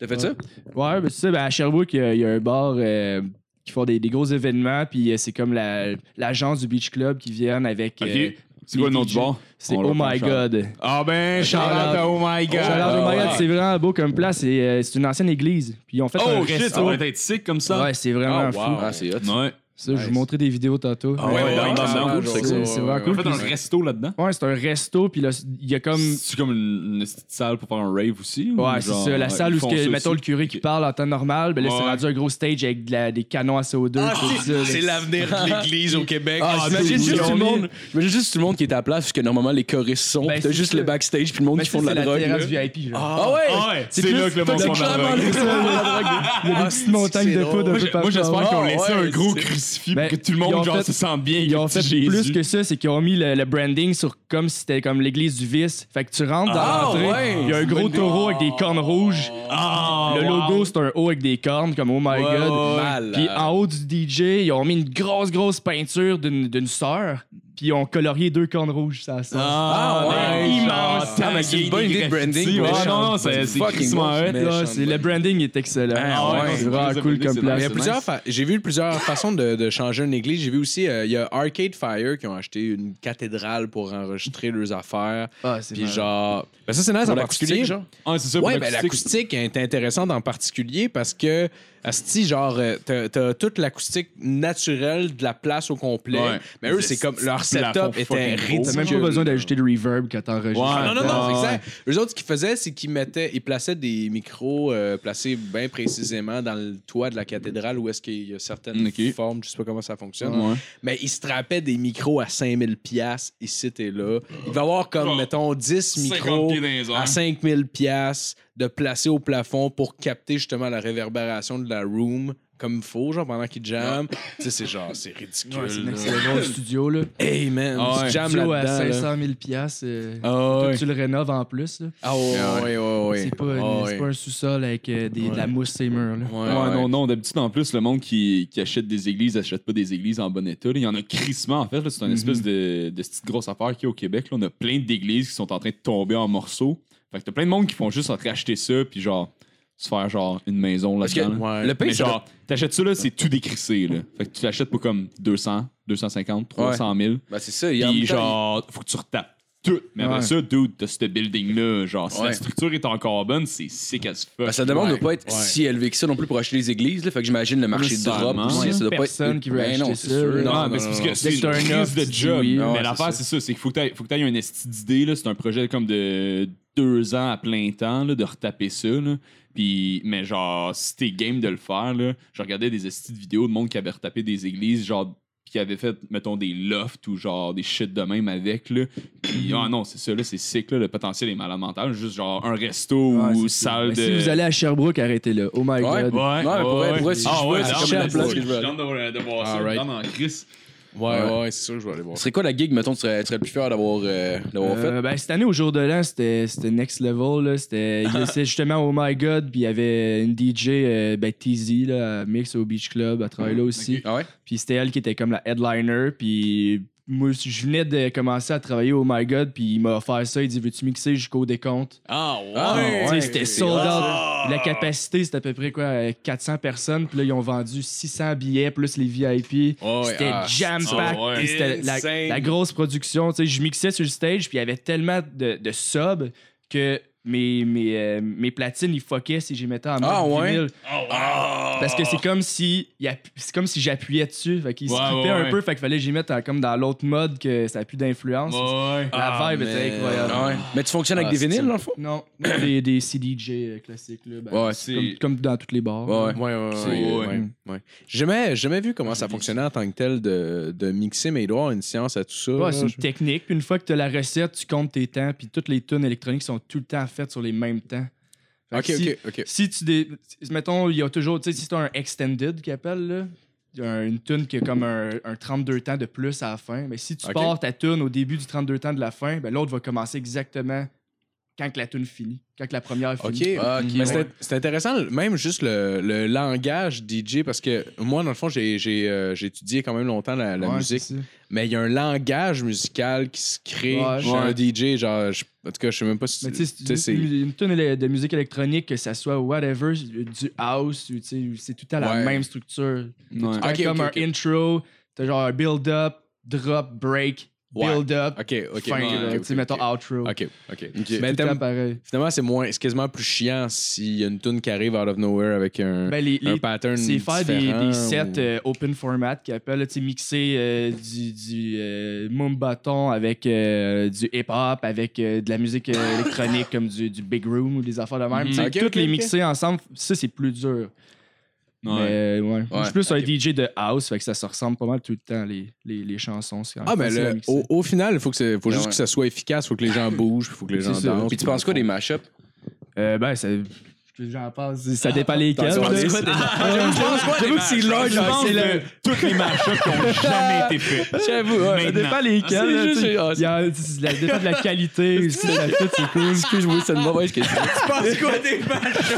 Speaker 3: T'as fait
Speaker 6: Ouais.
Speaker 3: ça?
Speaker 6: ça. Ouais, ben, c'est ça. Ben, à Sherbrooke, il y, a- il y a un bar euh, qui font des, des gros événements. Puis euh, c'est comme la- l'agence du Beach Club qui viennent avec.
Speaker 5: Ok.
Speaker 6: euh,
Speaker 5: C'est quoi le nom
Speaker 6: les
Speaker 5: du
Speaker 6: DJ?
Speaker 5: bar?
Speaker 6: c'est
Speaker 5: On leur
Speaker 6: Oh
Speaker 5: prend
Speaker 6: My
Speaker 5: Charles.
Speaker 6: God.
Speaker 5: Ah ben, Charlotte, oh my god.
Speaker 6: Shout-out Oh My God,
Speaker 4: ouais.
Speaker 6: c'est vraiment beau comme place. et, euh, c'est une ancienne église. Puis ils ont fait un
Speaker 5: Oh shit,
Speaker 6: resto.
Speaker 5: ça va être sick comme ça.
Speaker 6: Ouais, c'est vraiment fou.
Speaker 3: Ah, c'est hot.
Speaker 5: Ouais.
Speaker 6: Ça, je vais vous montrer des vidéos tantôt.
Speaker 5: Ah ouais, ouais, ouais,
Speaker 6: c'est-
Speaker 5: cool,
Speaker 6: c'est c'est vraiment
Speaker 5: On
Speaker 6: cool.
Speaker 5: a fait un resto là-dedans.
Speaker 6: Ouais, c'est un resto, puis là, il y a comme.
Speaker 5: C'est comme une, une petite salle pour faire un rave aussi. ou
Speaker 6: Ouais, c'est
Speaker 5: genre-
Speaker 6: ça. La salle
Speaker 5: ils
Speaker 6: où,
Speaker 5: font
Speaker 6: ce que,
Speaker 5: ça
Speaker 6: mettons,
Speaker 5: aussi?
Speaker 6: le curé qui parle en temps normal, ben là, c'est
Speaker 5: Ouais. Ah,
Speaker 6: rendu un gros stage avec de la- des canons à CO2. tout ça.
Speaker 4: l'avenir de
Speaker 6: (laughs)
Speaker 4: l'Église au Québec.
Speaker 3: Ah, j'imagine
Speaker 6: c'est
Speaker 3: juste,
Speaker 6: bon.
Speaker 3: tout le monde- j'imagine juste tout le monde qui est à la place, parce que normalement les choristes sont.
Speaker 6: Ben,
Speaker 3: pis t'as
Speaker 6: c'est
Speaker 3: juste
Speaker 6: ça.
Speaker 3: le backstage, puis le monde
Speaker 6: Mais
Speaker 3: qui font
Speaker 6: ça,
Speaker 3: de la
Speaker 6: c'est
Speaker 3: drogue.
Speaker 6: terrasse
Speaker 3: là.
Speaker 6: VIP, genre.
Speaker 3: Ah ouais!
Speaker 5: Ah ouais, c'est
Speaker 6: plus-
Speaker 5: là que le monde
Speaker 6: c'est
Speaker 5: s'en
Speaker 6: clairement
Speaker 5: va.
Speaker 6: Il y a des petites montagnes
Speaker 4: c'est
Speaker 6: de poudre un
Speaker 4: drôle.
Speaker 6: peu
Speaker 5: ah, Moi,
Speaker 6: partout.
Speaker 5: j'espère qu'ils ont
Speaker 3: Ah,
Speaker 5: laissé
Speaker 3: ouais,
Speaker 5: un gros
Speaker 3: c'est-
Speaker 5: crucifix
Speaker 6: Ben,
Speaker 5: pour que tout le
Speaker 6: ils ont
Speaker 5: monde genre,
Speaker 6: fait-
Speaker 5: se sent bien.
Speaker 6: Ils ont fait plus que
Speaker 5: Jésus.
Speaker 6: ça, c'est qu'ils ont mis le, le branding sur comme si c'était comme l'église du vice. Fait que tu rentres dans
Speaker 3: Ah,
Speaker 6: l'entrée,
Speaker 3: ouais.
Speaker 6: il y a un gros taureau avec des cornes rouges.
Speaker 5: Ah,
Speaker 6: le logo, c'est un haut avec des cornes, comme oh my god.
Speaker 3: Mal.
Speaker 6: Puis en haut du DJ, ils ont mis une grosse, grosse peinture d'une d'une sœur. Puis ils ont colorié deux cornes rouges, ça sort.
Speaker 3: Ah ouais!
Speaker 5: immense.
Speaker 3: Ah, mais c'est une bonne idée de branding.
Speaker 5: Ouais,
Speaker 3: méchant.
Speaker 5: non, non, c'est
Speaker 3: Fucking
Speaker 5: crissement
Speaker 3: bon.
Speaker 5: hot.
Speaker 3: Mais- méchante
Speaker 6: Ah, le branding est excellent.
Speaker 3: Ah ouais,
Speaker 6: c'est
Speaker 5: c'est
Speaker 6: vraiment
Speaker 5: très
Speaker 6: cool
Speaker 5: abonné,
Speaker 6: comme
Speaker 5: c'est
Speaker 4: Il y
Speaker 6: place.
Speaker 4: a plusieurs fa- J'ai vu plusieurs façons de, de changer une église. J'ai vu aussi, euh, il y a Arcade Fire qui ont acheté une cathédrale pour enregistrer leurs affaires.
Speaker 6: Ah, c'est
Speaker 4: Puis
Speaker 6: malade.
Speaker 4: genre. Ben ça, c'est nice en particulier.
Speaker 5: Ah, c'est ça,
Speaker 4: Ouais,
Speaker 5: pour
Speaker 4: ben
Speaker 5: l'acoustique.
Speaker 4: l'acoustique est intéressante en particulier parce que, asti, genre, euh, t'as, t'as toute l'acoustique naturelle de la place au complet.
Speaker 5: Ouais.
Speaker 4: Mais eux, c'est
Speaker 5: C'est-
Speaker 4: comme leur
Speaker 5: c'est plafond
Speaker 4: setup était
Speaker 5: fucking gros.
Speaker 6: T'as
Speaker 4: ridicule.
Speaker 6: même pas besoin d'ajouter le reverb quand t'enregistres.
Speaker 5: Ouais.
Speaker 4: Ah non, non,
Speaker 5: Ah,
Speaker 4: non,
Speaker 5: ouais.
Speaker 4: c'est exact. Eux autres, ce qu'ils faisaient, c'est qu'ils mettaient, ils plaçaient des micros euh, placés bien précisément dans le toit de la cathédrale où est-ce qu'il y a certaines
Speaker 5: Ok.
Speaker 4: formes, je sais pas comment ça fonctionne.
Speaker 5: Ouais.
Speaker 4: Mais ils strappaient des micros à 5000 pièces ici et là. Il va y avoir comme,
Speaker 5: Oh.
Speaker 4: mettons, 10 micros
Speaker 5: 50 pieds dans les airs.
Speaker 4: à 5000 pièces de placer au plafond pour capter justement la réverbération de la room comme il faut, genre pendant qu'ils jamment. tu sais, c'est genre, c'est ridicule.
Speaker 6: Ouais, c'est
Speaker 4: là.
Speaker 6: un excellent gros studio, là.
Speaker 4: hey man,
Speaker 5: Ah
Speaker 4: tu
Speaker 5: ouais.
Speaker 4: jammes
Speaker 6: Studio à
Speaker 4: là-dedans.
Speaker 6: 500
Speaker 4: là.
Speaker 6: 000 piastres, euh,
Speaker 4: Ah
Speaker 6: toi,
Speaker 4: ouais.
Speaker 6: Tu le rénoves en plus. là.
Speaker 4: Ah ouais, ouais, ouais, ouais.
Speaker 6: C'est pas,
Speaker 4: Ah
Speaker 6: c'est
Speaker 4: ouais.
Speaker 6: pas un sous-sol avec euh, des- de la mousse et murs. Là.
Speaker 4: Ouais,
Speaker 5: Ouais,
Speaker 4: ouais.
Speaker 5: non, non. D'habitude, en plus, le monde qui, qui achète des églises achète pas des églises en bon état. là. Il y en a crissement, en fait. là. C'est
Speaker 3: Mhm.
Speaker 5: une espèce de, de petite grosse affaire qu'il y a au Québec. là. On a plein d'églises qui sont en train de tomber en morceaux. Fait que t'as plein de monde qui font juste racheter ça, puis genre, se faire genre une maison
Speaker 3: Parce que
Speaker 5: là-dedans. là.
Speaker 4: Ouais.
Speaker 3: le
Speaker 5: Mais
Speaker 3: pire, c'est
Speaker 5: genre, t'achètes ça, là, c'est tout décrissé, là. Fait que tu l'achètes pour comme 200, 250, 300 000.
Speaker 3: Ben, c'est ça. il
Speaker 5: Puis genre, faut que tu retapes tout. Mais après
Speaker 6: Ouais.
Speaker 5: ça, dude, t'as ce building-là. Genre, si
Speaker 3: Ouais.
Speaker 5: la structure est encore bonne, c'est sick as fuck.
Speaker 3: Ben, ça demande de
Speaker 4: Ouais,
Speaker 3: pas être
Speaker 4: ouais.
Speaker 3: si élevé que ça non plus pour acheter les églises. Là, fait que j'imagine le marché de drop
Speaker 5: Nécessairement.
Speaker 3: aussi.
Speaker 5: Ouais.
Speaker 3: Ça doit pas
Speaker 6: Personne
Speaker 3: être...
Speaker 6: qui veut
Speaker 3: Ben
Speaker 6: acheter
Speaker 3: non, c'est
Speaker 6: ça.
Speaker 3: sûr.
Speaker 5: Non,
Speaker 6: Non,
Speaker 3: Non,
Speaker 5: mais
Speaker 3: non,
Speaker 5: c'est parce
Speaker 3: non,
Speaker 5: que
Speaker 3: non.
Speaker 5: c'est
Speaker 6: Dès que
Speaker 5: une
Speaker 6: t'as un
Speaker 5: crise
Speaker 6: offre,
Speaker 5: de
Speaker 6: tu
Speaker 5: job.
Speaker 6: dis oui.
Speaker 5: Mais
Speaker 3: Ouais,
Speaker 5: l'affaire,
Speaker 3: c'est
Speaker 5: c'est ça. C'est qu'il faut que t'ailles- faut que t'ailles une esti d'idée. là. C'est un projet comme de deux ans à plein temps, là, de retaper ça. là. Puis, mais genre, si t'es game de le faire, là, je regardais des esti de vidéos de monde qui avait retapé des églises, genre qui avait fait, mettons, des lofts ou genre des shit de même avec, là. Puis, ah non, c'est ça, là, c'est sick, là, le potentiel est malade mental. Juste, genre, un resto
Speaker 6: Ouais,
Speaker 5: ou
Speaker 6: c'est ça.
Speaker 5: salle
Speaker 6: Mais
Speaker 5: de...
Speaker 6: Ben, Si vous allez à Sherbrooke, arrêtez-le. Oh my
Speaker 3: Ouais,
Speaker 6: god.
Speaker 5: Ouais,
Speaker 3: mais pour vrai, pour vrai, si
Speaker 5: Ah
Speaker 3: je
Speaker 5: ouais,
Speaker 3: veux, c'est
Speaker 5: non,
Speaker 3: comme la
Speaker 5: mais
Speaker 3: place
Speaker 5: c'est-
Speaker 3: que je veux aller.
Speaker 5: suis down de, de voir ça, je suis
Speaker 4: Alright.
Speaker 5: down en crise.
Speaker 4: Ouais, ouais, c'est sûr que je vais aller voir.
Speaker 3: Ce serait quoi la gig, mettons, tu serais, tu serais le plus fier d'avoir euh, d'avoir fait?
Speaker 6: Euh, ben, cette année, au jour de l'an, c'était c'était next level. là. C'était il y a- c'est justement Oh My God, puis il y avait une DJ, euh, ben, TZ, là, à Mix au Beach Club, à travailler là aussi.
Speaker 3: Ah ouais?
Speaker 6: Puis c'était elle qui était comme la headliner, puis moi, je venais de commencer à travailler au My God, puis il m'a offert ça. Il dit Veux-tu mixer jusqu'au décompte
Speaker 5: Ah,
Speaker 6: Ah,
Speaker 5: ouais. Ah.
Speaker 6: tu sais, C'était sold out. La capacité, c'était à peu près quoi euh, 400 personnes, puis là, ils ont vendu 600 billets, plus les VIP.
Speaker 4: Ouais, ouais,
Speaker 6: C'était
Speaker 4: ah,
Speaker 6: jam-pack.
Speaker 5: ah ouais.
Speaker 6: puis C'était la,
Speaker 4: Insane.
Speaker 6: la grosse production. Tu sais, je mixais sur le stage, puis il y avait tellement de, de subs que mes, mes, euh, mes platines, ils fuckaient si j'y mettais en mode
Speaker 4: Ah ouais?
Speaker 6: vinyle.
Speaker 5: Ah.
Speaker 6: Parce que c'est comme si il appu- c'est comme si j'appuyais dessus, fait qu'il
Speaker 5: Ouais,
Speaker 6: se flippait
Speaker 5: ouais,
Speaker 6: un
Speaker 5: ouais.
Speaker 6: peu, fait qu'il fallait que j'y mette en- comme dans l'autre mode que ça a plus d'influence.
Speaker 5: Ouais.
Speaker 6: La
Speaker 4: Ah,
Speaker 6: vibe était
Speaker 4: mais-
Speaker 6: incroyable.
Speaker 4: Ouais.
Speaker 3: Mais tu fonctionnes
Speaker 4: Ah,
Speaker 3: avec des
Speaker 4: c'est
Speaker 3: vinyles,
Speaker 4: ça.
Speaker 3: dans le fond?
Speaker 6: Non, des, des CDJ classiques là, ben,
Speaker 4: Ouais,
Speaker 6: c'est comme, comme dans toutes les bars.
Speaker 4: Ouais, ouais, ouais. ouais, ouais, ouais. J'ai jamais, jamais vu comment ça fonctionnait en tant que tel de, de mixer mes doigts, une science à tout ça.
Speaker 6: Ouais,
Speaker 4: là.
Speaker 6: c'est une technique. Puis une fois que tu as la recette, tu comptes tes temps, puis toutes les tunes électroniques sont tout le temps faites sur les mêmes temps. Fait
Speaker 4: Ok,
Speaker 6: que si,
Speaker 4: ok, ok.
Speaker 6: si tu dé- mettons, il y a toujours, tu sais, si tu un extended qui appelle là, il y a une tune qui a comme un, un 32 temps de plus à la fin, mais si tu
Speaker 4: Ok.
Speaker 6: pars ta tune au début du 32 temps de la fin, ben l'autre va commencer exactement quand que la tune finit, quand que la première
Speaker 4: OK.
Speaker 6: finit.
Speaker 4: Mais c'est- c'est intéressant, même juste le, le langage DJ, parce que moi, dans le fond, j'ai j'ai, euh, j'ai étudié quand même longtemps la, la
Speaker 6: Ouais,
Speaker 4: musique,
Speaker 6: c'est ça.
Speaker 4: mais il y a un langage musical qui se crée
Speaker 6: Ouais.
Speaker 4: chez un DJ. Genre, je- en tout cas, je sais même pas si.
Speaker 6: Mais tu sais,
Speaker 4: tu sais,
Speaker 6: c'est une, une tune éle- de musique électronique, que ça soit whatever, du house, ou tu sais, c'est tout à la
Speaker 4: Ouais.
Speaker 6: même structure.
Speaker 1: Ouais.
Speaker 6: T'as
Speaker 4: Ok,
Speaker 6: comme
Speaker 4: ok,
Speaker 6: un intro, t'as genre un build-up, drop, break,
Speaker 4: Ouais.
Speaker 6: build-up,
Speaker 4: Ok, ok. ok,
Speaker 6: fin, là,
Speaker 4: ok,
Speaker 6: tu sais,
Speaker 4: ok,
Speaker 6: mettons ah,
Speaker 4: ok.
Speaker 6: outro.
Speaker 4: Ok, ok.
Speaker 6: C'est
Speaker 4: Mais
Speaker 6: tout le
Speaker 4: t'aimes-
Speaker 6: temps pareil.
Speaker 4: Finalement, c'est moins, c'est quasiment plus chiant s'il y a une tune qui arrive out of nowhere avec un,
Speaker 6: Ben, les,
Speaker 4: un
Speaker 6: les-
Speaker 4: pattern.
Speaker 6: c'est faire des,
Speaker 4: différent
Speaker 6: des
Speaker 4: ou-
Speaker 6: sets euh, open format qui appellent, là, tu sais, mixer euh, du, du euh, moon bâton avec euh, du hip-hop, avec euh, de la musique euh, électronique comme du, du big room ou des affaires de même.
Speaker 5: Mhm.
Speaker 6: Tu sais,
Speaker 4: Ok,
Speaker 6: toutes
Speaker 4: ok,
Speaker 6: les
Speaker 4: ok.
Speaker 6: mixer ensemble, ça, c'est plus dur.
Speaker 5: Ouais.
Speaker 6: Mais, euh, ouais. Moi, je suis plus
Speaker 4: ok.
Speaker 6: un DJ de house, fait que ça se ressemble pas mal tout le temps, les, les, les chansons. c'est quand même
Speaker 4: Ah, mais
Speaker 6: facile à
Speaker 4: le-
Speaker 6: mixer.
Speaker 4: au, au final, il faut, que c'est- faut
Speaker 3: Ben
Speaker 4: juste
Speaker 3: ouais.
Speaker 4: que ça soit efficace, il faut que les gens bougent, il faut que les
Speaker 6: C'est
Speaker 4: gens
Speaker 6: ça.
Speaker 4: dansent.
Speaker 3: Puis tu penses quoi des mashups?
Speaker 6: Euh, ben, ça. J'en pense. Ça dépend lesquels.
Speaker 3: t'en
Speaker 6: là. (laughs)
Speaker 3: penses quoi des-
Speaker 6: J'avoue que c'est large,
Speaker 1: Je pense
Speaker 6: c'est
Speaker 1: que
Speaker 6: le-
Speaker 1: toutes les match-ups qui ont jamais été faits.
Speaker 3: J'avoue,
Speaker 6: Ça
Speaker 1: ouais.
Speaker 6: dépend
Speaker 3: Ah, c'est
Speaker 6: lesquels. là,
Speaker 3: juste-
Speaker 6: tu sais.
Speaker 3: ah, c'est-
Speaker 6: Il y a- Ça dépend de la (laughs) qualité. aussi, de la fit, c'est cool.
Speaker 3: Excuse-moi, c'est une mauvaise question. (laughs) tu penses quoi des mashups?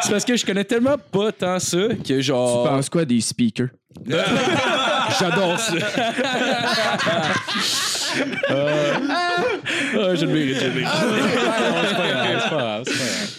Speaker 3: c'est parce que je connais tellement pas tant ça que genre.
Speaker 6: Tu penses quoi des speakers?
Speaker 3: J'adore (laughs) ça. euh... ah, je le mérite, je le mérite.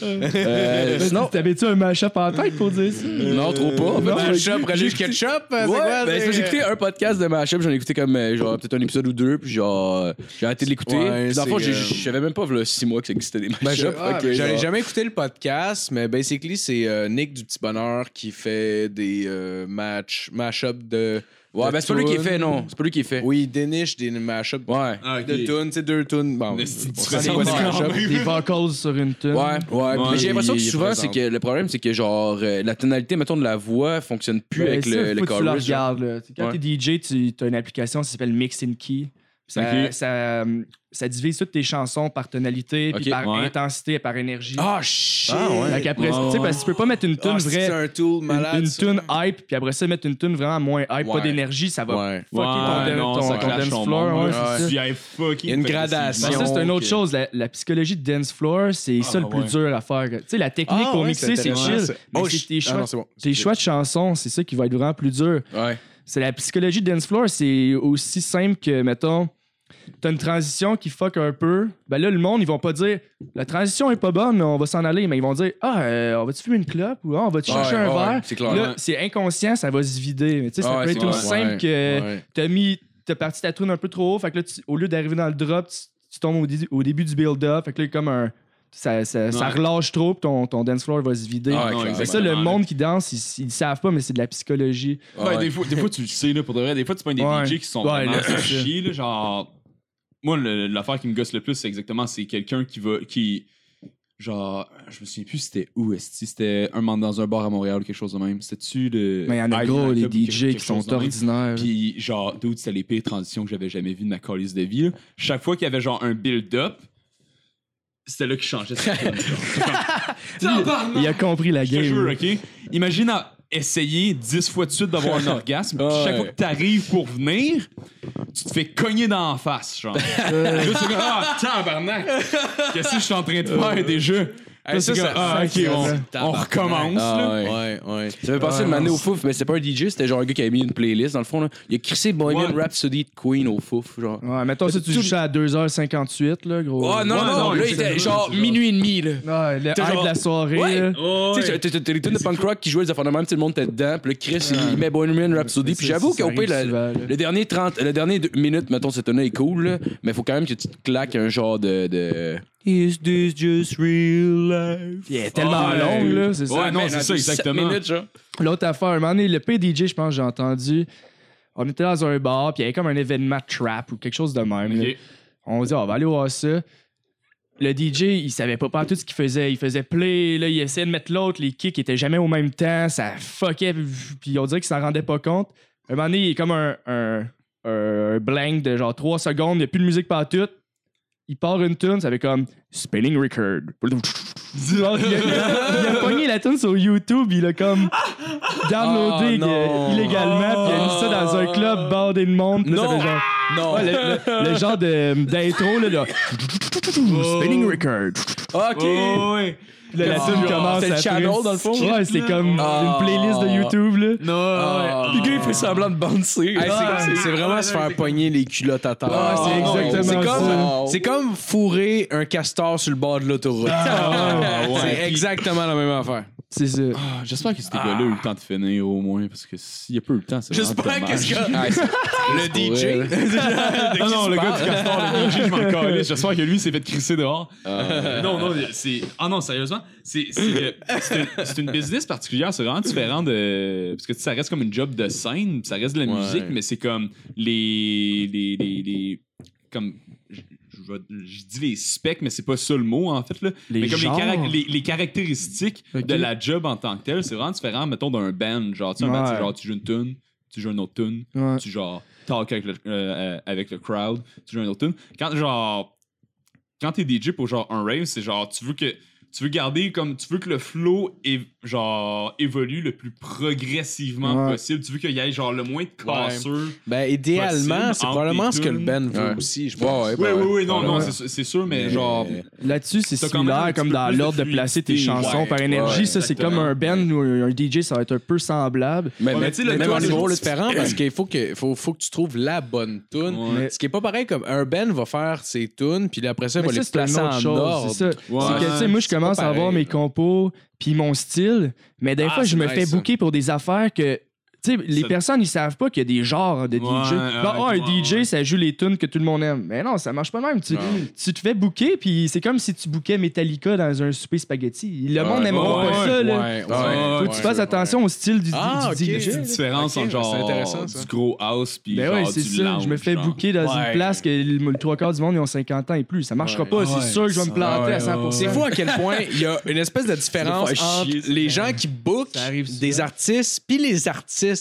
Speaker 3: Euh, sinon,
Speaker 6: T'avais-tu un mashup en tête pour dire ça?
Speaker 3: Euh, non, trop pas. En fait,
Speaker 6: Non,
Speaker 3: j'ai-
Speaker 4: Ketchup, Rajouche Ketchup, c'est
Speaker 3: Ouais,
Speaker 4: quoi?
Speaker 3: ben, c'est
Speaker 4: c'est-
Speaker 3: parce que j'ai écouté un podcast de Mashup, j'en ai écouté comme euh, genre peut-être un épisode ou deux, puis genre euh, j'ai arrêté de l'écouter.
Speaker 4: Ouais,
Speaker 3: Puis dans le fond,
Speaker 4: c'est,
Speaker 3: j'ai-
Speaker 4: euh,
Speaker 3: je savais même pas v'là six mois que ça existait des
Speaker 4: Ben, je-
Speaker 3: Mashups.
Speaker 4: ah,
Speaker 3: fait que,
Speaker 4: ben, J'avais
Speaker 3: genre,
Speaker 4: jamais écouté le podcast, mais basically, c'est euh, Nick du Petit Bonheur qui fait des euh, match, mash-up de.
Speaker 3: Ouais,
Speaker 4: de
Speaker 3: ben c'est pas lui qui est
Speaker 4: tunes.
Speaker 3: fait, non. C'est pas lui qui est fait.
Speaker 4: Oui, il déniche des mash-up
Speaker 3: Ouais.
Speaker 5: Ah, ok.
Speaker 4: de tunes, c'est deux tunes. Bon,
Speaker 5: Mais
Speaker 4: on sait
Speaker 5: c'est différent.
Speaker 4: quoi des mash-up.
Speaker 6: (laughs) Des vocals sur une tune.
Speaker 3: Ouais, ouais. Mais j'ai l'impression que
Speaker 4: il- il est
Speaker 3: souvent,
Speaker 4: présent.
Speaker 3: c'est que le problème, c'est que genre, euh, la tonalité, mettons, de la voix fonctionne plus
Speaker 6: Ben,
Speaker 3: avec
Speaker 6: ça,
Speaker 3: le, le
Speaker 6: faut que tu la
Speaker 3: chorus. genre.
Speaker 6: regardes, là. Tu- Quand
Speaker 3: Ouais.
Speaker 6: t'es DJ, tu as une application qui s'appelle Mix and Key. Ça,
Speaker 1: Ok.
Speaker 6: ça, euh, ça divise toutes tes chansons par tonalité, puis
Speaker 3: Ok,
Speaker 6: par
Speaker 1: ouais.
Speaker 6: intensité et par énergie.
Speaker 4: Ah, shit!
Speaker 6: Fait qu'après,
Speaker 1: Ouais,
Speaker 6: tu sais,
Speaker 1: ouais.
Speaker 6: parce que tu peux pas mettre une tune
Speaker 4: Ah,
Speaker 6: vraie.
Speaker 4: C'est un tool malade.
Speaker 6: une, une
Speaker 4: ça.
Speaker 6: tune hype, puis après ça, mettre une tune vraiment moins hype, pas
Speaker 4: Ouais.
Speaker 6: d'énergie, ça va
Speaker 4: Ouais.
Speaker 6: fucker ton,
Speaker 1: Ouais,
Speaker 6: dan-
Speaker 1: non,
Speaker 6: ton-
Speaker 1: ça
Speaker 6: ton
Speaker 1: clash
Speaker 6: dance
Speaker 1: ton
Speaker 6: floor.
Speaker 1: monde,
Speaker 6: ouais,
Speaker 4: là.
Speaker 6: c'est ça.
Speaker 1: Tu y as fucking
Speaker 4: Il y a une
Speaker 1: fait
Speaker 4: gradation.
Speaker 6: Mais
Speaker 1: progressivement.
Speaker 6: ça, c'est une autre
Speaker 4: Ok.
Speaker 6: chose. La, la psychologie de dance floor, c'est ça le plus dur à faire. Tu sais, la technique
Speaker 4: bah Ah,
Speaker 6: pour
Speaker 4: ouais,
Speaker 6: mixer, c'est
Speaker 4: intéressant,
Speaker 6: chill.
Speaker 4: ça.
Speaker 6: mais
Speaker 4: Oh,
Speaker 6: c'est
Speaker 4: shit.
Speaker 6: tes
Speaker 4: Ah,
Speaker 6: choix,
Speaker 4: non, c'est bon.
Speaker 6: tes choix de chansons, c'est ça qui va être vraiment plus dur.
Speaker 3: Ouais.
Speaker 6: C'est la psychologie de dance floor, c'est aussi simple que, mettons, t'as une transition qui fuck un peu. Ben là, le monde, ils vont pas dire la transition est pas bonne, on va s'en aller. Mais ils vont dire ah, euh, on va-tu fumer une clope ou Ah, on va-tu chercher
Speaker 3: Ouais,
Speaker 6: un
Speaker 3: ouais,
Speaker 6: verre.
Speaker 3: c'est clair.
Speaker 6: Là, c'est inconscient, ça va se vider. Mais tu sais, ça
Speaker 3: Ouais,
Speaker 6: peut
Speaker 3: c'est
Speaker 6: être aussi
Speaker 4: Ouais,
Speaker 6: simple que
Speaker 4: ouais.
Speaker 6: t'as mis, t'as parti ta tune un peu trop haut. Fait que là, tu- au lieu d'arriver dans le drop, tu, tu tombes au, dé- au début du build-up. Fait que là, comme un. Ça, ça, ça
Speaker 1: Ouais.
Speaker 6: relâche trop, puis ton, ton dance floor va se vider.
Speaker 3: Ah,
Speaker 1: Non,
Speaker 3: ouais,
Speaker 6: C'est
Speaker 1: exactement.
Speaker 6: ça, le monde qui danse, ils, ils le savent pas, mais c'est de la psychologie.
Speaker 1: Ben,
Speaker 3: Ouais.
Speaker 1: des, fois, des fois, tu le sais, là, pour de vrai. Des fois, tu prends des
Speaker 6: Ouais.
Speaker 1: DJ qui sont
Speaker 6: Ouais,
Speaker 1: vraiment
Speaker 6: là, c'est ça.
Speaker 1: chiés, là, genre... Moi, le- l'affaire qui me gosse le plus, c'est exactement, c'est quelqu'un qui va... qui Genre, je me souviens plus c'était où, esti. C'était un membre dans un bar à Montréal ou quelque chose de même. C'était-tu le...
Speaker 5: Euh,
Speaker 6: Mais il y en a
Speaker 5: ah,
Speaker 1: Hype
Speaker 6: gros, les
Speaker 1: Nightclub ou quelque-
Speaker 6: DJ qui
Speaker 1: quelque chose
Speaker 6: sont
Speaker 1: de même?
Speaker 6: ordinaires.
Speaker 1: Puis genre, dude, c'était les pires transitions que j'avais jamais vues de ma colise de vie. là. Chaque fois qu'il y avait genre un build-up, c'était là qu'il changeait
Speaker 6: (laughs)
Speaker 1: sa tune, genre. C'est comme-
Speaker 6: Il a compris la
Speaker 1: Je te
Speaker 6: game.
Speaker 1: jure, OK? Imagine à essayer 10 fois de suite d'avoir un orgasme. puis Chaque fois que t'arrives pour venir, tu te fais cogner dans la face, genre. Là, tu fais comme, Ah, tabarnak! Qu'est-ce que je suis en train de faire déjà?
Speaker 4: Hey, ça,
Speaker 5: c'est
Speaker 4: ça-
Speaker 5: comme, ah, ok, on, on recommence.
Speaker 3: Ah,
Speaker 5: là.
Speaker 3: ouais.
Speaker 4: Ouais, ouais.
Speaker 3: Ça fait passer
Speaker 6: Ouais,
Speaker 3: une année
Speaker 6: non,
Speaker 3: au fouf, mais c'était pas un DJ, c'était genre un gars qui avait mis une playlist dans le fond. Là. Il a crissé Bohemian
Speaker 5: Ouais.
Speaker 3: Rhapsody de Queen au fouf. Genre.
Speaker 6: Ouais, mettons si tu
Speaker 3: Tout-
Speaker 6: joues ça à 2h58, là, gros.
Speaker 3: Oh non, non,
Speaker 5: Ouais, non,
Speaker 3: là
Speaker 5: mais
Speaker 3: il
Speaker 5: c'est
Speaker 3: était
Speaker 5: ça,
Speaker 3: genre
Speaker 5: c'est ça.
Speaker 3: minuit et demi. Là.
Speaker 6: Ouais, le hype
Speaker 3: T'es genre-
Speaker 6: de la soirée,
Speaker 3: Ouais.
Speaker 6: là.
Speaker 5: Oh,
Speaker 3: Tu sais,
Speaker 5: ouais.
Speaker 3: t'as- t'as t'as des tunes de punk rock qui jouaient des affaires de même, tout le monde était dedans. Puis là, Chris,
Speaker 6: Ouais.
Speaker 3: il met Bohemian Rhapsody. Puis
Speaker 6: Ça,
Speaker 3: j'avoue
Speaker 6: ça
Speaker 3: qu'au pire,
Speaker 6: arrive
Speaker 3: la-
Speaker 6: souvent, là.
Speaker 3: le dernier 30, le dernier deux minutes, mettons, cette tune est cool, là, mais faut quand même que tu te claques un genre de. de... Is this just real life?
Speaker 6: Il est tellement
Speaker 5: Ouais.
Speaker 6: long, là, c'est ça.
Speaker 5: Ouais, non, c'est ça, exactement.
Speaker 3: minutes, genre.
Speaker 6: L'autre affaire, un moment donné, le PDJ, je pense, que j'ai entendu. On était dans un bar, puis il y avait comme un événement trap ou quelque chose de même. là.
Speaker 5: Ok.
Speaker 6: On dit, Ah, on va aller voir ça. Le DJ, il savait pas partout ce qu'il faisait. Il faisait play, là, il essayait de mettre l'autre, les kicks étaient jamais au même temps, ça fuckait, puis on dirait qu'il s'en rendait pas compte. Un moment donné, il est comme un, un, un blank de genre 3 secondes, il n'y a plus de musique partout. Il part une tune, ça fait comme Spinning Record. il, a, il a pogné la tune sur YouTube, il a comme downloadé
Speaker 3: Ah, non.
Speaker 6: euh, illégalement, puis il a mis ça dans un club bordé de monde. puis là, ça
Speaker 3: Non.
Speaker 6: fait genre-
Speaker 3: Non.
Speaker 6: Ouais, le, le- le genre de- d'intro, là, là. Spinning record.
Speaker 3: Ok.
Speaker 5: Oh, ouais.
Speaker 6: Puis là, la
Speaker 3: Ah.
Speaker 6: tune commence
Speaker 3: C'est le
Speaker 6: après.
Speaker 3: channel, dans le fond?
Speaker 6: Ouais, c'est comme
Speaker 3: Ah.
Speaker 6: une playlist de YouTube, là.
Speaker 4: Oh,
Speaker 3: Ah, Le gars, il fait semblant de bouncer.
Speaker 4: Hey, c'est-
Speaker 6: Ouais.
Speaker 4: c'est- c'est vraiment se faire pogner les culottes à terre.
Speaker 3: Ah,
Speaker 6: c'est
Speaker 4: Oh,
Speaker 6: exactement
Speaker 4: c'est comme-
Speaker 3: ça. Ah,
Speaker 4: C'est comme fourrer un castor sur le bord de l'autoroute.
Speaker 5: Ah, ouais.
Speaker 4: C'est exactement la même affaire.
Speaker 6: C'est ça.
Speaker 5: Ah, J'espère que c'était gars-là a eu le temps de finir au moins, parce que s'il y a peu eu le temps, c'est vraiment dommage.
Speaker 3: Ah, c'est-
Speaker 4: Le DJ.
Speaker 5: Ah Non, non, le gars du castor, le DJ, je m'en calisse. J'espère que lui s'est fait crisser dehors.
Speaker 6: Ah,
Speaker 5: Euh, Non, non, c'est. Ah non, sérieusement, c'est c'est que- c'est une- c'est une business particulière, c'est vraiment différent de. Parce que ça reste comme une job de scène, ça reste de la
Speaker 4: Ouais.
Speaker 5: musique, mais c'est comme les. les, les, les- comme. Je, je vais- je dis les specs, mais c'est pas ça le mot en fait. Là.
Speaker 6: Les
Speaker 5: mais comme les,
Speaker 6: genres.
Speaker 5: carac- les, les caractéristiques
Speaker 6: Ok.
Speaker 5: de la job en tant que telle, c'est vraiment différent, mettons, d'un band. Genre, tu sais, un band,
Speaker 6: Ouais.
Speaker 5: c'est genre, tu joues une tune, tu joues une autre tune,
Speaker 6: Ouais.
Speaker 5: tu genre talk avec le, euh, euh, avec le crowd, tu joues un autre tune. Quand genre quand t'es DJ pour genre un rave, c'est genre tu veux que tu veux garder comme tu veux que le flow é- genre évolue le plus progressivement
Speaker 6: Ouais.
Speaker 5: possible. Tu veux qu'il y ait genre le moins de casseux.
Speaker 4: Ben, idéalement,
Speaker 5: Possible,
Speaker 4: c'est
Speaker 5: entre
Speaker 4: probablement
Speaker 5: les
Speaker 4: ce que le
Speaker 5: tunes.
Speaker 4: Ben veut
Speaker 3: Ouais.
Speaker 4: aussi, je
Speaker 3: Ouais,
Speaker 4: pense.
Speaker 3: ouais,
Speaker 5: Oui,
Speaker 3: ben
Speaker 5: oui, oui, non,
Speaker 3: Ouais.
Speaker 5: non, c'est sûr- c'est sûr, mais genre.
Speaker 6: Là-dessus, c'est
Speaker 5: T'as quand même un
Speaker 6: similaire,
Speaker 5: petit
Speaker 6: comme
Speaker 5: peu
Speaker 6: dans
Speaker 5: plus de
Speaker 6: l'ordre de placer tes
Speaker 5: fluidité.
Speaker 6: chansons
Speaker 5: Ouais.
Speaker 6: par énergie. ça, c'est comme un band ou un DJ, ça va être un peu semblable.
Speaker 3: Mais,
Speaker 5: Ouais,
Speaker 3: mais-
Speaker 5: mais tu sais, le
Speaker 3: mais
Speaker 4: Même
Speaker 5: toi,
Speaker 4: en
Speaker 5: c'est
Speaker 4: niveau
Speaker 5: juste-
Speaker 4: différent, parce qu'il faut que, faut, faut que tu trouves la bonne tune.
Speaker 5: Ouais.
Speaker 4: Ce qui est pas pareil comme un Ben va faire ses tunes, puis après ça, il
Speaker 6: Mais
Speaker 4: va les
Speaker 6: ça, c'est
Speaker 4: placer
Speaker 6: une autre
Speaker 4: en
Speaker 6: chose.
Speaker 4: ordre.
Speaker 6: C'est ça.
Speaker 5: Ouais.
Speaker 6: C'est que, tu sais, moi, je
Speaker 4: C'est
Speaker 6: commence
Speaker 4: pas
Speaker 6: à
Speaker 4: pareil,
Speaker 6: avoir mes
Speaker 4: là.
Speaker 6: compos puis mon style, mais des
Speaker 4: Ah,
Speaker 6: fois, je
Speaker 4: c'est
Speaker 6: me
Speaker 4: nice,
Speaker 6: fais
Speaker 4: ça.
Speaker 6: booker pour des affaires que. Tu sais, les
Speaker 5: Ça-
Speaker 6: personnes, ils savent pas qu'il y a des genres de DJ.
Speaker 5: Ouais,
Speaker 6: Bon,
Speaker 5: ouais,
Speaker 6: ah, un
Speaker 5: ouais,
Speaker 6: DJ,
Speaker 5: ouais.
Speaker 6: ça joue les tunes que tout le monde aime. Mais non, ça marche pas de même. Tu,
Speaker 4: Non.
Speaker 6: tu te fais booker, puis c'est comme si tu bookais Metallica dans un souper spaghetti. Le monde n'aimera
Speaker 5: ouais,
Speaker 6: pas
Speaker 5: ouais,
Speaker 6: ça, là.
Speaker 4: Ouais,
Speaker 5: ouais,
Speaker 6: Faut que tu fasses attention au style du,
Speaker 4: Ah,
Speaker 6: du
Speaker 4: ok.
Speaker 6: DJ. là.
Speaker 5: une différence
Speaker 4: Ok,
Speaker 5: entre genre
Speaker 4: c'est intéressant, ça.
Speaker 5: du gros house puis
Speaker 6: Ben
Speaker 5: genre
Speaker 6: ouais, c'est
Speaker 5: du
Speaker 6: ça.
Speaker 5: lounge,
Speaker 6: je me fais
Speaker 5: genre.
Speaker 6: booker dans
Speaker 4: Ouais.
Speaker 6: une place que le, le trois quarts du monde ils ont 50 ans et plus. Ça marchera pas.
Speaker 4: Ouais.
Speaker 6: C'est sûr que je vais me planter à 100%.
Speaker 4: C'est fou à quel point il y a une espèce de différence
Speaker 3: Ça fait
Speaker 4: entre
Speaker 3: chier,
Speaker 4: les gens qui bookent
Speaker 6: Ça arrive souvent.
Speaker 4: des artistes puis les artistes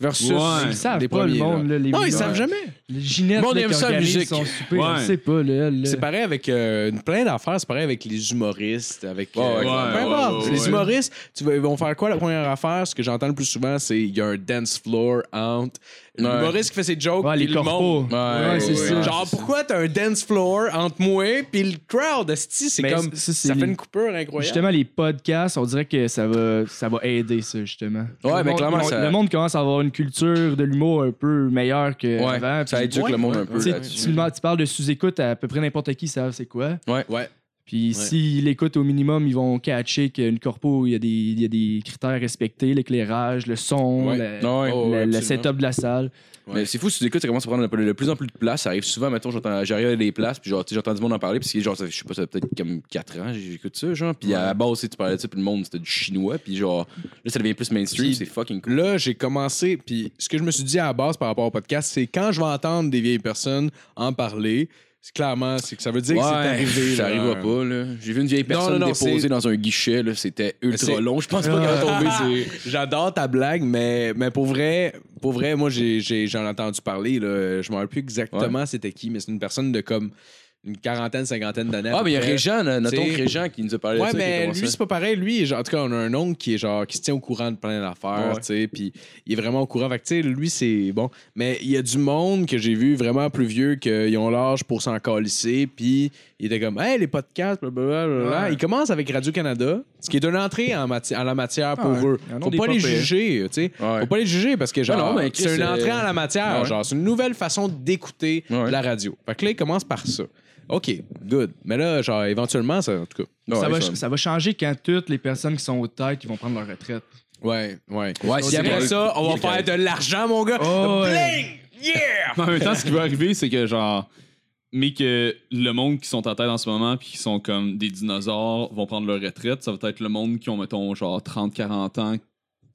Speaker 4: versus
Speaker 5: Ouais.
Speaker 6: Ils
Speaker 4: les
Speaker 6: savent
Speaker 4: des
Speaker 6: pas
Speaker 4: premiers,
Speaker 6: le monde,
Speaker 4: là.
Speaker 6: là, les
Speaker 4: Non, ils
Speaker 6: Ouais.
Speaker 4: savent jamais.
Speaker 6: Les Ginette,
Speaker 4: Bon,
Speaker 6: là,
Speaker 4: on aime
Speaker 6: qui
Speaker 4: ça, la
Speaker 6: organise
Speaker 4: musique.
Speaker 6: son souper,
Speaker 5: Ouais.
Speaker 6: je sais pas, là. elle,
Speaker 4: C'est
Speaker 6: là.
Speaker 4: pareil avec euh, plein d'affaires, c'est pareil avec les humoristes, avec euh,
Speaker 3: Ouais, ouais,
Speaker 4: peu
Speaker 5: ouais,
Speaker 4: importe.
Speaker 5: ouais, ouais,
Speaker 4: les
Speaker 5: ouais.
Speaker 4: humoristes, tu vas- ils vont faire quoi la première affaire Ce que j'entends le plus souvent, c'est il y a un dance floor entre l'humoriste qui fait ses jokes
Speaker 6: Ouais,
Speaker 4: puis le
Speaker 6: les corpos.
Speaker 4: monde.
Speaker 6: Ouais,
Speaker 3: ouais,
Speaker 6: c'est
Speaker 3: ouais.
Speaker 6: ça.
Speaker 4: Genre pourquoi t'as un dance floor entre moi puis le crowd esti, c'est
Speaker 6: Mais
Speaker 4: comme
Speaker 6: ça, Ben, c'est
Speaker 4: ça fait
Speaker 6: les-
Speaker 4: une coupure incroyable.
Speaker 6: Justement, les podcasts, on dirait que ça va, ça va aider, ça, justement.
Speaker 3: Ouais,
Speaker 6: le
Speaker 3: mais
Speaker 6: monde-
Speaker 3: clairement,
Speaker 6: le monde-
Speaker 3: ça-
Speaker 6: Le monde commence à avoir une culture de l'humour un peu meilleure
Speaker 3: ouais,
Speaker 6: qu'avant.
Speaker 3: ça éduque le monde un peu.
Speaker 6: Tu sais,
Speaker 3: là-dessus.
Speaker 6: tu demandes- tu parles de sous-écoute à, à peu près n'importe qui, savent c'est quoi.
Speaker 3: Ouais.
Speaker 4: Ouais.
Speaker 6: Puis s'ils l'écoutent au minimum, ils vont catcher qu'une corpo, il y, a des- il y a des critères respectés, l'éclairage, le son,
Speaker 4: Ouais.
Speaker 6: le-
Speaker 3: Non, ouais.
Speaker 4: Oh,
Speaker 6: le- le
Speaker 4: absolument.
Speaker 6: setup de la salle.
Speaker 3: Mais c'est fou, si tu écoutes, ça commence à prendre de plus en plus de place. Ça arrive souvent, mettons, j'entends- j'arrive à des places, puis genre, tu sais, j'entends du monde en parler, puis c'est genre, ça- je sais pas, ça fait peut-être comme 4 ans, j'écoute ça, genre. Puis à la base, tu sais, tu parlais de ça, puis le monde, c'était du chinois, puis genre, là, ça devient plus mainstream,
Speaker 4: Puis
Speaker 3: c'est fucking cool.
Speaker 4: Là, j'ai commencé, puis ce que je me suis dit à la base par rapport au podcast, c'est quand je vais entendre des vieilles personnes en parler, c'est clairement, c'est que ça veut dire que c'est arrivé.
Speaker 3: ça
Speaker 4: là.
Speaker 3: arrivera pas, là. J'ai vu une vieille personne
Speaker 4: non, non,
Speaker 3: déposée
Speaker 4: c'est-
Speaker 3: dans un guichet, là, c'était ultra
Speaker 4: c'est- Ah.
Speaker 3: long, je pense pas qu'elle va tomber, c'est.
Speaker 4: J'adore ta blague, mais, mais pour vrai, pour vrai, moi j'ai- j'ai- j'en ai, entendu parler. Là. Je me rappelle plus exactement c'était qui, mais c'est une personne de comme une quarantaine, cinquantaine d'années. à
Speaker 3: Ah,
Speaker 4: peu
Speaker 3: mais il y a
Speaker 4: près.
Speaker 3: Régent, no- notre
Speaker 4: t'sais-
Speaker 3: oncle Régent qui nous a parlé de
Speaker 4: Ouais,
Speaker 3: ça. qui a
Speaker 4: mais
Speaker 3: commencé.
Speaker 4: lui, c'est pas pareil. Lui, genre, en tout cas, on a un oncle qui est genre qui se tient au courant de plein d'affaires,
Speaker 3: Ouais.
Speaker 4: tu sais, puis il est vraiment au courant. Fait que, tu sais, lui, c'est bon. Mais il y a du monde que j'ai vu vraiment plus vieux qu'ils ont l'âge pour s'en calisser, puis il était comme, hey, les podcasts, blablabla. blablabla. Il commence avec Radio-Canada, ce qui est une entrée en, mati- en la matière pour
Speaker 6: Ah ouais.
Speaker 4: eux.
Speaker 6: Un nom
Speaker 4: Faut
Speaker 6: des
Speaker 4: pas
Speaker 6: pas
Speaker 4: les
Speaker 6: pires.
Speaker 4: juger, tu sais.
Speaker 3: Ouais.
Speaker 4: Faut pas les juger parce que, genre,
Speaker 3: non, mais
Speaker 4: c'est
Speaker 3: Chris,
Speaker 4: une
Speaker 3: euh,
Speaker 4: entrée en la matière,
Speaker 3: ouais.
Speaker 4: genre, c'est une nouvelle façon d'écouter
Speaker 3: Ouais.
Speaker 4: de la radio. Fait que là, il commence par ça. OK, good. Mais là, genre, éventuellement, ça, en tout cas.
Speaker 3: Ouais,
Speaker 6: ça, va,
Speaker 3: ça-
Speaker 6: ça va changer quand toutes les personnes qui sont aux têtes ils vont prendre leur retraite.
Speaker 4: Ouais, ouais.
Speaker 3: Ouais,
Speaker 4: Si
Speaker 3: c'est
Speaker 4: après
Speaker 3: vrai.
Speaker 4: ça, on va
Speaker 3: Il est
Speaker 4: faire de l'argent, mon gars.
Speaker 6: Oh, ouais.
Speaker 4: Bling! Yeah!
Speaker 5: Mais en même temps, ce qui va arriver, c'est que genre. Mais que le monde qui sont en tête en ce moment, puis qui sont comme des dinosaures, vont prendre leur retraite. Ça va être le monde qui ont, mettons, genre 30-40 ans,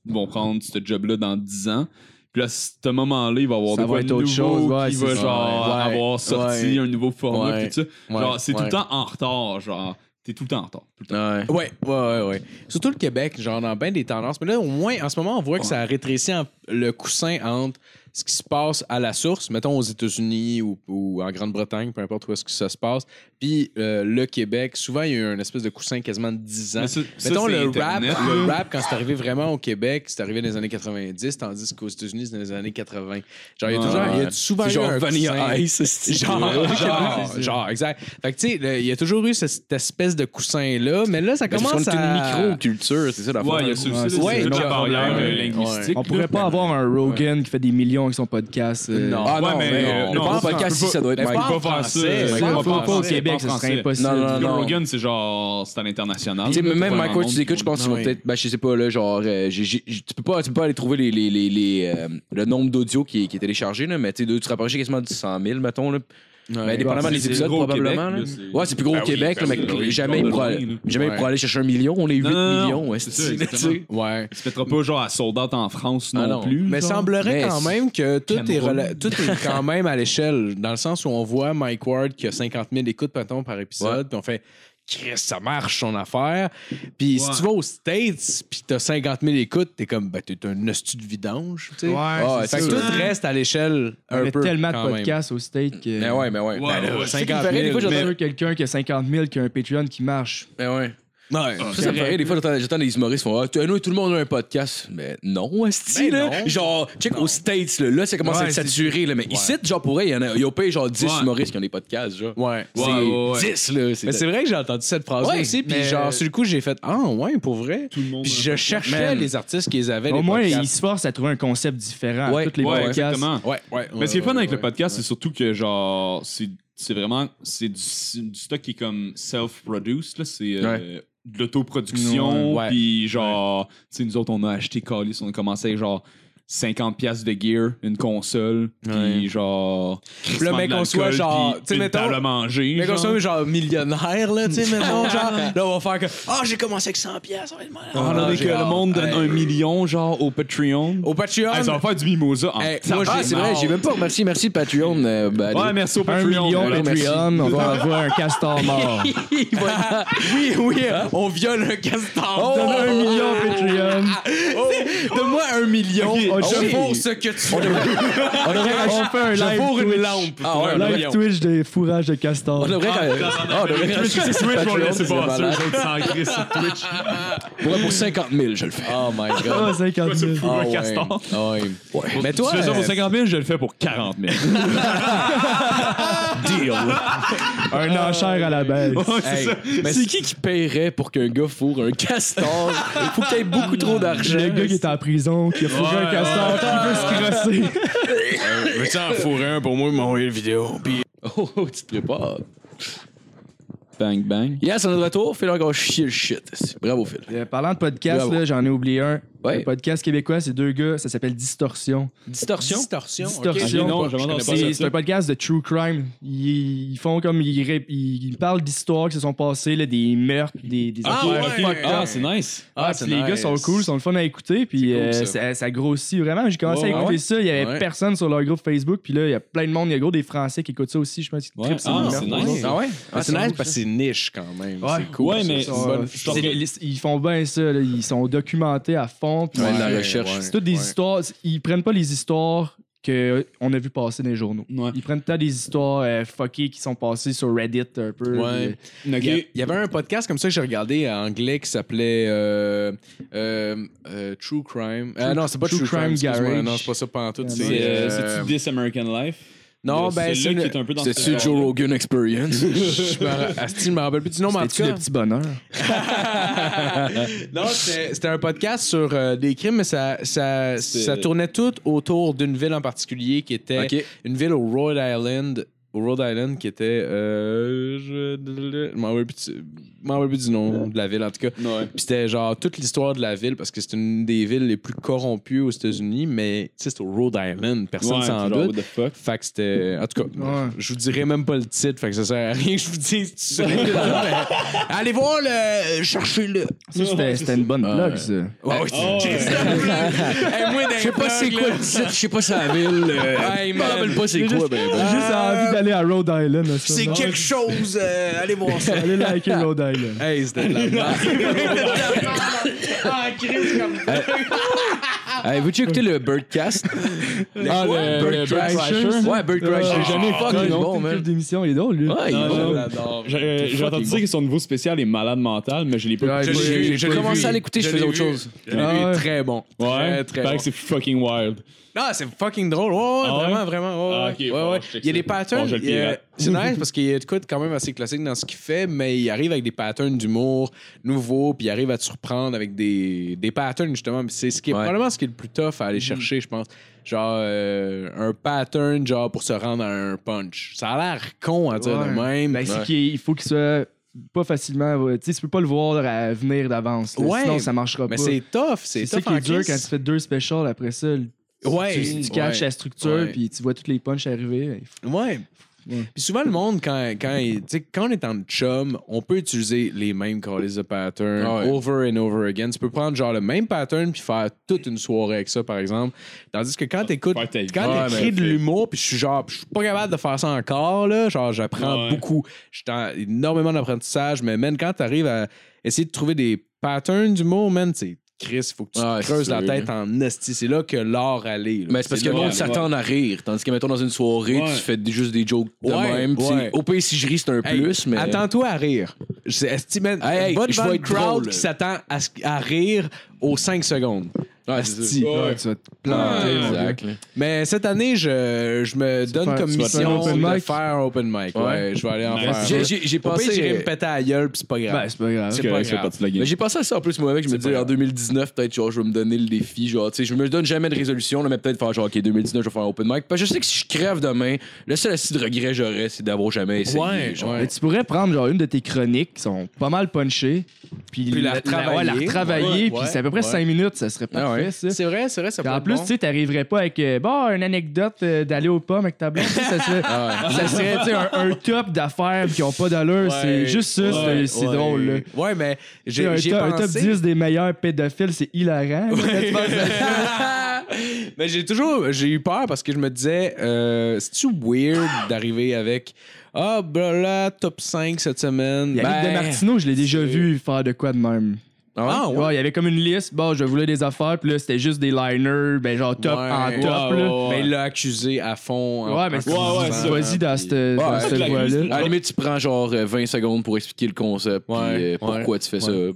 Speaker 5: vont prendre ce job-là dans 10 ans. Puis là, à ce moment-là, il va y avoir
Speaker 6: Ça
Speaker 5: de
Speaker 6: va
Speaker 5: quoi
Speaker 6: être
Speaker 5: de
Speaker 6: autre
Speaker 5: nouveau
Speaker 6: chose, ouais,
Speaker 5: qui
Speaker 6: c'est
Speaker 5: va
Speaker 6: ça.
Speaker 5: genre
Speaker 4: Ouais.
Speaker 5: avoir sorti
Speaker 4: Ouais.
Speaker 5: un nouveau format,
Speaker 4: Ouais.
Speaker 5: puis tout ça.
Speaker 4: Ouais.
Speaker 5: Genre, c'est tout
Speaker 4: Ouais.
Speaker 5: le temps en retard, genre. T'es tout le temps en retard. tout le temps.
Speaker 3: Ouais.
Speaker 4: Ouais, ouais, ouais, ouais. Surtout le Québec, genre dans bien des tendances. Mais là, au moins, en ce moment, on voit que ça rétrécit en- le coussin entre ce qui se passe à la source, mettons aux États-Unis ou, ou en Grande-Bretagne, peu importe où est-ce que ça se passe, puis euh, le Québec. Souvent, il y a eu un espèce de coussin quasiment de 10 ans.
Speaker 5: Mais ça- ça,
Speaker 4: Mettons
Speaker 5: c'est
Speaker 4: le rap,
Speaker 5: Internet,
Speaker 4: le
Speaker 5: là.
Speaker 4: rap, quand c'est arrivé vraiment au Québec, c'est arrivé dans les années 90, tandis qu'aux États-Unis, c'est dans les années 80. Genre, il y a, toujours, il y a souvent eu
Speaker 3: C'est genre
Speaker 4: un coussin-
Speaker 3: Vanilla Ice.
Speaker 4: Genre, genre, genre, exact. Fait que, tu sais, le- il y a toujours eu ce- cette espèce de coussin-là, mais là, ça commence
Speaker 3: C'est
Speaker 4: à...
Speaker 3: une micro-culture, c'est ça la
Speaker 5: Ouais, il y a ça aussi,
Speaker 6: Ouais,
Speaker 5: là, c'est
Speaker 4: ouais,
Speaker 5: toute
Speaker 4: genre,
Speaker 5: la barrière
Speaker 4: ouais,
Speaker 5: euh,
Speaker 4: ouais.
Speaker 5: linguistique.
Speaker 6: On pourrait
Speaker 5: là.
Speaker 6: pas avoir un Rogan qui fait des millions avec son podcast. euh,
Speaker 4: Non.
Speaker 3: Ah
Speaker 5: Ouais,
Speaker 3: non,
Speaker 5: mais, euh,
Speaker 3: mais
Speaker 5: non,
Speaker 3: non. Le
Speaker 5: ça,
Speaker 3: podcast,
Speaker 5: on peut
Speaker 3: si, ça doit être
Speaker 4: Mais
Speaker 3: Mike.
Speaker 4: pas-
Speaker 5: On peut pas faire ça.
Speaker 4: français,
Speaker 5: euh,
Speaker 4: ça,
Speaker 5: on
Speaker 6: on
Speaker 5: va pas
Speaker 6: peut pas au
Speaker 5: français,
Speaker 6: Québec,
Speaker 5: pas
Speaker 6: ça serait
Speaker 5: français.
Speaker 6: impossible.
Speaker 3: Non, non,
Speaker 4: Ah
Speaker 5: Joe
Speaker 3: non.
Speaker 5: Rogan, c'est genre, c'est à l'international.
Speaker 3: Tu sais,
Speaker 5: là,
Speaker 3: même
Speaker 5: pour
Speaker 3: Mike
Speaker 5: le
Speaker 3: Ward,
Speaker 5: monde.
Speaker 3: tu l'écoutes, je pense qu'ils vont peut-être. Ben, je sais pas, là, genre, euh, j'ai- j'ai- tu, peux pas, tu peux pas aller trouver les, les, les, les, euh, le nombre d'audio qui, est- qui est téléchargé, là, mais tu sais, de- tu te rapproches quasiment du 100 000, mettons. Là. Ben, dépendamment
Speaker 5: c'est-
Speaker 3: des
Speaker 5: c'est
Speaker 3: épisodes,
Speaker 5: gros au Québec,
Speaker 3: probablement.
Speaker 5: là,
Speaker 3: là.
Speaker 5: c'est-
Speaker 3: ouais, c'est plus gros
Speaker 8: Ben
Speaker 3: au
Speaker 8: oui,
Speaker 3: Québec,
Speaker 8: ben
Speaker 3: là,
Speaker 8: oui,
Speaker 3: mais
Speaker 8: oui,
Speaker 3: jamais
Speaker 5: genre
Speaker 3: il
Speaker 5: de
Speaker 3: pourra
Speaker 5: loin, là.
Speaker 3: jamais il
Speaker 4: Ouais.
Speaker 3: pourra aller chercher un million. On est 8
Speaker 5: Non, non, non,
Speaker 3: millions.
Speaker 5: c'est
Speaker 3: esti,
Speaker 5: ça,
Speaker 3: là, tu sais.
Speaker 5: exactement.
Speaker 4: Ouais.
Speaker 5: Tu mettras pas genre à sold out en France
Speaker 3: Ah
Speaker 5: non,
Speaker 3: non.
Speaker 5: plus.
Speaker 4: Mais
Speaker 5: genre.
Speaker 4: semblerait
Speaker 3: Mais
Speaker 4: quand
Speaker 3: c'est-
Speaker 4: même que tout est,
Speaker 5: Cameroun.
Speaker 4: rela- tout est quand même à l'échelle, dans le sens où on voit Mike Ward qui a 50 000 écoutes, mettons, par épisode, puis on fait « Chris, ça marche, son affaire ». Puis si
Speaker 5: Ouais.
Speaker 4: tu vas aux States, puis t'as 50 000 écoutes, t'es comme « Ben, t'es un hostie de vidange », tu sais.
Speaker 6: Ouais,
Speaker 4: Ah,
Speaker 6: c'est
Speaker 4: fait que
Speaker 6: sûr.
Speaker 4: tout reste à l'échelle
Speaker 6: Il
Speaker 4: un
Speaker 6: y a
Speaker 4: peu
Speaker 6: tellement de
Speaker 4: quand même.
Speaker 6: podcasts au state que.
Speaker 3: Mais ouais, mais ouais.
Speaker 5: Ouais,
Speaker 3: Ben, là,
Speaker 5: ouais.
Speaker 6: C'est
Speaker 4: 50
Speaker 6: qu'il paraît, des
Speaker 4: 000,
Speaker 6: fois, j'entends
Speaker 5: mais-
Speaker 6: sûr quelqu'un qui a 50 000 qui a un Patreon qui marche.
Speaker 3: mais ouais.
Speaker 4: Ouais.
Speaker 3: Ça, ça me fait rire, Des fois, j'entends- j'entends des humoristes font Ah, tu- nous, tout le monde a un podcast. Mais non, Esti,
Speaker 4: Ben
Speaker 3: là.
Speaker 4: non.
Speaker 3: Genre, check aux States, là. Là, ça commence à
Speaker 6: Ouais,
Speaker 3: être
Speaker 6: c'est-
Speaker 3: saturé, là. Mais ici, genre, pour vrai, il y en a, il y a pas, genre 10
Speaker 5: Ouais.
Speaker 3: humoristes qui ont des podcasts, genre.
Speaker 4: Ouais.
Speaker 3: C'est
Speaker 5: ouais, ouais.
Speaker 3: 10, là. C'est
Speaker 4: Mais c'est vrai que j'ai entendu cette phrase
Speaker 6: Ouais,
Speaker 4: aussi, puis
Speaker 6: mais-
Speaker 4: genre, sur le coup, j'ai fait « Ah, ouais, pour vrai? »
Speaker 5: Tout le monde
Speaker 4: Puis
Speaker 5: a un
Speaker 4: je cherchais
Speaker 6: Man.
Speaker 4: les artistes qu'ils avaient,
Speaker 6: Au
Speaker 4: les
Speaker 6: moins,
Speaker 4: podcasts.
Speaker 6: ils se forcent à trouver un concept différent
Speaker 3: Ouais,
Speaker 6: à tous les
Speaker 5: Ouais,
Speaker 6: podcasts.
Speaker 5: exactement.
Speaker 4: hein. Ouais, ouais.
Speaker 5: Mais ce qui est fun avec le podcast, c'est surtout que genre, c'est c'est vraiment c'est du, du stock qui est comme self-produced, là, c'est euh, de l'autoproduction,
Speaker 4: Ouais.
Speaker 5: puis genre, tu sais, nous autres, on a acheté Calis, on a commencé avec genre 50 pièces de gear, une console,
Speaker 4: Ouais.
Speaker 5: puis genre,
Speaker 4: Puis là,
Speaker 5: crissement
Speaker 4: mais
Speaker 5: de
Speaker 4: qu'on soit,
Speaker 5: l'alcool,
Speaker 4: genre,
Speaker 5: puis
Speaker 4: tu sais,
Speaker 5: une
Speaker 4: mettons-
Speaker 5: table à manger,
Speaker 4: Mais comme
Speaker 5: genre.
Speaker 4: ça, genre millionnaire, là, tu (laughs) sais, mettons, genre, là, on va faire que, ah, j'ai commencé avec 100 pièces, on va être malade.
Speaker 5: Ah,
Speaker 4: Ah,
Speaker 5: Pendant que
Speaker 4: j'ai
Speaker 5: le
Speaker 4: hâte.
Speaker 5: monde donne
Speaker 4: Hey.
Speaker 5: un million, genre, au Patreon.
Speaker 4: Au Patreon,
Speaker 5: Hey, ça va faire du mimosa en
Speaker 4: Hey,
Speaker 5: tabarnak.
Speaker 4: moi,
Speaker 3: Ah, c'est vrai, j'ai même pas remercié. Merci, Patreon. euh, ben,
Speaker 5: Ouais, merci au
Speaker 6: Un
Speaker 5: Patreon.
Speaker 6: million
Speaker 5: Voilà, merci.
Speaker 6: Patreon, on va avoir un castor mort.
Speaker 4: oui, oui, on viole un castor.
Speaker 6: Donne un million Patreon.
Speaker 4: Donne-moi un million. Oh,
Speaker 5: Ok,
Speaker 6: ok.
Speaker 4: je vaux ce que tu veux.
Speaker 3: on devrait
Speaker 6: On
Speaker 3: rajouter-
Speaker 6: fait un
Speaker 4: Je vaux
Speaker 6: live
Speaker 4: une
Speaker 6: Twitch.
Speaker 4: lampe.
Speaker 3: Ah, Oh, ouais,
Speaker 4: un
Speaker 6: Live
Speaker 4: million.
Speaker 6: Twitch des fourrages de castor.
Speaker 3: On devrait rajouter- Ah, on devrait rajouter
Speaker 5: Twitch, Twitch, on
Speaker 3: Patreon,
Speaker 5: laisse
Speaker 3: c'est
Speaker 5: pas ça.
Speaker 3: malade.
Speaker 5: les autres s'en crissent sur Twitch.
Speaker 3: Pour pour 50 000, je le fais.
Speaker 4: Oh my (laughs)
Speaker 6: Ah,
Speaker 4: god.
Speaker 6: 50 000.
Speaker 5: (laughs)
Speaker 4: Ah,
Speaker 5: Pourquoi un
Speaker 4: ouais.
Speaker 5: castor?
Speaker 4: Ah, ouais. Mais toi,
Speaker 5: tu fais ça
Speaker 4: euh,
Speaker 5: pour 50 000, je le fais pour 40 000.
Speaker 3: Deal.
Speaker 6: Un enchère à la baisse.
Speaker 5: c'est
Speaker 3: Hey,
Speaker 5: ça.
Speaker 3: mais c'est qui qui paierait pour qu'un gars fourre un castor? Il faut que t'aies beaucoup trop d'argent.
Speaker 6: (laughs) Le gars qui est en prison, qui a fourré un castor, qui veut se crosser.
Speaker 4: Veux-tu en fourrer un pour moi, m'envoyer le vidéo? Puis
Speaker 3: Oh, oh, tu te prépares.
Speaker 5: Bang, bang.
Speaker 3: Yes, on est de retour. Phil a encore chier le shit. Bravo, Phil.
Speaker 6: Euh, parlant de podcast,
Speaker 3: Bravo.
Speaker 6: là, j'en ai oublié un.
Speaker 3: Ouais.
Speaker 6: Un podcast québécois, c'est deux gars, ça s'appelle Distorsion.
Speaker 3: Distorsion.
Speaker 4: distorsion.
Speaker 6: Distorsion. Ah,
Speaker 5: non, j'avais entendu
Speaker 6: C'est-
Speaker 5: parler de
Speaker 6: C'est
Speaker 5: ça.
Speaker 6: un podcast de true crime. Ils, ils font comme ils, ré- ils- ils parlent d'histoires qui se sont passées, là, des meurtres, des, des
Speaker 4: Ah
Speaker 6: affaires.
Speaker 4: ouais.
Speaker 6: fuck up.
Speaker 5: Ah, c'est nice.
Speaker 6: Ah, puis les gars sont cool, sont le fun à écouter, puis
Speaker 4: cool,
Speaker 6: euh,
Speaker 4: ça.
Speaker 6: ça. ça grossit vraiment. J'ai commencé
Speaker 4: Ouais,
Speaker 6: à écouter
Speaker 4: ouais.
Speaker 6: ça, il y avait
Speaker 4: Ouais.
Speaker 6: personne sur leur groupe Facebook, puis là, il y a plein de monde, il y a gros des Français qui écoutent ça aussi, je pense qu'ils
Speaker 5: Ouais.
Speaker 6: trippent sur
Speaker 5: Ah,
Speaker 6: les
Speaker 5: c'est
Speaker 6: meurtres.
Speaker 5: nice.
Speaker 3: Ah ouais?
Speaker 4: Ah, c'est nice parce que c'est niche quand même.
Speaker 6: Ouais.
Speaker 4: C'est cool.
Speaker 5: Ouais, mais-
Speaker 4: ça.
Speaker 6: Ils sont,
Speaker 5: bonne-
Speaker 6: euh,
Speaker 5: je trouve
Speaker 6: c'est-
Speaker 5: que-
Speaker 6: les- Ils font bien ça, là, ils sont documentés à fond. puis
Speaker 3: Ouais,
Speaker 6: c'est-
Speaker 3: la recherche.
Speaker 6: C'est toutes des histoires. Ils prennent pas les histoires qu'on a vu passer dans les journaux.
Speaker 1: Ouais.
Speaker 6: Ils prennent peut des histoires euh, fuckées qui sont passées sur Reddit un peu. euh,
Speaker 4: Ouais. Il
Speaker 5: euh,
Speaker 4: y a- il y avait un podcast comme ça que j'ai regardé en anglais qui s'appelait euh, euh, euh, True Crime. Ah
Speaker 6: True-
Speaker 4: non, c'est pas True,
Speaker 6: True
Speaker 4: Crime,
Speaker 6: Crime
Speaker 4: excuse-moi.
Speaker 6: Garage.
Speaker 4: Non, c'est pas ça pas en tout.
Speaker 6: Euh,
Speaker 4: C'est,
Speaker 1: C'est
Speaker 4: euh,
Speaker 1: euh, c'est-tu This American Life?
Speaker 4: non,
Speaker 1: Le-
Speaker 4: ben
Speaker 1: c'est
Speaker 4: c'est
Speaker 1: là
Speaker 4: une-
Speaker 1: qui est un peu dans
Speaker 3: C'est-tu
Speaker 1: ce
Speaker 3: Joe Rogan Experience?
Speaker 4: (laughs) je me ra- Asti, je me rappelle plus du nom, mais en tout
Speaker 6: C'est-tu
Speaker 4: cas.
Speaker 6: le petit bonheur?
Speaker 4: (laughs) non, c'était c'était un podcast sur euh, des crimes, mais ça, ça,
Speaker 1: C'est-
Speaker 4: ça tournait tout autour d'une ville en particulier qui était
Speaker 3: OK.
Speaker 4: une ville au Rhode Island. Au Rhode Island qui était. euh, je je m'en rappelle plus du- je m'en rappelle plus du nom de la ville, en tout cas.
Speaker 1: Ouais.
Speaker 4: Puis c'était genre toute l'histoire de la ville parce que c'est une des villes les plus corrompues aux États-Unis, mais tu sais, c'est au Rhode Island, personne
Speaker 1: Ouais,
Speaker 4: s'en
Speaker 1: genre,
Speaker 4: doute.
Speaker 1: what the fuck?
Speaker 4: Fait que c'était. En tout cas,
Speaker 6: Ouais.
Speaker 4: je vous dirai même pas le titre, fait que ça sert à rien que je vous dise tout ça. Mais Allez voir le. Cherchez-le.
Speaker 6: Ça, c'était- c'était une bonne blague, ça.
Speaker 4: Ouais,
Speaker 3: Je sais pas c'est quoi le titre, je sais pas c'est la ville. euh,
Speaker 4: Hey,
Speaker 3: Je me rappelle pas c'est quoi, ben.
Speaker 6: J'ai juste envie d'aller à Rhode Island. ça. Non,
Speaker 4: chose. euh, allez voir ça.
Speaker 6: Allez liker Rhode Island.
Speaker 4: Hey, c'était de la merde.
Speaker 3: Avez-vous écouté le Birdcast?
Speaker 1: Ah, le,
Speaker 3: Bird
Speaker 1: le
Speaker 3: Crashers?
Speaker 1: Crasher?
Speaker 3: Ouais, Birdcrasher.
Speaker 6: Crasher.
Speaker 3: J'ai jamais
Speaker 6: Ah,
Speaker 3: fucking
Speaker 6: il monte
Speaker 3: bon,
Speaker 6: une
Speaker 3: man.
Speaker 6: clip d'émission, il est drôle, lui. Ah,
Speaker 3: Ouais, il est
Speaker 1: Non,
Speaker 3: bon.
Speaker 1: non.
Speaker 4: l'adore.
Speaker 1: J'ai j'ai entendu dire que son nouveau spécial est malade mental, mais je l'ai pas
Speaker 6: Ouais,
Speaker 1: écouté.
Speaker 6: j'ai-
Speaker 4: J'ai
Speaker 3: J'ai commencé à l'écouter, je faisais autre chose.
Speaker 6: Ah ouais.
Speaker 4: très bon.
Speaker 1: Ouais,
Speaker 4: Très, très
Speaker 1: Fait
Speaker 4: bon.
Speaker 1: que c'est fucking wild.
Speaker 4: Ah, c'est fucking drôle. Ouais, ouais,
Speaker 1: Ah ouais?
Speaker 4: vraiment, vraiment. ouais,
Speaker 1: Ah,
Speaker 4: ouais.
Speaker 1: ok,
Speaker 4: Ouais,
Speaker 1: bon,
Speaker 4: ouais.
Speaker 1: je check
Speaker 4: Il y a
Speaker 1: ça.
Speaker 4: des patterns.
Speaker 1: Bon, je le
Speaker 4: il y a-
Speaker 1: pirate.
Speaker 4: (laughs) C'est nice parce qu'il y a de quoi de quand même assez classique dans ce qu'il fait, mais il arrive avec des patterns d'humour nouveaux, puis il arrive à te surprendre avec des, des patterns, justement. Puis C'est ce qui est
Speaker 3: Ouais.
Speaker 4: probablement ce qui est le plus tough à
Speaker 1: Mm-hmm.
Speaker 4: aller chercher, je pense. Genre, euh, un pattern, genre, pour se rendre à un punch. Ça a l'air con à dire
Speaker 6: Ouais.
Speaker 4: de même.
Speaker 6: Ben,
Speaker 4: Ouais.
Speaker 6: c'est qu'il faut qu'il soit pas facilement. Tu sais, tu peux pas le voir à venir d'avance. là.
Speaker 4: Ouais.
Speaker 6: Sinon, ça marchera
Speaker 4: Mais
Speaker 6: pas.
Speaker 4: c'est tough. C'est
Speaker 6: C'est ça
Speaker 4: tough
Speaker 6: qui est
Speaker 4: en
Speaker 6: dur quand
Speaker 4: crise.
Speaker 6: tu fais deux specials après ça. le-
Speaker 4: Ouais.
Speaker 6: Tu, tu caches
Speaker 4: Ouais.
Speaker 6: la structure,
Speaker 4: Ouais.
Speaker 6: puis tu vois toutes les punches arriver.
Speaker 4: Ouais.
Speaker 6: Ouais.
Speaker 4: Puis souvent, le monde, quand, quand, il- tu sais, quand on est en chum, on peut utiliser les mêmes callings de pattern
Speaker 3: Ah ouais.
Speaker 4: over and over again. Tu peux prendre genre le même pattern puis faire toute une soirée avec ça, par exemple. Tandis que quand t'écoutes,
Speaker 1: Faire ta vie.
Speaker 4: quand
Speaker 1: Ouais,
Speaker 4: t'écris
Speaker 1: mais-
Speaker 4: de l'humour, puis je suis genre, je suis pas capable de faire ça encore, là. Genre, j'apprends
Speaker 1: Ouais.
Speaker 4: beaucoup. Je suis en énormément d'apprentissage, mais man, quand t'arrives à essayer de trouver des patterns d'humour, man, c'est Chris, faut que tu te
Speaker 3: Ouais,
Speaker 4: creuses
Speaker 3: c'est
Speaker 4: la
Speaker 3: sûr,
Speaker 4: tête en esti. C'est là que l'art allait. là.
Speaker 3: Mais c'est parce
Speaker 4: C'est
Speaker 3: que le
Speaker 4: là-
Speaker 3: monde
Speaker 1: ouais.
Speaker 3: s'attend à rire. Tandis que, mettons, dans une soirée,
Speaker 1: Ouais.
Speaker 3: tu fais des- juste des jokes de
Speaker 4: Ouais,
Speaker 3: même. pis
Speaker 4: ouais.
Speaker 3: c'est- Au pays, si je ris, c'est un
Speaker 4: Hey,
Speaker 3: plus, mais.
Speaker 4: Attends-toi à rire. Je- Estime,
Speaker 3: Hey, hey,
Speaker 4: bonne
Speaker 3: je vais
Speaker 4: bande
Speaker 3: être
Speaker 4: crowd
Speaker 3: drôle.
Speaker 4: qui s'attend à, ce- à rire aux 5 secondes.
Speaker 3: Ouais, c'est ça.
Speaker 4: Asti.
Speaker 1: Ouais.
Speaker 6: tu vas te
Speaker 4: planter,
Speaker 1: Ouais.
Speaker 3: Exact. là.
Speaker 4: Mais cette année, je, je me donne
Speaker 6: faire-
Speaker 4: comme
Speaker 6: tu vas faire un
Speaker 4: mission
Speaker 6: open
Speaker 4: de
Speaker 6: mic?
Speaker 4: faire un open mic. Ouais.
Speaker 3: Ouais.
Speaker 4: je vais aller en
Speaker 1: Nice.
Speaker 4: faire.
Speaker 3: J'ai- J'ai j'ai
Speaker 4: Au pire, j'irai
Speaker 3: pensé. euh,
Speaker 4: me péter à la gueule, puis c'est pas grave.
Speaker 6: Ben, c'est pas grave.
Speaker 4: C'est
Speaker 1: Que
Speaker 4: pas
Speaker 1: ça fait
Speaker 4: grave.
Speaker 1: partie de la game.
Speaker 3: Mais j'ai pensé à ça en plus, moi, avec. Je me disais, en 2019, peut-être, genre, je vais me donner le défi. Genre, tu sais, je me donne jamais de résolution, là, mais peut-être faire, genre, OK, 2019, je vais faire un open mic. Parce que je sais que si je crève demain, le seul assis de regret que j'aurais, c'est d'avoir jamais essayé.
Speaker 4: Ouais,
Speaker 3: genre.
Speaker 4: ouais.
Speaker 6: Mais tu pourrais prendre genre une de tes chroniques qui sont pas mal punchées, puis,
Speaker 4: Puis la retravailler.
Speaker 6: ouais, la retravailler,
Speaker 4: Ouais,
Speaker 6: puis
Speaker 4: ouais,
Speaker 6: c'est à peu près
Speaker 4: ouais.
Speaker 6: 5 minutes, ça serait
Speaker 3: Ah
Speaker 6: parfait,
Speaker 3: ouais.
Speaker 6: ça.
Speaker 4: C'est vrai, c'est vrai, ça
Speaker 6: Puis
Speaker 4: peut
Speaker 6: en
Speaker 4: être
Speaker 6: plus,
Speaker 4: bon.
Speaker 6: tu sais, t'arriverais pas avec euh, bah, une anecdote euh, d'aller aux pommes avec ta blonde. Ça, ça serait,
Speaker 3: Ah.
Speaker 6: ça serait, tu sais, un, un top d'affaires qui ont pas d'allure.
Speaker 4: Ouais,
Speaker 6: c'est juste ça, c'est-
Speaker 4: ouais,
Speaker 6: c'est
Speaker 4: ouais.
Speaker 6: drôle. Là.
Speaker 4: Ouais, mais
Speaker 6: Tu sais,
Speaker 4: j'ai
Speaker 6: Un,
Speaker 4: j'ai
Speaker 6: top, un
Speaker 4: pensé... (laughs)
Speaker 6: top 10 des meilleurs pédophiles, c'est hilarant.
Speaker 4: Mais j'ai toujours j'ai eu peur parce que je me disais euh, c'est-tu weird d'arriver avec ah ben là top 5 cette semaine.
Speaker 6: Yannick
Speaker 4: Ben,
Speaker 6: de Martino, je l'ai déjà vu faire de quoi de même.
Speaker 4: Ah ouais.
Speaker 6: Ouais, il y avait comme une liste. Bon, je voulais des affaires, puis là, c'était juste des liners, ben genre top
Speaker 4: Ouais.
Speaker 6: en
Speaker 4: Ouais,
Speaker 6: top. là.
Speaker 4: Mais il l'a accusé à fond.
Speaker 6: Ouais,
Speaker 4: en-
Speaker 6: mais c'est
Speaker 4: en- en-
Speaker 1: ouais,
Speaker 4: en-
Speaker 1: c'est-
Speaker 6: vas-y dans cette, dans
Speaker 3: Ouais,
Speaker 6: cette
Speaker 1: toute la
Speaker 6: voie-là.
Speaker 1: liste.
Speaker 3: À la limite, tu prends genre euh, 20 secondes pour expliquer le concept, puis
Speaker 4: Ouais,
Speaker 3: euh,
Speaker 4: ouais,
Speaker 3: pourquoi tu fais ça.
Speaker 1: Ouais.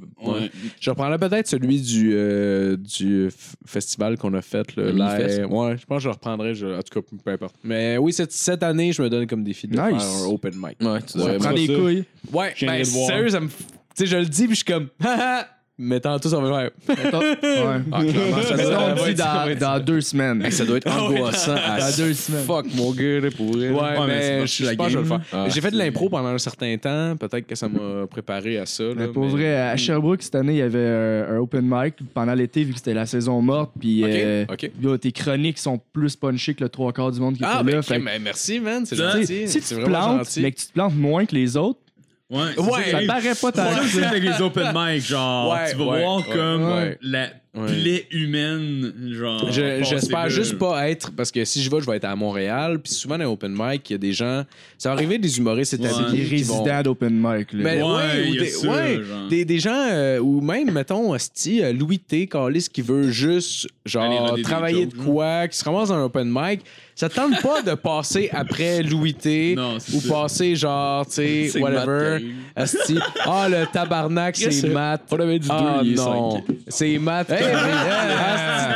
Speaker 4: Je reprendrais peut-être celui du, euh, du f- festival qu'on a fait. Le
Speaker 3: Le
Speaker 4: live.
Speaker 3: Minifest.
Speaker 4: Ouais, je pense que je le reprendrais. je- en tout cas, peu importe. Mais oui, cette, cette année, je me donne comme défi de
Speaker 6: Nice.
Speaker 4: faire un open mic.
Speaker 3: Ouais, tu
Speaker 6: Ça
Speaker 3: devrais.
Speaker 6: prend
Speaker 1: moi,
Speaker 6: des
Speaker 1: ça.
Speaker 6: couilles.
Speaker 4: Ouais,
Speaker 1: Je viendrai
Speaker 4: ben,
Speaker 1: le voir.
Speaker 4: sérieux, ça me. f- Tu sais, je le dis, puis je suis comme. (laughs) Haha! Mais tantôt, ça va faire. (laughs)
Speaker 6: Attends. Ouais.
Speaker 4: ça
Speaker 6: Mais
Speaker 4: doit-
Speaker 6: ça,
Speaker 4: ça
Speaker 6: on
Speaker 4: doit
Speaker 6: dit
Speaker 4: être- ça doit
Speaker 6: dans,
Speaker 4: être
Speaker 6: dans deux semaines.
Speaker 3: Hey, ça (laughs) doit être
Speaker 4: (laughs)
Speaker 3: angoissant à
Speaker 6: Dans deux semaines.
Speaker 3: fuck, mon gars, là, pour vrai.
Speaker 4: Ouais,
Speaker 1: Ouais, mais c'est
Speaker 4: mais
Speaker 1: pas
Speaker 4: je,
Speaker 1: la
Speaker 4: je pense que je vais le
Speaker 1: game.
Speaker 4: faire.
Speaker 3: Ah,
Speaker 4: J'ai fait de l'impro pendant un certain temps. Peut-être que ça m'a préparé à ça. là,
Speaker 6: Mais pour vrai, à Sherbrooke, cette année, il y avait euh, un open mic pendant l'été, vu que c'était la saison morte. Puis
Speaker 4: Ok,
Speaker 6: euh,
Speaker 4: ok.
Speaker 6: là, tes chroniques sont plus punchées que le trois quarts du monde qui
Speaker 4: Ah,
Speaker 6: était
Speaker 4: ben,
Speaker 6: là.
Speaker 4: ok,
Speaker 6: fait que,
Speaker 4: mais merci, man. C'est
Speaker 6: tu sais,
Speaker 4: gentil.
Speaker 6: si tu
Speaker 4: C'est
Speaker 6: te
Speaker 4: vraiment
Speaker 6: plantes,
Speaker 4: gentil.
Speaker 6: mais que tu te plantes moins que les autres,
Speaker 9: Ouais.
Speaker 4: Ouais.
Speaker 9: c'est-
Speaker 6: Ça paraît pas tant.
Speaker 9: C'est
Speaker 6: que
Speaker 9: ça
Speaker 6: ça.
Speaker 9: avec les open mic, genre,
Speaker 4: Ouais,
Speaker 9: tu vas
Speaker 4: ouais,
Speaker 9: voir
Speaker 4: ouais,
Speaker 9: comme
Speaker 4: ouais.
Speaker 9: la
Speaker 4: Ouais.
Speaker 9: plaie humaine, genre.
Speaker 4: Je-
Speaker 9: passer
Speaker 4: J'espère
Speaker 9: là.
Speaker 4: juste pas être, parce que si je vais, je vais être à Montréal, puis souvent dans les open mic, il y a des gens. Ça va arriver des humoristes
Speaker 9: Ouais.
Speaker 4: établis.
Speaker 6: Des
Speaker 4: qui vont-
Speaker 6: résidents d'open mic. Là.
Speaker 4: Mais ouais,
Speaker 9: Ouais,
Speaker 4: ou
Speaker 9: il y a
Speaker 4: des,
Speaker 9: ça,
Speaker 4: ouais,
Speaker 9: genre.
Speaker 4: des, des gens, euh, ou même, mettons, hostie, euh, Louis T. Calis qui veut juste,
Speaker 9: Aller
Speaker 4: genre,
Speaker 9: roder des
Speaker 4: travailler
Speaker 9: jokes,
Speaker 4: de quoi, qui se ramasse dans un open mic. Ça te tente pas de passer après Louis T.
Speaker 9: (laughs) Non, c'est
Speaker 4: ou
Speaker 9: ça.
Speaker 4: passer, genre, tu sais,
Speaker 9: (laughs) C'est
Speaker 4: whatever.
Speaker 9: Matt qui arrive.
Speaker 4: Hostie. Ah, le tabarnak, c'est Matt.
Speaker 3: On avait dit deux,
Speaker 4: Ah
Speaker 3: il est
Speaker 4: non,
Speaker 3: cinq.
Speaker 4: c'est Matt. Hey, hey, hostie,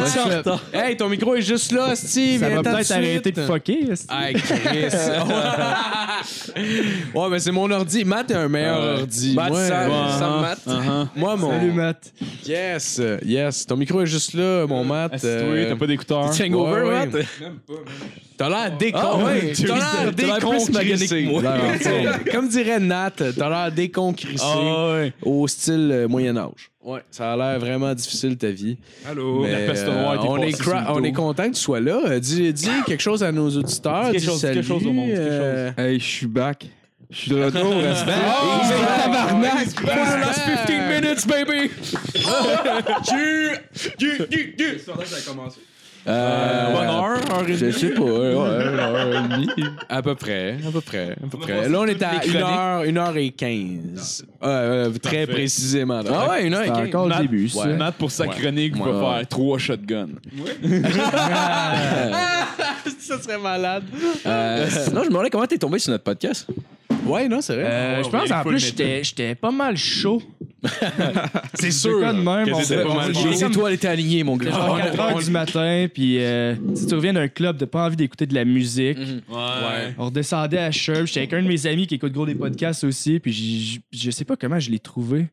Speaker 3: Ouais, je suis en retard.
Speaker 4: Hey, ton micro est juste là, hostie.
Speaker 6: Ça
Speaker 4: viens-t'en tout
Speaker 6: va
Speaker 4: de
Speaker 6: peut-être
Speaker 4: suite.
Speaker 6: arrêter de fucker. est-ce que-
Speaker 4: Ah, Chris. ouais, mais c'est mon ordi. Matt est un meilleur ordi.
Speaker 3: Matt,
Speaker 4: Moi,
Speaker 3: Sam,
Speaker 4: ouais.
Speaker 3: Sam Matt.
Speaker 9: Uh-huh.
Speaker 4: Moi, Ah, mon.
Speaker 6: Salut, Matt.
Speaker 4: Yes, yes. Ton micro est juste là, mon Matt.
Speaker 1: Oui,
Speaker 4: euh,
Speaker 1: t'as pas d'écouteurs.
Speaker 3: Petit hangover,
Speaker 4: Ouais, ouais.
Speaker 3: Matt.
Speaker 4: T'as l'air décon.
Speaker 3: Ah
Speaker 9: (laughs)
Speaker 3: ouais, tu-
Speaker 4: T'as l'air
Speaker 3: t'as l'air plus
Speaker 4: décon.
Speaker 3: magané que moi.
Speaker 4: (laughs) Comme dirait Nat, t'as l'air déconcrissé
Speaker 5: Ah.
Speaker 9: Ah
Speaker 1: ouais.
Speaker 4: au style euh, Moyen-Âge. Ouais, ça a l'air vraiment difficile ta vie.
Speaker 1: Allô.
Speaker 4: Mais,
Speaker 1: la peste
Speaker 4: euh,
Speaker 1: noire était
Speaker 4: on,
Speaker 1: passée
Speaker 4: est
Speaker 1: sur le
Speaker 4: cra-
Speaker 1: dos.
Speaker 4: on est content que tu sois là. Euh, Dis, dis quelque chose à nos auditeurs. Dis
Speaker 1: quelque chose, dis quelque chose au monde, dis quelque chose.
Speaker 4: euh,
Speaker 6: Hey, je suis back. Je suis de retour.
Speaker 4: (laughs) Oh,
Speaker 6: Respect.
Speaker 4: tabarnak!
Speaker 3: Last 15 minutes, baby!
Speaker 4: (laughs)
Speaker 3: Euh,
Speaker 4: One
Speaker 3: heure, heure Je sais pas, ouais, ouais, une heure et demie.
Speaker 4: À peu près, à peu près, à peu près. Là, on est à 1h, 1h15. très précisément. là.
Speaker 3: Ah ouais, une heure et
Speaker 6: C'est
Speaker 3: quinze.
Speaker 6: encore le début, ça.
Speaker 4: Ouais.
Speaker 1: Matt, pour sa chronique, va
Speaker 3: Ouais.
Speaker 1: faire trois shotguns.
Speaker 4: Ça serait malade.
Speaker 3: Euh, Sinon, je me demandais comment t'es tombé sur notre podcast.
Speaker 4: Ouais, non, c'est vrai.
Speaker 6: Euh, je pense en plus, j'étais j'étais pas
Speaker 4: (laughs)
Speaker 6: mal chaud.
Speaker 4: c'est
Speaker 6: C'est quoi de même? on
Speaker 9: c'était
Speaker 6: se-
Speaker 9: pas
Speaker 6: on
Speaker 9: mal
Speaker 6: se-
Speaker 9: chaud.
Speaker 6: on se-
Speaker 3: étoiles étaient alignées, mon
Speaker 6: C'est genre 4 heures du matin, puis euh, si tu reviens d'un club de pas envie d'écouter de la musique,
Speaker 9: Ouais.
Speaker 6: on redescendait à Sherb, j'étais avec un de mes amis qui écoute gros des podcasts aussi, puis j'ai- j- je sais pas comment je l'ai trouvé.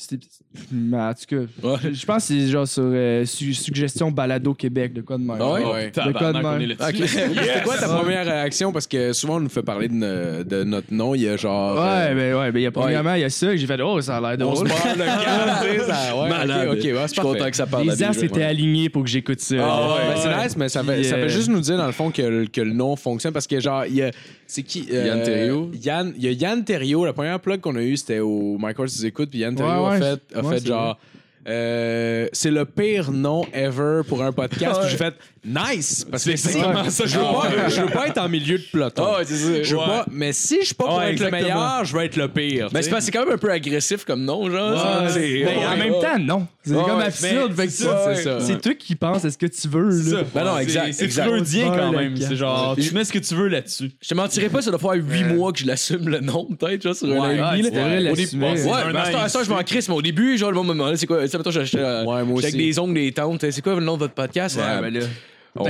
Speaker 6: C'était. mais En tout cas,
Speaker 3: Ouais.
Speaker 6: je pense que c'est genre sur euh, su- Suggestion Balado Québec, de quoi de même.
Speaker 3: Ah ouais?
Speaker 9: Oh,
Speaker 4: Ouais.
Speaker 9: tabarnak,
Speaker 6: De quoi de
Speaker 9: on est
Speaker 6: même?
Speaker 9: là-dessus.
Speaker 4: Ah,
Speaker 9: (laughs)
Speaker 4: C'était quoi ta première réaction? Parce que souvent, on nous fait parler de, no- de notre nom. Il y a genre.
Speaker 6: Ouais,
Speaker 4: euh,
Speaker 6: ben ouais, ben il y a premièrement, il y a ça, et j'ai fait oh, ça a l'air
Speaker 4: on se
Speaker 6: drôle.
Speaker 4: parle de cas, tu sais, ça- ouais,
Speaker 3: Malade.
Speaker 4: Ok, ok,
Speaker 3: je
Speaker 4: ouais, c'est
Speaker 3: suis
Speaker 4: parfait.
Speaker 3: content que ça parle. à
Speaker 6: Les
Speaker 3: des
Speaker 6: as
Speaker 3: gens.
Speaker 6: étaient alignés pour que j'écoute ça.
Speaker 4: Ah
Speaker 9: ouais,
Speaker 4: ouais,
Speaker 9: ouais.
Speaker 4: c'est nice, mais ça fait,
Speaker 6: Puis,
Speaker 4: ça
Speaker 6: euh,
Speaker 4: fait juste nous dire, dans le fond, que, le- que le nom fonctionne parce que, genre, il y a. C'est qui euh,
Speaker 3: Yann Terriot.
Speaker 4: Yann, il y a Yann Terriot. La première plug qu'on a eue, c'était au Michael Tu écoutes, puis Yann
Speaker 6: Ouais,
Speaker 4: Terriot
Speaker 6: ouais,
Speaker 4: a fait, a
Speaker 6: ouais,
Speaker 4: fait
Speaker 6: c'est
Speaker 4: genre. euh, c'est le pire nom ever pour un podcast. Puis J'ai fait nice parce que c'est ça. Je veux, pas, je veux pas être en milieu de peloton.
Speaker 3: Ah, ouais, c'est ça.
Speaker 4: je veux pas, mais si je suis pas pour être le meilleur, je veux être le pire.
Speaker 3: Mais c'est
Speaker 4: tu sais.
Speaker 3: parce que c'est quand même un peu agressif comme nom,
Speaker 4: Ah,
Speaker 3: genre.
Speaker 6: Ouais,
Speaker 3: c'est-
Speaker 6: c'est-
Speaker 3: ouais,
Speaker 6: ben, en
Speaker 3: ouais.
Speaker 6: même temps, non. C'est
Speaker 3: Ouais,
Speaker 6: comme
Speaker 3: ouais,
Speaker 6: absurde. fait que
Speaker 4: c'est
Speaker 6: ça,
Speaker 4: ça,
Speaker 6: c'est
Speaker 4: c'est ça.
Speaker 6: toi qui penses à ce que tu veux. Là.
Speaker 3: Ben non, exact.
Speaker 9: C'est
Speaker 3: exact.
Speaker 9: freudien quand
Speaker 6: Ouais,
Speaker 9: même.
Speaker 6: le
Speaker 9: C'est
Speaker 6: gars.
Speaker 9: genre, tu mets ce que tu veux là-dessus.
Speaker 3: Je te mentirais pas, ça doit faire 8 mois que je l'assume le nom, peut-être, genre, sur un
Speaker 6: Ouais,
Speaker 3: an et demi.
Speaker 6: tu
Speaker 3: là.
Speaker 6: devrais
Speaker 3: Au
Speaker 6: l'assumer.
Speaker 3: dé-
Speaker 9: Ouais,
Speaker 3: Ouais,
Speaker 9: ben,
Speaker 5: ben,
Speaker 9: un
Speaker 3: mais
Speaker 9: an
Speaker 3: à cette
Speaker 9: et
Speaker 3: heure- à ça, je m'en crisse, mais au début, genre, le monde me demandait, c'est quoi, tu sais, mettons, j'achetais euh,
Speaker 4: Ouais, moi
Speaker 3: j'étais avec
Speaker 4: aussi.
Speaker 3: des ongles, des tentes, c'est quoi le nom de votre podcast? Euh, on-
Speaker 6: ben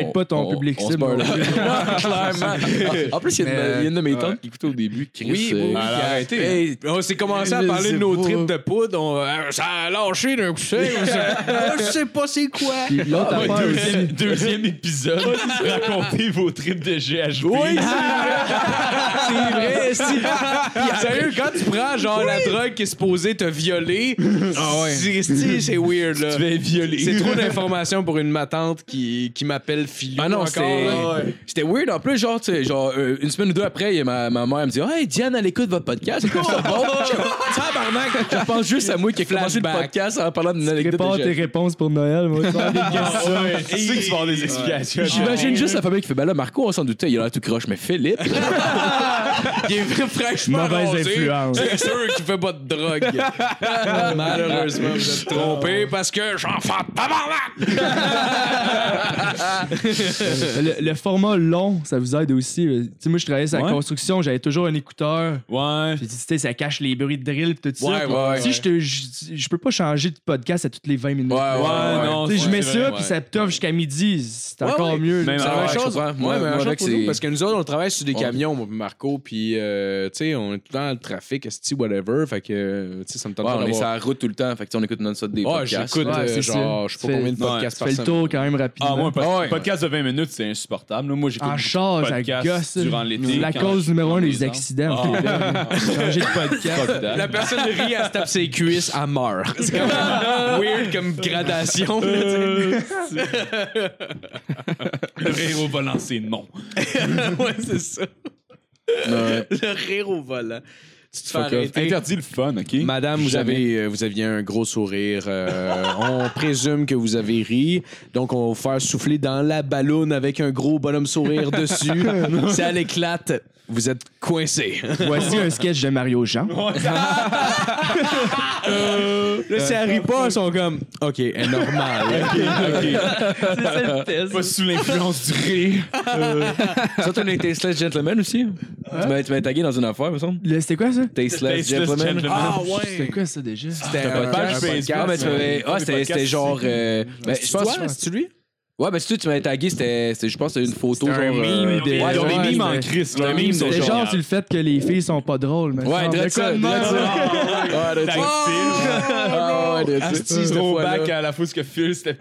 Speaker 6: Peut-être pas ton
Speaker 3: on-
Speaker 6: public
Speaker 3: on se (laughs)
Speaker 6: cible.
Speaker 3: parle. Non,
Speaker 6: (laughs)
Speaker 3: clairement. En- En plus, il y a une-
Speaker 6: Mais-
Speaker 3: il y a une de mes
Speaker 6: ouais.
Speaker 3: tantes qui écoutait au début, Chris.
Speaker 4: Oui, oui,
Speaker 3: euh,
Speaker 4: oui. Hey, on s'est commencé à parler de nos
Speaker 6: pas.
Speaker 4: tripes de poudre. On, euh, ça a lâché d'un coup sec. on s'est- Ah, Je sais pas c'est quoi.
Speaker 6: Puis
Speaker 9: Ah,
Speaker 6: l'autre affaire
Speaker 9: Deuxième,
Speaker 6: aussi.
Speaker 5: (laughs)
Speaker 9: deuxième épisode, racontez vos trips de GHB.
Speaker 4: Oui, c'est vrai. c'est vrai. si. Sérieux, quand tu prends genre la drogue qui est supposée te violer,
Speaker 3: Ah
Speaker 4: c'est- c'est c'est weird. Là.
Speaker 9: Tu vas
Speaker 4: C'est
Speaker 9: violer. (laughs)
Speaker 4: trop d'informations pour une matante qui, qui m'appelle Philou.
Speaker 3: Ah non,
Speaker 4: encore,
Speaker 3: c'était
Speaker 4: là.
Speaker 3: c'était weird. En plus, genre, tu sais, genre euh, une semaine ou deux après, il y a ma, ma mère elle me dit Hey, Diane, elle écoute votre podcast. C'est quoi ça
Speaker 6: (laughs)
Speaker 3: bon? Je suis comme, Tabarnak! Je pense juste à moi qui ai commencé le
Speaker 4: Flashback.
Speaker 3: podcast en parlant d'une anecdote.
Speaker 6: Prépare
Speaker 3: de
Speaker 6: tes
Speaker 3: Jeff.
Speaker 6: réponses pour Noël. moi, je vais avoir des
Speaker 9: Ah
Speaker 6: questions.
Speaker 9: (laughs) ouais, tu sais que tu vas avoir des explications.
Speaker 3: J'imagine juste la famille qui fait Ben là, Marco, on s'en doutait, il a l'air tout croche, mais (laughs) Philippe.
Speaker 4: Il est fraîchement
Speaker 6: Mauvaise
Speaker 4: rasé.
Speaker 6: influence.
Speaker 4: C'est sûr qu'il fait pas de drogue. (laughs) Malheureusement, vous êtes
Speaker 3: Ah,
Speaker 4: trompé parce que j'en fais hein. tabarnak.
Speaker 6: Le, le format long, ça vous aide aussi. euh, Tu sais, moi, je travaillais sur la
Speaker 9: Ouais.
Speaker 6: construction, j'avais toujours un écouteur.
Speaker 9: Ouais.
Speaker 6: Puis, tu sais, ça cache les bruits de drill pis tout ça.
Speaker 4: Ouais,
Speaker 6: Puis,
Speaker 4: ouais, ouais.
Speaker 6: si je te. Je je peux pas changer de podcast à toutes les 20 minutes.
Speaker 4: Ouais,
Speaker 6: là.
Speaker 4: ouais,
Speaker 9: Ouais, non.
Speaker 6: Tu sais, je
Speaker 9: c'est
Speaker 6: mets
Speaker 9: vrai,
Speaker 6: ça,
Speaker 4: ouais.
Speaker 6: puis ça t'offre jusqu'à midi. C'est
Speaker 4: Ouais,
Speaker 6: encore
Speaker 4: ouais.
Speaker 6: mieux.
Speaker 9: Même
Speaker 4: C'est la
Speaker 9: Ah
Speaker 4: même
Speaker 9: ouais, je
Speaker 4: chose.
Speaker 3: comprends. Moi,
Speaker 4: Ouais, mais
Speaker 3: moi,
Speaker 4: la même
Speaker 3: avec,
Speaker 4: chose pour
Speaker 3: c'est-
Speaker 4: nous, parce que nous autres, on travaille sur des
Speaker 3: Ouais.
Speaker 4: camions, moi, Marco, puis euh, tu sais, on est tout le temps dans le trafic, esti, whatever, fait que euh, tu sais, ça me tente
Speaker 3: Ouais,
Speaker 4: pas
Speaker 3: on est sur
Speaker 4: d'avoir.
Speaker 3: la route tout le temps, fait que tu sais, on écoute non-stop des
Speaker 4: Ouais,
Speaker 3: podcasts.
Speaker 4: j'écoute
Speaker 6: Ouais,
Speaker 4: euh,
Speaker 6: c'est
Speaker 4: genre,
Speaker 6: ça.
Speaker 4: je sais pas
Speaker 6: Tu
Speaker 4: combien de
Speaker 6: fais-
Speaker 4: podcasts
Speaker 6: Tu
Speaker 4: par
Speaker 6: fais le Ah,
Speaker 4: semaine.
Speaker 6: tour quand même rapidement.
Speaker 9: Ah, moi, un pod-
Speaker 4: Ah ouais.
Speaker 9: podcast de 20 minutes, c'est insupportable. là. Moi, j'écoute
Speaker 6: En
Speaker 9: beaucoup
Speaker 6: char,
Speaker 9: de
Speaker 6: ça
Speaker 9: podcasts
Speaker 6: gosse.
Speaker 9: durant l'été.
Speaker 6: La
Speaker 9: quand
Speaker 6: cause
Speaker 9: je-
Speaker 6: numéro un
Speaker 9: dans
Speaker 6: des
Speaker 9: mes
Speaker 6: accidents.
Speaker 9: Ah. (laughs)
Speaker 6: Changer de podcast.
Speaker 9: ans.
Speaker 4: (laughs)
Speaker 1: (laughs)
Speaker 4: La personne rit, elle se tape ses cuisses,
Speaker 3: (laughs)
Speaker 4: elle meurt. C'est comme (laughs) weird comme gradation. là, tu sais.
Speaker 9: Le rire
Speaker 4: (laughs)
Speaker 9: au volant, c'est non.
Speaker 4: ouais, c'est ça. (laughs)
Speaker 3: Ouais.
Speaker 4: Le rire au volant. tu te fais
Speaker 1: Fuck off.
Speaker 4: arrêter.
Speaker 1: Interdit le fun, OK?
Speaker 4: Madame, vous,
Speaker 1: Jamais.
Speaker 4: avez, euh, vous aviez un gros sourire. euh, on (laughs) présume que vous avez ri. Donc, on va vous faire souffler dans la ballonne avec un gros bonhomme (laughs) sourire dessus. si elle éclate, vous êtes (laughs) coincé.
Speaker 6: Voici un sketch de Mario Jean.
Speaker 4: Là, si elle rit pas, ils sont comme OK, elle est normale.
Speaker 1: Pas sous l'influence du rire.
Speaker 3: Ça, t'as les Tasteless Gentleman aussi? Tu m'as- Tu m'as tagué dans une affaire, me semble.
Speaker 6: Le- C'était quoi ça?
Speaker 3: Tasteless Gentleman.
Speaker 4: ah
Speaker 6: C'était quoi ça déjà?
Speaker 4: C'était
Speaker 3: Un
Speaker 4: un
Speaker 3: podcast.
Speaker 4: podcast.
Speaker 3: Ah, mais tu m'avais- ah, c'était c'était genre. euh, ben, je pense.
Speaker 4: Toi, c'est-tu lui?
Speaker 3: Ouais, mais si tu m'avais tagué, c'était. c'était- Je pense que c'était une photo. genre, euh,
Speaker 1: Ils
Speaker 3: Ouais,
Speaker 1: ont
Speaker 3: ouais,
Speaker 1: des mimes en
Speaker 6: c'était-
Speaker 1: crise.
Speaker 3: c'était un mime de
Speaker 6: C'était genre sur le fait que les filles sont pas drôles. mais
Speaker 3: Ouais,
Speaker 6: ça,
Speaker 3: drette ça.
Speaker 6: de
Speaker 3: drette
Speaker 6: même.
Speaker 3: ça. Ah, drette ça. Ah, ouais, drette ça.
Speaker 4: Asti, cette fois-là.
Speaker 1: à la fois ce que Phil, c'était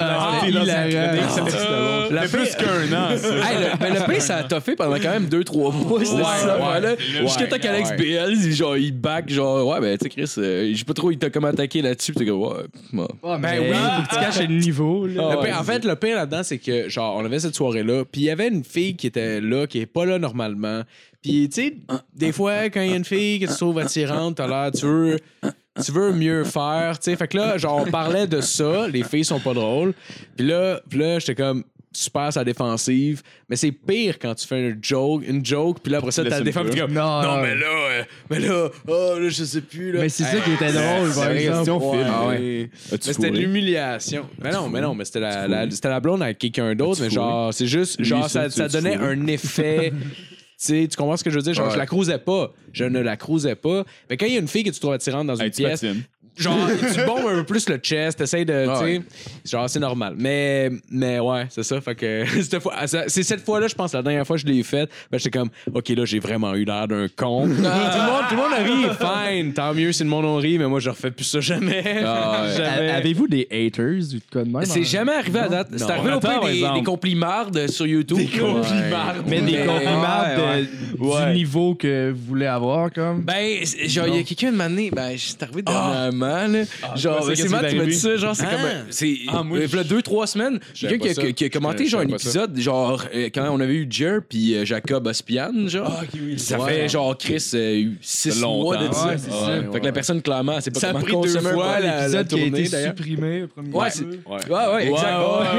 Speaker 6: Ah,
Speaker 1: dans une
Speaker 6: hilarant.
Speaker 1: chronique, c'était-
Speaker 3: Euh,
Speaker 1: c'était plus qu'un an, ça.
Speaker 3: (laughs) Hey, le, ben, le pain, ça a toffé pendant quand même 2-3 mois, c'était ça, voilà. Jusqu'à temps qu'Alex BL, il- genre, il back, genre, ouais, ben, tu sais, Chris, euh, je sais pas trop, il t'a comme attaqué là-dessus, pis t'es comme, ouais, bon.
Speaker 6: Ah, ben oui, faut que tu caches le niveau. là.
Speaker 4: Le
Speaker 3: Ah ouais.
Speaker 4: pire- en fait, le pire là-dedans, c'est que, genre, on avait cette soirée-là, puis il y avait une fille qui était là, qui est pas là normalement. Puis, tu sais, des fois, quand il y a une fille que tu trouves attirante, t'as l'air, tu veux, tu veux mieux faire, tu sais. Fait que là, genre, on parlait de ça, les filles sont pas drôles. Puis là, puis là j'étais comme super sa défensive, mais c'est pire quand tu fais une joke, une joke, puis là, après ça, t'as la défense, puis t'es comme,
Speaker 6: Non,
Speaker 4: non,
Speaker 6: non.
Speaker 4: mais là, euh, mais là, oh, là, je sais plus, là.
Speaker 6: Mais c'est ça qui était drôle, par exemple. Ah
Speaker 4: Ouais,
Speaker 1: As-tu
Speaker 4: ouais. Mais c'était de
Speaker 1: fourré?
Speaker 4: l'humiliation. Mais non, mais non, mais c'était la, la- c'était la blonde avec quelqu'un d'autre, mais genre, c'est juste, genre, ça,
Speaker 1: ça,
Speaker 4: ça
Speaker 1: tu
Speaker 4: donnait
Speaker 1: fourrais. (laughs)
Speaker 4: un effet. tu sais, tu comprends ce que je veux dire? Genre, je la crousais pas. Je ne la crousais pas. Mais quand il y a une fille que tu trouves attirante dans une
Speaker 1: Hey, tu
Speaker 4: pièce,
Speaker 1: patines.
Speaker 4: genre, tu bombes un peu plus le chest, t'essayes de, tu sais, genre, c'est normal. Mais, mais ouais, c'est ça. Fait que, (laughs) cette fois, ah, ça- c'est cette fois-là, je pense, la dernière fois que je l'ai faite, ben, j'étais comme, OK, là, j'ai vraiment eu l'air d'un con. tout, le monde, tout le monde a ri, fine, tant mieux si le monde en rit, mais moi, je refais plus ça jamais.
Speaker 3: Ah ouais.
Speaker 4: (laughs) Jamais.
Speaker 6: A- Avez-vous des haters ou de quoi de même? hein?
Speaker 3: C'est
Speaker 6: en-
Speaker 3: jamais arrivé à date. C'est arrivé au
Speaker 1: Attends,
Speaker 3: pire
Speaker 1: par
Speaker 3: des,
Speaker 1: exemple.
Speaker 3: des compliments de- sur YouTube. Des
Speaker 1: compliments.
Speaker 6: Mais des compliments de-
Speaker 1: Ouais.
Speaker 6: du niveau que vous voulez avoir, comme.
Speaker 3: Ben, c'est- genre, il y a quelqu'un m'a donné, ben, c'est arrivé dernièrement, là. genre,
Speaker 1: sais
Speaker 3: ben,
Speaker 1: qu'est-ce
Speaker 3: c'est
Speaker 1: qui
Speaker 3: moi
Speaker 1: t'est
Speaker 3: qui m'a dit
Speaker 1: arrivé.
Speaker 3: ça, genre, c'est
Speaker 4: Ah.
Speaker 3: comme. un- C'est.
Speaker 1: Ah, moi,
Speaker 3: euh, il y a deux, trois semaines,
Speaker 4: savais
Speaker 3: quelqu'un qui,
Speaker 4: pas
Speaker 3: a-
Speaker 4: ça.
Speaker 3: qui a commenté,
Speaker 4: Je
Speaker 3: genre, un
Speaker 4: savais pas ça.
Speaker 3: épisode, genre, euh, quand on avait eu Jer puis euh, Jacob Ospian, genre.
Speaker 4: Ah,
Speaker 3: Ça fait, genre, Chris, euh, six
Speaker 1: Ça fait
Speaker 3: mois de
Speaker 1: longtemps.
Speaker 3: ça.
Speaker 6: Ouais, c'est ça.
Speaker 3: Fait que la personne, clairement, c'est pas
Speaker 4: Ça a
Speaker 3: comment
Speaker 4: pris deux
Speaker 3: consommer un
Speaker 4: fois
Speaker 3: produit.
Speaker 4: la-
Speaker 6: L'épisode qui a
Speaker 4: tournée,
Speaker 6: été
Speaker 4: d'ailleurs.
Speaker 6: supprimé, le premier.
Speaker 3: Ouais, c'est-
Speaker 6: épisode.
Speaker 3: Ouais, ouais, exact.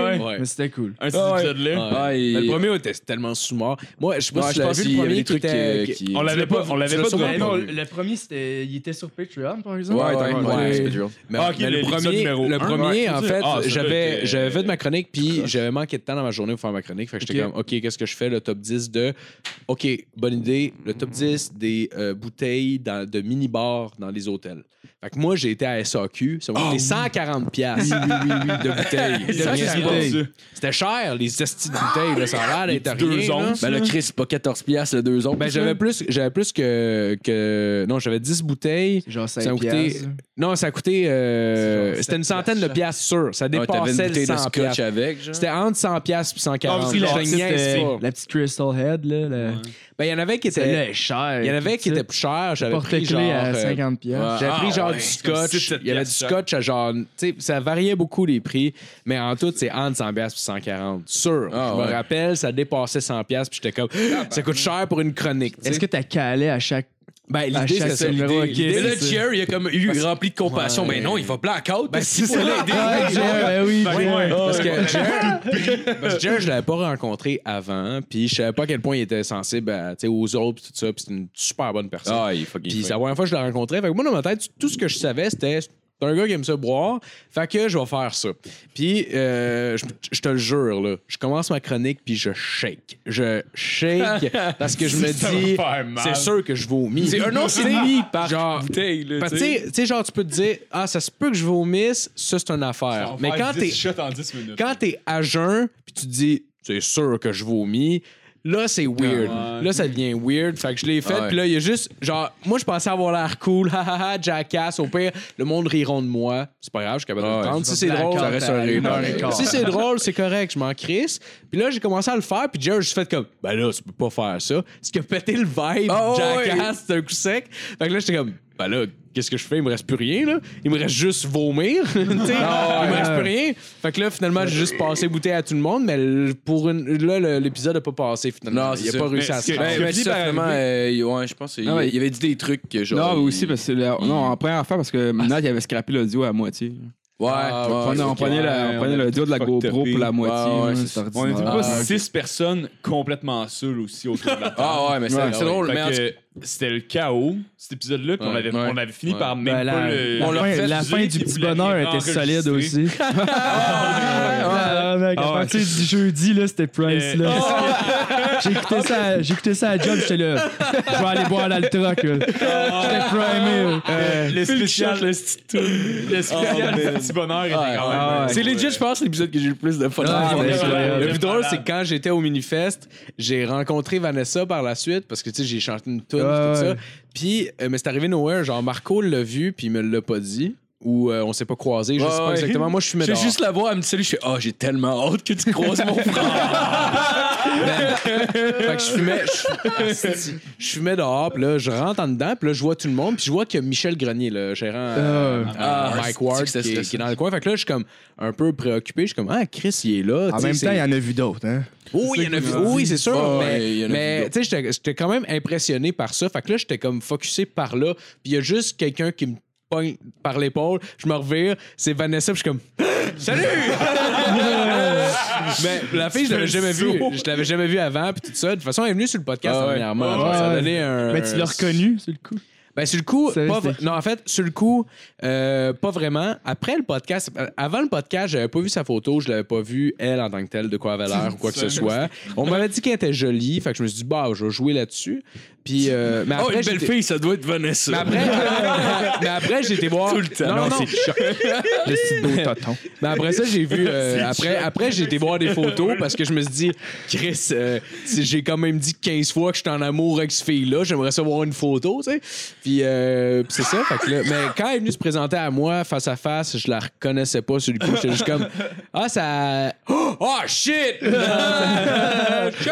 Speaker 1: ouais, ouais.
Speaker 6: Mais c'était cool.
Speaker 1: Un
Speaker 3: Ah ouais.
Speaker 1: petit épisode-là.
Speaker 4: Ouais.
Speaker 3: Ah, il-
Speaker 4: Mais le premier était tellement sous-mort. Moi, je sais pas
Speaker 3: Ouais,
Speaker 4: si
Speaker 3: je
Speaker 4: tu l'as
Speaker 3: pense
Speaker 4: vu
Speaker 3: qu'il
Speaker 4: le
Speaker 3: y avait
Speaker 4: premier
Speaker 3: des
Speaker 4: qui
Speaker 3: trucs
Speaker 4: était.
Speaker 3: qui- qui-
Speaker 1: On l'avait pas, on l'avait pas
Speaker 4: tu
Speaker 1: Ben
Speaker 4: l'as sûrement
Speaker 1: droppé.
Speaker 4: pas
Speaker 6: non,
Speaker 4: vu.
Speaker 6: le premier, c'était, il était sur Patreon, par exemple.
Speaker 3: Ouais, ouais, ouais,
Speaker 4: ouais.
Speaker 3: c'est dur.
Speaker 4: Mais,
Speaker 1: Ah, ok,
Speaker 4: mais le
Speaker 1: l'épisode
Speaker 4: premier,
Speaker 1: numéro
Speaker 4: le
Speaker 1: un,
Speaker 4: premier
Speaker 1: ouais,
Speaker 4: en
Speaker 1: c'est ça.
Speaker 4: fait,
Speaker 1: Ah, celui-là
Speaker 4: j'avais
Speaker 1: était-
Speaker 4: j'avais fait ma chronique, puis j'avais manqué de temps dans ma journée pour faire ma chronique. Fait que j'étais
Speaker 6: Ok.
Speaker 4: comme, OK, qu'est-ce que je fais? Le top 10 de. OK, bonne idée. Le top 10 des euh, bouteilles dans- de mini-bars dans les hôtels. Fait que moi, j'ai été à SAQ. Ça
Speaker 1: Oh,
Speaker 4: m'a coûté 140$ piastres de bouteilles.
Speaker 6: oui, oui.
Speaker 4: Rien à voir.
Speaker 6: Bouteilles.
Speaker 4: C'était cher, les estis de bouteilles. là, ça a l'air d'être
Speaker 1: Deux
Speaker 4: rien, là.
Speaker 1: onces.
Speaker 3: Ben, le Chris, c'est pas 14 piastres, le 2 autres.
Speaker 4: Ben, j'avais
Speaker 3: là.
Speaker 4: plus, j'avais plus que, que. Non, j'avais 10 bouteilles.
Speaker 6: Genre 5
Speaker 4: Ça a coûté.
Speaker 6: piastres.
Speaker 4: Non, ça a coûté. euh,
Speaker 6: C'est genre
Speaker 4: C'était une
Speaker 6: sept
Speaker 4: centaine de
Speaker 6: piastres.
Speaker 4: piastres sûr. Ça
Speaker 3: Ouais, t'avais
Speaker 4: dépassait
Speaker 3: une
Speaker 4: le
Speaker 3: bouteille de
Speaker 4: 100
Speaker 3: scotch
Speaker 4: piastres.
Speaker 3: avec, genre.
Speaker 4: C'était entre 100 piastres et 140.
Speaker 1: Ah, c'est
Speaker 4: Je te
Speaker 1: l'artiste,
Speaker 4: niaise
Speaker 1: euh,
Speaker 4: pas.
Speaker 6: La petite Crystal Head, là. La...
Speaker 4: Ben, il y en avait qui
Speaker 6: Celle-là
Speaker 4: étaient.
Speaker 6: est chère.
Speaker 4: Il y en avait qui
Speaker 6: Tu sais,
Speaker 4: étaient plus chers. J'avais pris genre.
Speaker 6: Porte-clés à
Speaker 4: euh,
Speaker 6: 50
Speaker 3: ouais.
Speaker 6: piastres.
Speaker 4: J'avais pris
Speaker 3: Ah,
Speaker 4: genre
Speaker 3: ouais.
Speaker 4: du
Speaker 1: six,
Speaker 4: scotch.
Speaker 1: sept
Speaker 4: Il y avait du
Speaker 1: piastres,
Speaker 4: scotch à genre. Tu sais, ça variait beaucoup les prix. Mais en tout, c'est entre 100 piastres et 140. Sûr.
Speaker 3: Ah,
Speaker 4: je
Speaker 3: ouais.
Speaker 4: me rappelle, ça dépassait 100 piastres puis j'étais comme. Ça coûte cher pour une chronique. tu sais.
Speaker 6: Est-ce que t'as calé à chaque.
Speaker 4: Ben,
Speaker 6: à
Speaker 4: l'idée,
Speaker 6: chaque
Speaker 4: c'est ça.
Speaker 6: numéro, ok.
Speaker 3: Mais là,
Speaker 6: c'est ça.
Speaker 3: Jerry, il a comme eu rempli de compassion. Ben non, il va blackout. Ben c'est ça l'idée.
Speaker 6: Ah, Jer, ben oui, Jer.
Speaker 4: Parce que (laughs) Jer, parce que Jer, je l'avais pas rencontré avant, puis je savais pas à quel point il était sensible à, tu sais, aux autres, puis tout ça, puis c'est une super bonne personne.
Speaker 3: Ah, il faut
Speaker 4: puis c'est la première fois que je l'ai rencontré, fait que moi, dans ma tête, tout ce que je savais, c'était c'est un gars qui aime se boire, fait que je vais faire ça. Puis, euh, je, je te le jure, là, je commence ma chronique, puis je shake. Je (laughs) shake parce que je me dis, c'est sûr que je vomis. C'est un autre demi par
Speaker 3: bouteille, là.
Speaker 4: parce que, tu sais- tu sais, genre, tu peux te dire, ah, ça se peut que je vomisse, ça, c'est une affaire. Mais quand t'es
Speaker 1: shot en 10 minutes.
Speaker 4: quand t'es à jeun, puis tu te dis, c'est sûr que je vomis. Là, c'est
Speaker 6: Ah,
Speaker 4: weird. Là, ça devient weird. Fait que je l'ai fait.
Speaker 3: ouais.
Speaker 4: Puis là, il y a juste, genre, moi, je pensais avoir l'air cool. (laughs) Ha ha ha, jackass. Au pire, le monde riront de moi. C'est pas grave, je suis
Speaker 6: Ah,
Speaker 4: capable de le
Speaker 3: Ouais.
Speaker 4: prendre. Si c'est drôle,
Speaker 6: Blackout
Speaker 4: ça reste un
Speaker 6: à
Speaker 4: rire.
Speaker 6: une heure et quart.
Speaker 4: Si c'est drôle, c'est correct. Je m'en crisse. Puis là, j'ai commencé à le faire. Puis Jerry, je fait comme, ben là, tu peux pas faire ça. Ce qui a pété le vibe,
Speaker 3: Ah, ouais.
Speaker 4: jackass, c'est un coup sec. Fait que là, j'étais comme, ben là, qu'est-ce que je fais? Il me reste plus rien, là. Il me reste juste vomir. (laughs) tu sais.
Speaker 3: Ah
Speaker 4: il me reste plus rien. Fait que là, finalement, j'ai juste passé bouteille à tout le monde, mais l- pour une... là, le- l'épisode n'a pas passé, finalement.
Speaker 3: Non, c'est
Speaker 4: il n'a
Speaker 3: ça.
Speaker 4: pas réussi à
Speaker 1: Mais
Speaker 4: se
Speaker 1: ce que-
Speaker 4: rendre.
Speaker 1: ce que
Speaker 3: mais
Speaker 1: dit
Speaker 3: Ben, ça,
Speaker 1: par-
Speaker 3: vraiment, euh, ouais, je pense qu'il
Speaker 10: Ah ouais.
Speaker 3: il y avait dit des trucs que genre.
Speaker 10: Non, mais aussi
Speaker 3: il-
Speaker 10: parce que la- non, en première affaire parce que
Speaker 9: Ah.
Speaker 10: Minot il avait scrappé l'audio à moitié.
Speaker 3: Ah, Ouais,
Speaker 10: on prenait, on prenait la- on prenait l'audio de la
Speaker 1: fucked
Speaker 10: GoPro
Speaker 1: upé.
Speaker 10: pour la moitié.
Speaker 9: Ah,
Speaker 3: Ouais, ouais,
Speaker 10: là,
Speaker 3: c'est
Speaker 10: c'est
Speaker 1: On n'était
Speaker 10: ordinaire.
Speaker 1: pas
Speaker 3: Ah, ok.
Speaker 1: six personnes complètement seules aussi autour
Speaker 3: (laughs)
Speaker 1: de la table.
Speaker 3: Ah ouais, mais c'est
Speaker 10: Ouais.
Speaker 3: c'est drôle.
Speaker 1: Fait
Speaker 3: mais en tout
Speaker 1: que C'était le chaos, cet épisode-là, puis on,
Speaker 3: Ouais.
Speaker 1: avait,
Speaker 3: Ouais.
Speaker 1: on avait fini
Speaker 3: Ouais.
Speaker 1: par même
Speaker 6: Ben,
Speaker 1: pas
Speaker 6: la,
Speaker 1: le...
Speaker 6: la
Speaker 3: On l'a
Speaker 6: fin,
Speaker 3: refait
Speaker 6: la
Speaker 1: diffuser,
Speaker 6: fin du
Speaker 1: puis vous
Speaker 6: petit
Speaker 1: l'aviez
Speaker 6: bonheur était
Speaker 1: enregistré. (laughs)
Speaker 6: solide aussi. Ah, mec, À partir du jeudi, là, c'était Price. là.
Speaker 1: Oh!
Speaker 6: (laughs) J'ai écouté ça
Speaker 1: Ah,
Speaker 6: à- j'ai écouté ça à Job, j'étais là. Je vais aller boire l'Altroc. là. J'étais primé. là.
Speaker 1: Ah. Euh, le spécial, le petit Le spécial, le petit bonheur était
Speaker 3: Ouais.
Speaker 1: quand même... euh,
Speaker 10: Ah,
Speaker 3: cas,
Speaker 10: ouais.
Speaker 3: c'est legit, je pense, l'épisode que j'ai le plus de fun.
Speaker 6: Ah,
Speaker 3: Ouais.
Speaker 6: ben,
Speaker 3: Ouais.
Speaker 6: incroyable.
Speaker 4: Le plus drôle, c'est que quand j'étais au Minifest, j'ai rencontré Vanessa par la suite parce que tu sais, j'ai chanté une tune
Speaker 6: Ah,
Speaker 4: tout ça.
Speaker 6: ouais.
Speaker 4: Puis, euh, mais c'est arrivé nowhere. Genre, Marco l'a vu, puis il me l'a pas dit. Ou euh, on s'est pas croisé, je
Speaker 3: Ouais,
Speaker 4: sais pas
Speaker 3: ouais.
Speaker 4: exactement. Moi, je suis
Speaker 3: J'ai
Speaker 4: dehors.
Speaker 3: juste la voix, elle me dit salut, je fais « Ah, j'ai tellement hâte que tu croises (laughs) mon frère!
Speaker 4: Fait que je fumais,
Speaker 6: (laughs)
Speaker 4: (laughs) je, Asti. je fumais dehors, puis là, je rentre en dedans, puis là, je vois tout le monde, puis je vois qu'il y a Michel Grenier, le gérant euh,
Speaker 3: Ah,
Speaker 4: euh, Mike
Speaker 3: c'est
Speaker 4: Ward,
Speaker 3: que c'est
Speaker 4: qui, est-
Speaker 3: stressant.
Speaker 4: qui est dans le coin. Fait que là, je suis comme un peu préoccupé. Je suis comme, ah, Chris, il est là.
Speaker 6: En
Speaker 4: tu sais,
Speaker 6: même
Speaker 4: c'est-
Speaker 6: temps, il y en a vu d'autres. Hein? »
Speaker 4: Oh, il y en a vu- Oui, c'est sûr.
Speaker 3: Ouais,
Speaker 4: mais-
Speaker 3: ouais, il y en a vu
Speaker 4: mais
Speaker 3: d'autres.
Speaker 4: tu sais, j'étais- j'étais quand même impressionné par ça. Fait que là, j'étais comme focusé par là. Puis il y a juste quelqu'un qui me pogne par l'épaule. Je me revire. C'est Vanessa. Puis je suis comme Ah!
Speaker 3: (laughs)
Speaker 4: Salut! mais la fille, je l'avais jamais vue. Je l'avais jamais vue avant. Puis tout ça. De toute façon, elle est venue sur le podcast
Speaker 3: Ah ouais.
Speaker 4: dernièrement.
Speaker 6: Ouais,
Speaker 4: Ça a
Speaker 6: ouais.
Speaker 4: donné un.
Speaker 6: Mais ben, tu
Speaker 1: Euh,
Speaker 6: l'as reconnu, c'est le coup.
Speaker 4: Ben, sur le coup,
Speaker 6: Ça,
Speaker 4: pas
Speaker 6: c'était
Speaker 4: vra-
Speaker 6: qui?
Speaker 4: non, en fait, sur le coup, euh, pas vraiment. Après le podcast, euh, avant le podcast, j'avais pas vu sa photo, je l'avais pas vu, elle, en tant que telle, de quoi elle avait l'air ou quoi que ce soit. On m'avait dit qu'elle était jolie, fait que je me suis dit, bah, je vais jouer là-dessus. Puis, euh, mais
Speaker 3: Oh,
Speaker 4: après,
Speaker 3: une belle
Speaker 4: j'étais-
Speaker 3: fille, ça doit être Vanessa.
Speaker 4: Mais après,
Speaker 3: (laughs)
Speaker 4: mais après, j'ai été voir.
Speaker 3: Tout le temps.
Speaker 4: Non, non,
Speaker 3: Non, c'est
Speaker 6: Le petit beau
Speaker 9: (laughs)
Speaker 6: tonton.
Speaker 4: mais Ben, après ça, j'ai vu. euh, après, après j'ai été voir des photos parce que je me suis dit, Chris, euh, si j'ai quand même dit 15 fois que je suis en amour avec ce fille-là. J'aimerais ça voir une photo, tu sais. Puis, euh, puis c'est ça. Fait que là- mais quand elle est venue se présenter à moi face à face, je la reconnaissais pas sur le coup. J'étais juste comme, ah, ça. Oh,
Speaker 3: (laughs)
Speaker 4: shit! Ah, shit!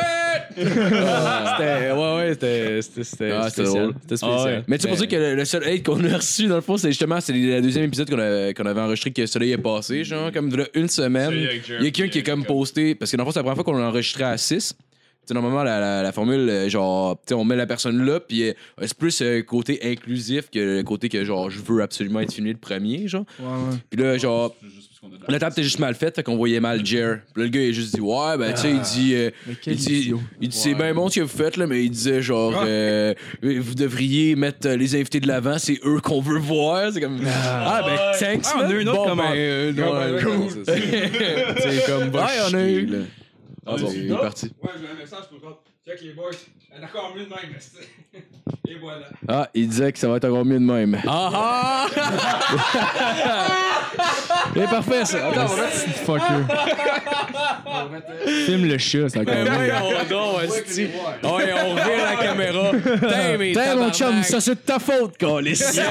Speaker 4: Ah, c'était. Ouais, ouais, c'était. C'était c'était
Speaker 3: Ah, c'était
Speaker 4: spécial.
Speaker 3: drôle.
Speaker 4: C'était spécial.
Speaker 3: Mais tu sais, pour dire que le, le seul hate qu'on a reçu, dans le fond, c'est justement c'est le deuxième épisode qu'on a- qu'on avait enregistré que le soleil est passé, genre, comme là, une semaine.
Speaker 5: Celui avec
Speaker 3: Il y a
Speaker 5: Jeremy,
Speaker 3: quelqu'un qui est
Speaker 5: avec
Speaker 3: comme
Speaker 5: Jacob.
Speaker 3: posté, parce que dans le fond, c'est la première fois qu'on l'a enregistré à 6. Tu sais, normalement, la, la, la formule, euh, genre, tu sais, on met la personne là, puis euh, c'est plus euh, côté inclusif que le côté que, genre, je veux absolument être fini le premier, genre. Puis là, genre, la table était juste mal faite, fait qu'on voyait mal Jer. Puis là, le gars, il a juste dit, ouais, ben, tu sais, il dit, euh,
Speaker 6: Ah,
Speaker 3: il dit, il dit, c'est bien bon ce que vous faites, là, mais il disait, genre,
Speaker 4: Ah.
Speaker 3: euh, vous devriez mettre euh, les invités de l'avant, c'est eux qu'on veut voir. C'est comme, ah, ben, thanks,
Speaker 10: Ah, on a
Speaker 3: man.
Speaker 10: eu une autre
Speaker 3: Bon,
Speaker 10: comme
Speaker 3: ben,
Speaker 10: un-
Speaker 3: euh, non,
Speaker 4: Ouais,
Speaker 3: cool.
Speaker 4: non, c'est ça. (laughs) C'est comme. va
Speaker 3: Ouais, on a eu.
Speaker 4: chier, là.
Speaker 3: Ah, bon, il est parti.
Speaker 9: Ouais, j'ai un message pour toi. Check les boys. Elle a encore mieux de même, c'est- (laughs) Et voilà.
Speaker 3: Ah, il disait que ça va être encore mieux de même. Ah ah! Et parfait, ça. Attends, on a-
Speaker 6: Fucker. Filme le chat, ça
Speaker 4: Ben
Speaker 6: compte.
Speaker 1: Ah,
Speaker 4: voyons donc, esti. Ouais, on revire la caméra. Tain, mais
Speaker 3: Tain, mon
Speaker 4: tabarnak.
Speaker 3: chum, ça, c'est de ta faute, Calis.
Speaker 6: C'est-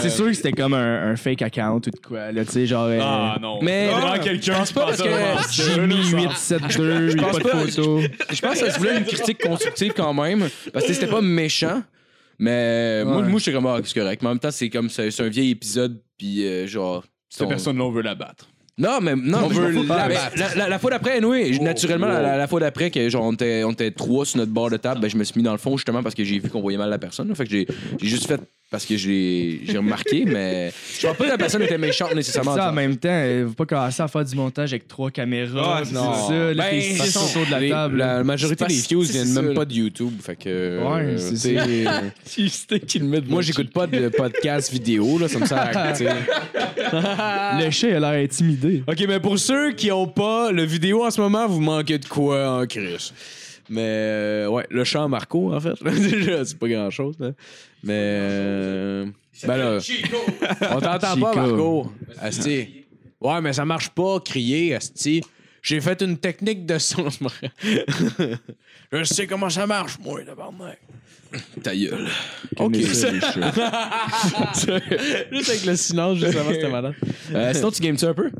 Speaker 6: C'est sûr que c'était comme un, un fake account ou de quoi, là, tu sais, genre. euh,
Speaker 5: Ah non.
Speaker 6: Mais
Speaker 5: Vraiment quelqu'un
Speaker 3: parce
Speaker 5: qui pense
Speaker 3: que-
Speaker 6: Jimmy872, il a pas de photo.
Speaker 3: Je pense que ça voulait une critique constructive quand même. Parce que c'était pas méchant. Mais moi,
Speaker 6: Ouais.
Speaker 3: moi, je suis comme, ah, c'est correct. Mais en même temps, c'est comme, c'est c'est un vieil épisode, puis euh, genre.
Speaker 1: Cette
Speaker 3: on-
Speaker 1: personne-là, on veut la battre.
Speaker 3: Non, mais non,
Speaker 4: On
Speaker 3: mais je
Speaker 4: veut
Speaker 3: m'en fous. Ah,
Speaker 4: la
Speaker 3: Mais
Speaker 4: battre.
Speaker 3: la, Oh, la- la fois d'après, anyway, je- naturellement, la- la, la fois d'après, que genre, on était, on était trois sur notre bord de table, ben, je me suis mis dans le fond justement parce que j'ai vu qu'on voyait mal la personne. là. Fait que j'ai j'ai juste fait parce que j'ai j'ai remarqué, (laughs) mais je crois pas que la personne était méchante nécessairement.
Speaker 6: Ça, en
Speaker 3: tu
Speaker 6: même temps, euh, faut pas commencer à faire du montage avec trois caméras. pis
Speaker 4: non.
Speaker 6: c'est ça,
Speaker 3: Ben,
Speaker 6: là, t'es
Speaker 3: c'est
Speaker 6: six
Speaker 3: ça.
Speaker 6: autour de la
Speaker 4: Les-
Speaker 6: table.
Speaker 4: La majorité
Speaker 3: C'est
Speaker 4: des
Speaker 3: pas-
Speaker 4: views
Speaker 3: c'est
Speaker 4: viennent
Speaker 3: ça,
Speaker 4: même
Speaker 3: là.
Speaker 4: pas de YouTube. Fait que. euh,
Speaker 6: Ouais, c'est
Speaker 4: t'sais,
Speaker 3: (laughs) vois.
Speaker 4: Moi, j'écoute pas de podcast vidéo, là, ça me sert à
Speaker 3: (laughs)
Speaker 4: rien, t'sais.
Speaker 6: Le chat, il a l'air intimidé.
Speaker 4: Ok, mais pour ceux qui ont pas le vidéo en ce moment, vous manquez de quoi en Chris. Mais euh, ouais, le chant Marco, en fait. (laughs) c'est pas grand chose, là. Mais. euh, ben là. On t'entend
Speaker 6: Chico.
Speaker 4: pas, Marco. Asti. Ouais, mais ça marche pas, crier, Asti. J'ai fait une technique de son. (laughs) Je sais comment ça marche, moi, la
Speaker 3: Ta gueule.
Speaker 4: Ok. juste avec le silence, juste avant, c'était malade.
Speaker 3: Euh, sinon, tu games-tu un peu?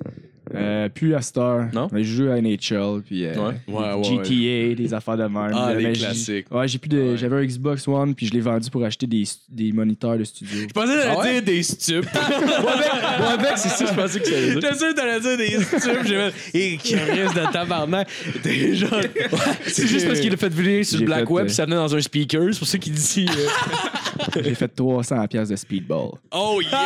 Speaker 6: Euh, plus à cette heure.
Speaker 3: Non?
Speaker 6: Les jeux à NHL, puis euh,
Speaker 3: Ouais.
Speaker 4: Ouais, ouais, ouais.
Speaker 6: GTA, des affaires de merde.
Speaker 4: Ah, les
Speaker 6: J'avais-
Speaker 4: classiques.
Speaker 6: Ouais, j'ai plus de.
Speaker 4: Ouais.
Speaker 6: J'avais un Xbox One, puis je l'ai vendu pour acheter des, des moniteurs de studio.
Speaker 4: Je pensais que t'allais
Speaker 3: Ah ouais?
Speaker 4: dire
Speaker 3: (laughs)
Speaker 4: des stupes.
Speaker 3: Ouais, mec, c'est ça, je pensais que ça allait dire.
Speaker 4: J'étais sûr que t'allais dire des stupes. J'ai fait, hé, Chris de tabarnak. T'es genre.
Speaker 3: C'est juste parce qu'il l'a fait venir sur le
Speaker 6: J'ai
Speaker 3: Black
Speaker 6: fait,
Speaker 3: Web,
Speaker 6: euh,
Speaker 3: ça venait dans un speaker, c'est pour ça qu'il dit. euh,
Speaker 6: j'ai fait 300 pièces de speedball.
Speaker 4: (laughs) Oh yeah!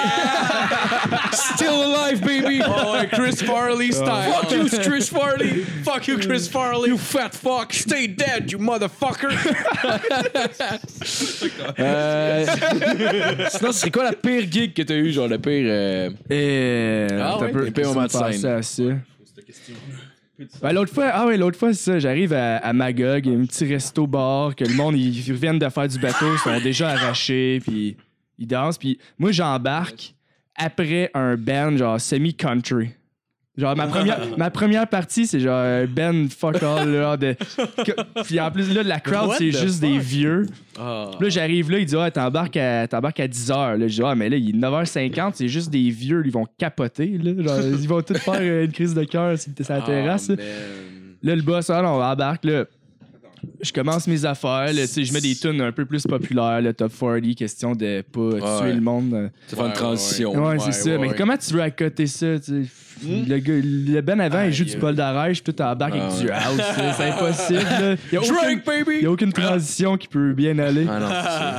Speaker 3: (laughs) Still alive, baby!
Speaker 4: Oh ouais, Chris Farley style.
Speaker 3: Fuck you, Chris Farley!
Speaker 4: Fuck you, Chris Farley. You fat fuck. Stay dead, you motherfucker.
Speaker 3: Euh, Sinon, c'est quoi la pire gig que t'as eu, genre le pire. euh,
Speaker 6: Et euh,
Speaker 3: Ah ouais? Et puis on va te scène.
Speaker 6: à ça. Ben, l'autre fois, ah ouais, l'autre fois, c'est ça. J'arrive à, à Magog, il y a un petit resto-bar que le monde, ils ils reviennent de faire du bateau, ils sont déjà arrachés, puis ils dansent. Puis moi, j'embarque après un band, genre semi-country. Genre, ma
Speaker 4: (laughs)
Speaker 6: première, ma première partie, c'est genre un band fuck all, là. De... Puis en plus, là, la crowd,
Speaker 4: What
Speaker 6: c'est
Speaker 4: the
Speaker 6: juste des vieux.
Speaker 4: Ah.
Speaker 6: Puis là, j'arrive là, il dit, ah, t'embarques à, t'embarques à 10h. Là, je dis, ah, mais là, il est 9h50, c'est juste des vieux, ils vont capoter. Là. (laughs) Genre, ils vont tous faire euh, une crise de cœur si t'es sur la terrasse. là. Là, le boss, ah, non, on embarque, là. Je commence mes affaires, là, tu sais, je mets des tunes un peu plus populaires, le top 40, question de pas tuer
Speaker 3: ouais.
Speaker 6: le monde. euh.
Speaker 3: Ça fait une
Speaker 4: Ouais,
Speaker 3: transition.
Speaker 6: Ouais,
Speaker 4: ouais,
Speaker 6: c'est ça.
Speaker 4: ouais,
Speaker 6: mais
Speaker 4: ouais.
Speaker 6: comment tu veux accoter ça? tu sais? Le, gars, le Ben avant, il joue du Paul d'Arèche, puis toi, t'embarques avec du house. là. (laughs) C'est impossible. là. Ah, Y a aucune-
Speaker 3: (laughs)
Speaker 4: Drink, baby!
Speaker 6: y a aucune transition qui peut bien aller.
Speaker 3: Ah non,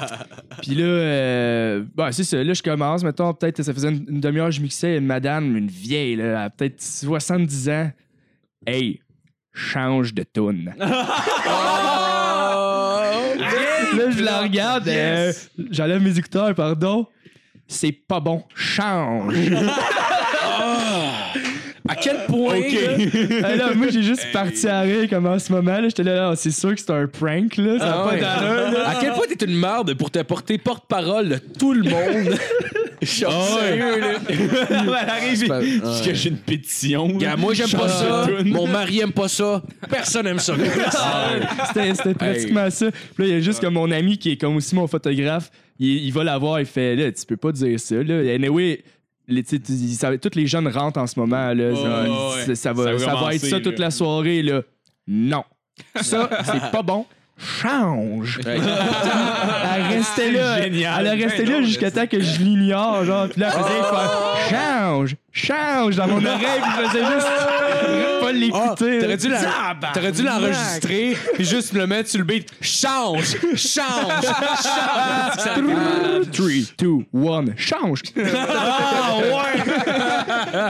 Speaker 3: c'est ça.
Speaker 6: Puis là, euh, bah, c'est ça. Là, je commence. Mettons, peut-être, ça faisait une, une demi-heure, je mixais une madame, une vieille, là, à peut-être 70 ans. Hey, change de
Speaker 3: (laughs)
Speaker 6: tune.
Speaker 3: Oh!
Speaker 6: là, je la regarde. euh, J'enlève mes écouteurs, pardon. C'est pas bon.
Speaker 3: (laughs)
Speaker 6: Change. À quel point? là- Hey, Euh, là, moi, j'ai juste parti à rire comme en ce moment. là. J'étais là, Ah, c'est sûr que c'est un prank. Là. Ça a
Speaker 3: Ah
Speaker 6: pas
Speaker 3: ouais.
Speaker 6: d'allure.
Speaker 3: (laughs)
Speaker 6: là.
Speaker 3: À quel point t'es une merde pour te porter porte-parole de tout le
Speaker 4: (laughs)
Speaker 3: monde? Genre, sérieux, là.
Speaker 5: que j'ai une pétition.
Speaker 3: Gars, moi, j'aime pas ça.
Speaker 5: Charles.
Speaker 3: Mon mari aime pas ça. Personne aime ça.
Speaker 6: Ah, C'était c'était pratiquement ça. Puis là, il y a juste que mon ami, qui est comme aussi mon photographe, il, il va la voir, il fait Là, tu peux pas dire ça. Là. Anyway, les, tu sais, tu- ils savent- toutes les jeunes rentrent en ce moment. Là. ça,
Speaker 5: ouais,
Speaker 6: ça- ça va,
Speaker 5: Ça
Speaker 6: ça
Speaker 5: va
Speaker 6: va être ça
Speaker 5: commencer,
Speaker 6: toute
Speaker 5: là.
Speaker 6: la soirée. Là. Non. Ça, c'est pas bon. Change! elle restait là. Elle est
Speaker 5: Ben
Speaker 6: restée là jusqu'à temps que je l'ignore. Genre, puis là, elle faisait faire Change! Change! Dans mon oreille, puis je faisais juste
Speaker 5: Ah!
Speaker 6: pas l'écouter.
Speaker 4: T'aurais
Speaker 1: Ah,
Speaker 4: dû, la-
Speaker 1: bah!
Speaker 4: t'aurais dû l'enregistrer puis juste me le mettre sur le beat. Change! Change!
Speaker 6: 3, 2, 1, (laughs) change!
Speaker 4: Ah ouais!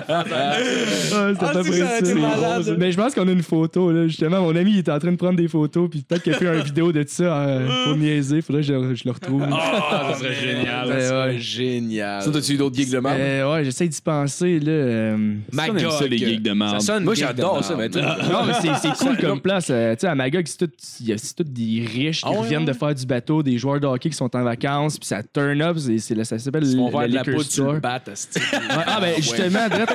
Speaker 6: Ah, c'était pas précis. C'est drôle, Mais je pense qu'on a une photo, là. Justement, mon ami, il était en train de prendre des photos, puis peut-être qu'il a fait une vidéo de ça euh, pour niaiser. Faudrait que je, je le retrouve.
Speaker 5: Ah, ça serait génial.
Speaker 6: Ouais, ouais.
Speaker 4: (laughs) Génial.
Speaker 3: Ça, t'as-tu eu d'autres gigs de merde?
Speaker 6: Euh, ouais, j'essaie d'y penser, là. euh,
Speaker 5: Ça, on aime ça, les gigs de merde.
Speaker 3: Moi, j'adore ça, mais
Speaker 6: Non, mais c'est, c'est cool comme place. euh, tu sais, à Magog, c'est tout, il y a- c'est tout des riches qui
Speaker 3: Ah ouais,
Speaker 6: reviennent de faire du bateau, des joueurs de hockey qui sont en vacances, puis ça turn up. C'est, c'est, ça s'appelle
Speaker 3: on
Speaker 6: le-
Speaker 3: va
Speaker 6: Ah. le
Speaker 3: de la
Speaker 6: liquor
Speaker 3: peau sur
Speaker 6: store.
Speaker 3: le bat, asti.
Speaker 6: Ouais, ah, ben, justement, drette,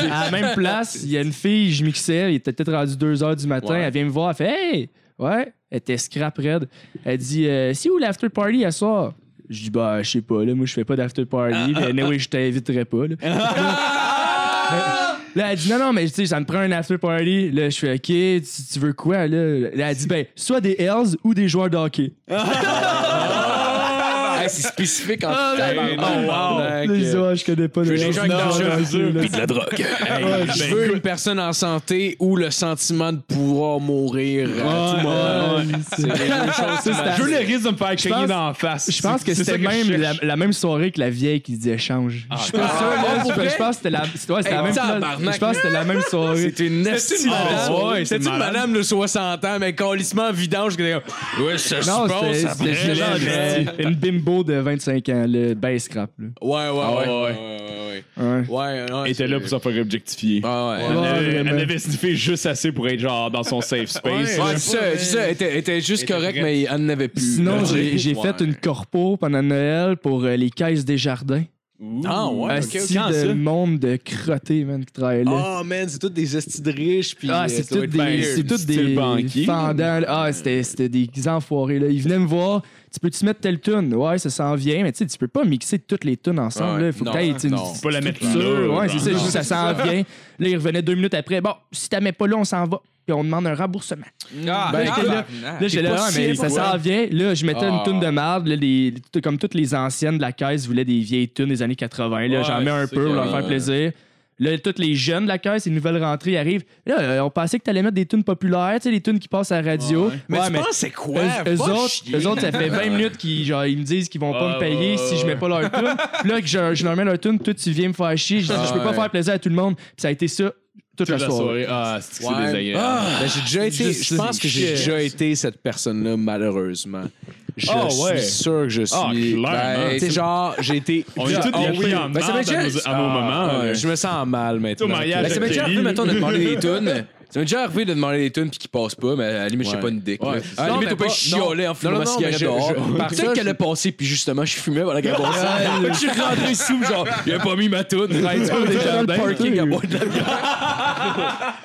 Speaker 6: à la même place, il y a une fille, je mixais, il était peut-être rendu 2h du matin,
Speaker 3: Ouais.
Speaker 6: elle vient me voir, elle fait Hey! Ouais, elle était scrap red. Elle dit Euh, C'est où l'after party à soir? Je dis Bah, je sais pas, là, moi, je fais pas d'after party, mais anyway, je t'inviterai pas, là. Là, elle dit non, non, mais tu sais, ça me prend un after party. Là, je fais OK, tu, tu veux quoi? Là? Là, elle dit ben, soit des Hells ou des joueurs de hockey.
Speaker 3: Hey, c'est spécifique en
Speaker 6: ben,
Speaker 3: tabarnak.
Speaker 6: Là, je dis, ouais, je connais pas les
Speaker 4: des gens avec de ben, l'argent,
Speaker 6: là.
Speaker 3: de la drogue.
Speaker 6: Ben,
Speaker 4: Je veux une personne en santé ou le sentiment de pouvoir mourir à tout moment.
Speaker 6: Ouais,
Speaker 4: C'est les deux choses qui
Speaker 6: c'est-
Speaker 4: m'arrivent.
Speaker 6: je l'ai-
Speaker 5: risque de me faire
Speaker 6: Je pense-
Speaker 5: la face.
Speaker 6: Je pense que
Speaker 5: C'est
Speaker 6: c'était
Speaker 5: ça je
Speaker 6: même la,
Speaker 5: cherche.
Speaker 6: la même soirée que la vieille qui disait change. je suis pas sûr, là,
Speaker 4: Ah,
Speaker 6: je-
Speaker 4: pour vrai?
Speaker 6: je pense que c'était la, c'était- ouais, c'était
Speaker 4: Hey,
Speaker 6: la même
Speaker 4: tabarnak.
Speaker 6: Je pense que c'était la même soirée.
Speaker 4: C'était une estime
Speaker 6: Ah,
Speaker 5: madame.
Speaker 4: madame. C'était une
Speaker 5: malade.
Speaker 4: madame de 60 ans, mais colissement vidange. qui était comme, Ouais, ça se
Speaker 6: Non,
Speaker 4: passe
Speaker 6: c'était-
Speaker 4: après.
Speaker 6: c'était genre euh,
Speaker 4: mais-
Speaker 6: une- une bimbo de 25 ans, le ben scrap. là.
Speaker 4: Ouais, ouais, ouais. Ouais, ouais,
Speaker 6: Ouais.
Speaker 4: ouais. ouais.
Speaker 5: Elle était là pour se faire objectifier.
Speaker 4: Ah ouais.
Speaker 6: Ouais,
Speaker 5: Elle avait-
Speaker 6: vraiment.
Speaker 5: elle avait sniffé juste assez pour être genre dans son safe space.
Speaker 4: Ouais,
Speaker 3: Ouais, c'est ça, c'est ça. Elle était, elle était juste
Speaker 4: était
Speaker 3: correcte,
Speaker 4: prête.
Speaker 3: mais elle n'avait plus.
Speaker 6: Sinon,
Speaker 4: Ouais.
Speaker 6: j'ai j'ai fait
Speaker 4: Ouais.
Speaker 6: une corpo pendant Noël pour euh, les caisses des jardins.
Speaker 4: Ah ouais,
Speaker 6: Un
Speaker 4: ok, ok.
Speaker 6: style de monde de crotté, man, qui travaillait là.
Speaker 4: Oh man, c'est tous des estis de riches. Puis
Speaker 6: Ah,
Speaker 4: euh,
Speaker 6: c'est
Speaker 4: ça doit
Speaker 6: tout
Speaker 4: être
Speaker 6: des,
Speaker 4: weird.
Speaker 6: c'est tout
Speaker 5: style
Speaker 6: des
Speaker 5: banquier.
Speaker 6: fendants. là. Ah, c'était c'était des enfoirés là. Ils venaient me voir, tu peux-tu mettre telle tune? Ouais, ça s'en vient, mais tu sais, tu peux pas mixer toutes les tunes ensemble.
Speaker 4: Ouais.
Speaker 6: là. Faut
Speaker 4: Non,
Speaker 6: que t'ailles, tu sais, une
Speaker 4: non.
Speaker 1: Pas la mettre
Speaker 6: structure.
Speaker 1: là,
Speaker 6: Ouais,
Speaker 1: non,
Speaker 6: c'est ça,
Speaker 1: non,
Speaker 6: juste ça s'en vient. Là, il revenait deux minutes après. Bon, si t'as mets pas là, on s'en va. Puis on demande un remboursement.
Speaker 4: Ah,
Speaker 6: Ben,
Speaker 4: ah,
Speaker 6: là-
Speaker 4: bah, nah.
Speaker 6: Là, j'ai
Speaker 3: pas
Speaker 6: là,
Speaker 3: si hein?
Speaker 6: mais ça
Speaker 3: important.
Speaker 6: s'en vient. Là, je mettais
Speaker 4: Ah.
Speaker 6: une tune de marde. Là, les- tout- comme toutes les anciennes de la caisse voulaient des vieilles tunes des années 80. Là,
Speaker 5: Ouais,
Speaker 6: j'en mets un
Speaker 5: c'est
Speaker 6: peu pour leur
Speaker 4: que-
Speaker 6: faire plaisir. Là, tous les jeunes de la caisse, les nouvelles rentrées arrivent. Là, euh, on pensait que t'allais mettre des tunes populaires, tu sais, les tunes qui passent à la radio.
Speaker 4: Mais
Speaker 6: Ouais,
Speaker 4: tu penses, c'est quoi?
Speaker 6: eux, eux
Speaker 4: Va
Speaker 6: autres,
Speaker 4: chier.
Speaker 6: eux autres, ça fait 20 minutes qu'ils genre, ils me disent qu'ils vont pas
Speaker 5: Ah,
Speaker 6: me payer
Speaker 5: ouais,
Speaker 6: si je mets pas leur tune. Puis là, que je, je leur mets leur tune, toi, tu viens me faire chier. Je, dis,
Speaker 4: Ah,
Speaker 6: je peux pas
Speaker 4: ouais.
Speaker 6: faire plaisir à tout le monde. Puis ça a été ça toute, la soirée. Ah!
Speaker 1: Ah, c'est que c'est
Speaker 4: Ouais.
Speaker 1: désagréable.
Speaker 4: Ben, j'ai déjà été, je pense que j'ai
Speaker 1: shit.
Speaker 4: déjà été cette personne-là, malheureusement. Je
Speaker 1: Ah, ouais.
Speaker 4: suis sûr que je suis.
Speaker 1: Ah, clairement.
Speaker 4: ben, tu sais, genre, j'ai été.
Speaker 1: On est
Speaker 4: Ah,
Speaker 1: tous
Speaker 4: oui.
Speaker 1: des filles en
Speaker 4: Ben, ça
Speaker 1: marde
Speaker 4: m'est
Speaker 1: à
Speaker 4: déjà-
Speaker 1: nos- à nos moments,
Speaker 4: ouais,
Speaker 1: là.
Speaker 4: Je me sens mal maintenant.
Speaker 1: Au mariage
Speaker 3: Ben, ça m'est
Speaker 1: de
Speaker 3: déjà arrivé,
Speaker 1: Kelly.
Speaker 3: mettons, de demander des tunes. Ça m'est déjà arrivé de demander des tunes puis qu'ils passent pas, mais à la limite, je sais
Speaker 4: Ouais.
Speaker 3: pas une dick. là.
Speaker 4: Ouais, Ah,
Speaker 3: à la
Speaker 4: non,
Speaker 3: limite,
Speaker 4: mais
Speaker 3: au pire, je
Speaker 4: pas-
Speaker 3: chiolais en fumant
Speaker 4: non,
Speaker 3: ma
Speaker 4: non,
Speaker 3: cigarette
Speaker 4: mais je-
Speaker 3: dehors.
Speaker 4: je- par ça,
Speaker 3: Peut-être qu'elle
Speaker 4: je-
Speaker 3: est passée puis justement, je fumais
Speaker 4: (laughs)
Speaker 3: pendant qu'elle passait. Fait que je suis rentré sous, genre, il a pas mis ma tune. dans le
Speaker 6: (laughs)
Speaker 3: parking à boire de
Speaker 4: (laughs)
Speaker 3: la bière.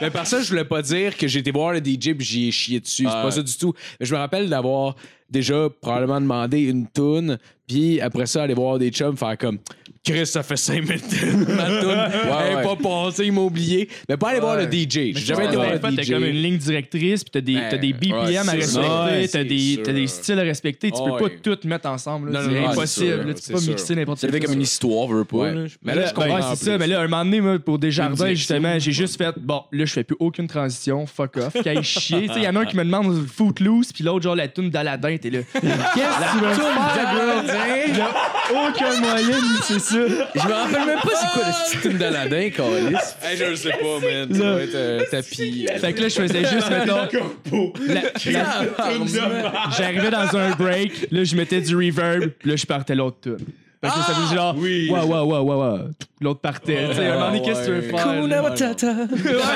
Speaker 4: Mais par ça, je voulais pas dire que j'ai été voir le DJ puis j'y ai chié dessus. C'est pas ça du tout. Mais je me rappelle d'avoir déjà probablement demandé une toune, puis après ça, aller voir des chums faire comme Chris, ça fait 5 minutes que ma toune elle est
Speaker 3: ouais.
Speaker 4: pas passée, il m'a oublié. Mais pas aller voir le DJ. J'ai jamais été voir
Speaker 6: Ouais,
Speaker 4: le
Speaker 6: en fait,
Speaker 4: DJ.
Speaker 6: t'as comme une ligne directrice, puis t'as des, t'as des BPM
Speaker 4: ouais,
Speaker 6: à
Speaker 4: c'est
Speaker 6: respecter,
Speaker 4: sûr. Ouais,
Speaker 6: t'as,
Speaker 4: c'est
Speaker 6: des,
Speaker 4: sûr.
Speaker 6: t'as des styles à respecter. Tu
Speaker 4: Ah
Speaker 6: peux
Speaker 4: ouais.
Speaker 6: pas tout mettre ensemble. là.
Speaker 4: Non, non,
Speaker 6: c'est
Speaker 4: non, c'est
Speaker 6: impossible.
Speaker 4: sûr,
Speaker 6: là, tu
Speaker 4: c'est
Speaker 6: peux pas
Speaker 4: sûr.
Speaker 6: mixer n'importe
Speaker 3: Ça fait comme une histoire, veux pas.
Speaker 4: Ouais.
Speaker 3: là.
Speaker 4: Mais là, je comprends.
Speaker 6: Ouais,
Speaker 4: en
Speaker 6: c'est ça.
Speaker 4: plus.
Speaker 6: Mais là, un moment donné, moi, pour Desjardins,
Speaker 4: Une
Speaker 6: justement, j'ai juste fait bon, là, je fais plus aucune transition, fuck off, qu'aille chier. Tu sais, il y en a un qui me demande Footloose, puis l'autre, genre, la tune d'Aladin, t'es là. (laughs) Qu'est-ce que tu veux faire, bro? Il y a aucun moyen de mixer ça.
Speaker 3: Je me rappelle même pas c'est quoi le style tune d'Aladin, Calis.
Speaker 4: Hey, je le sais
Speaker 1: (laughs)
Speaker 4: pas, man. Ça va être euh, tapis.
Speaker 6: Fait que là, je faisais (laughs) juste, mettons. la- la- J'arrivais dans un break, là je mettais du reverb, puis là je partais l'autre tune. Fait que ça
Speaker 1: Ah!
Speaker 6: faisait genre ouais ouais ouais ouais ouais. L'autre partait, tu sais, à un moment donné qu'est-ce que tu veux
Speaker 4: ouais.
Speaker 6: faire là?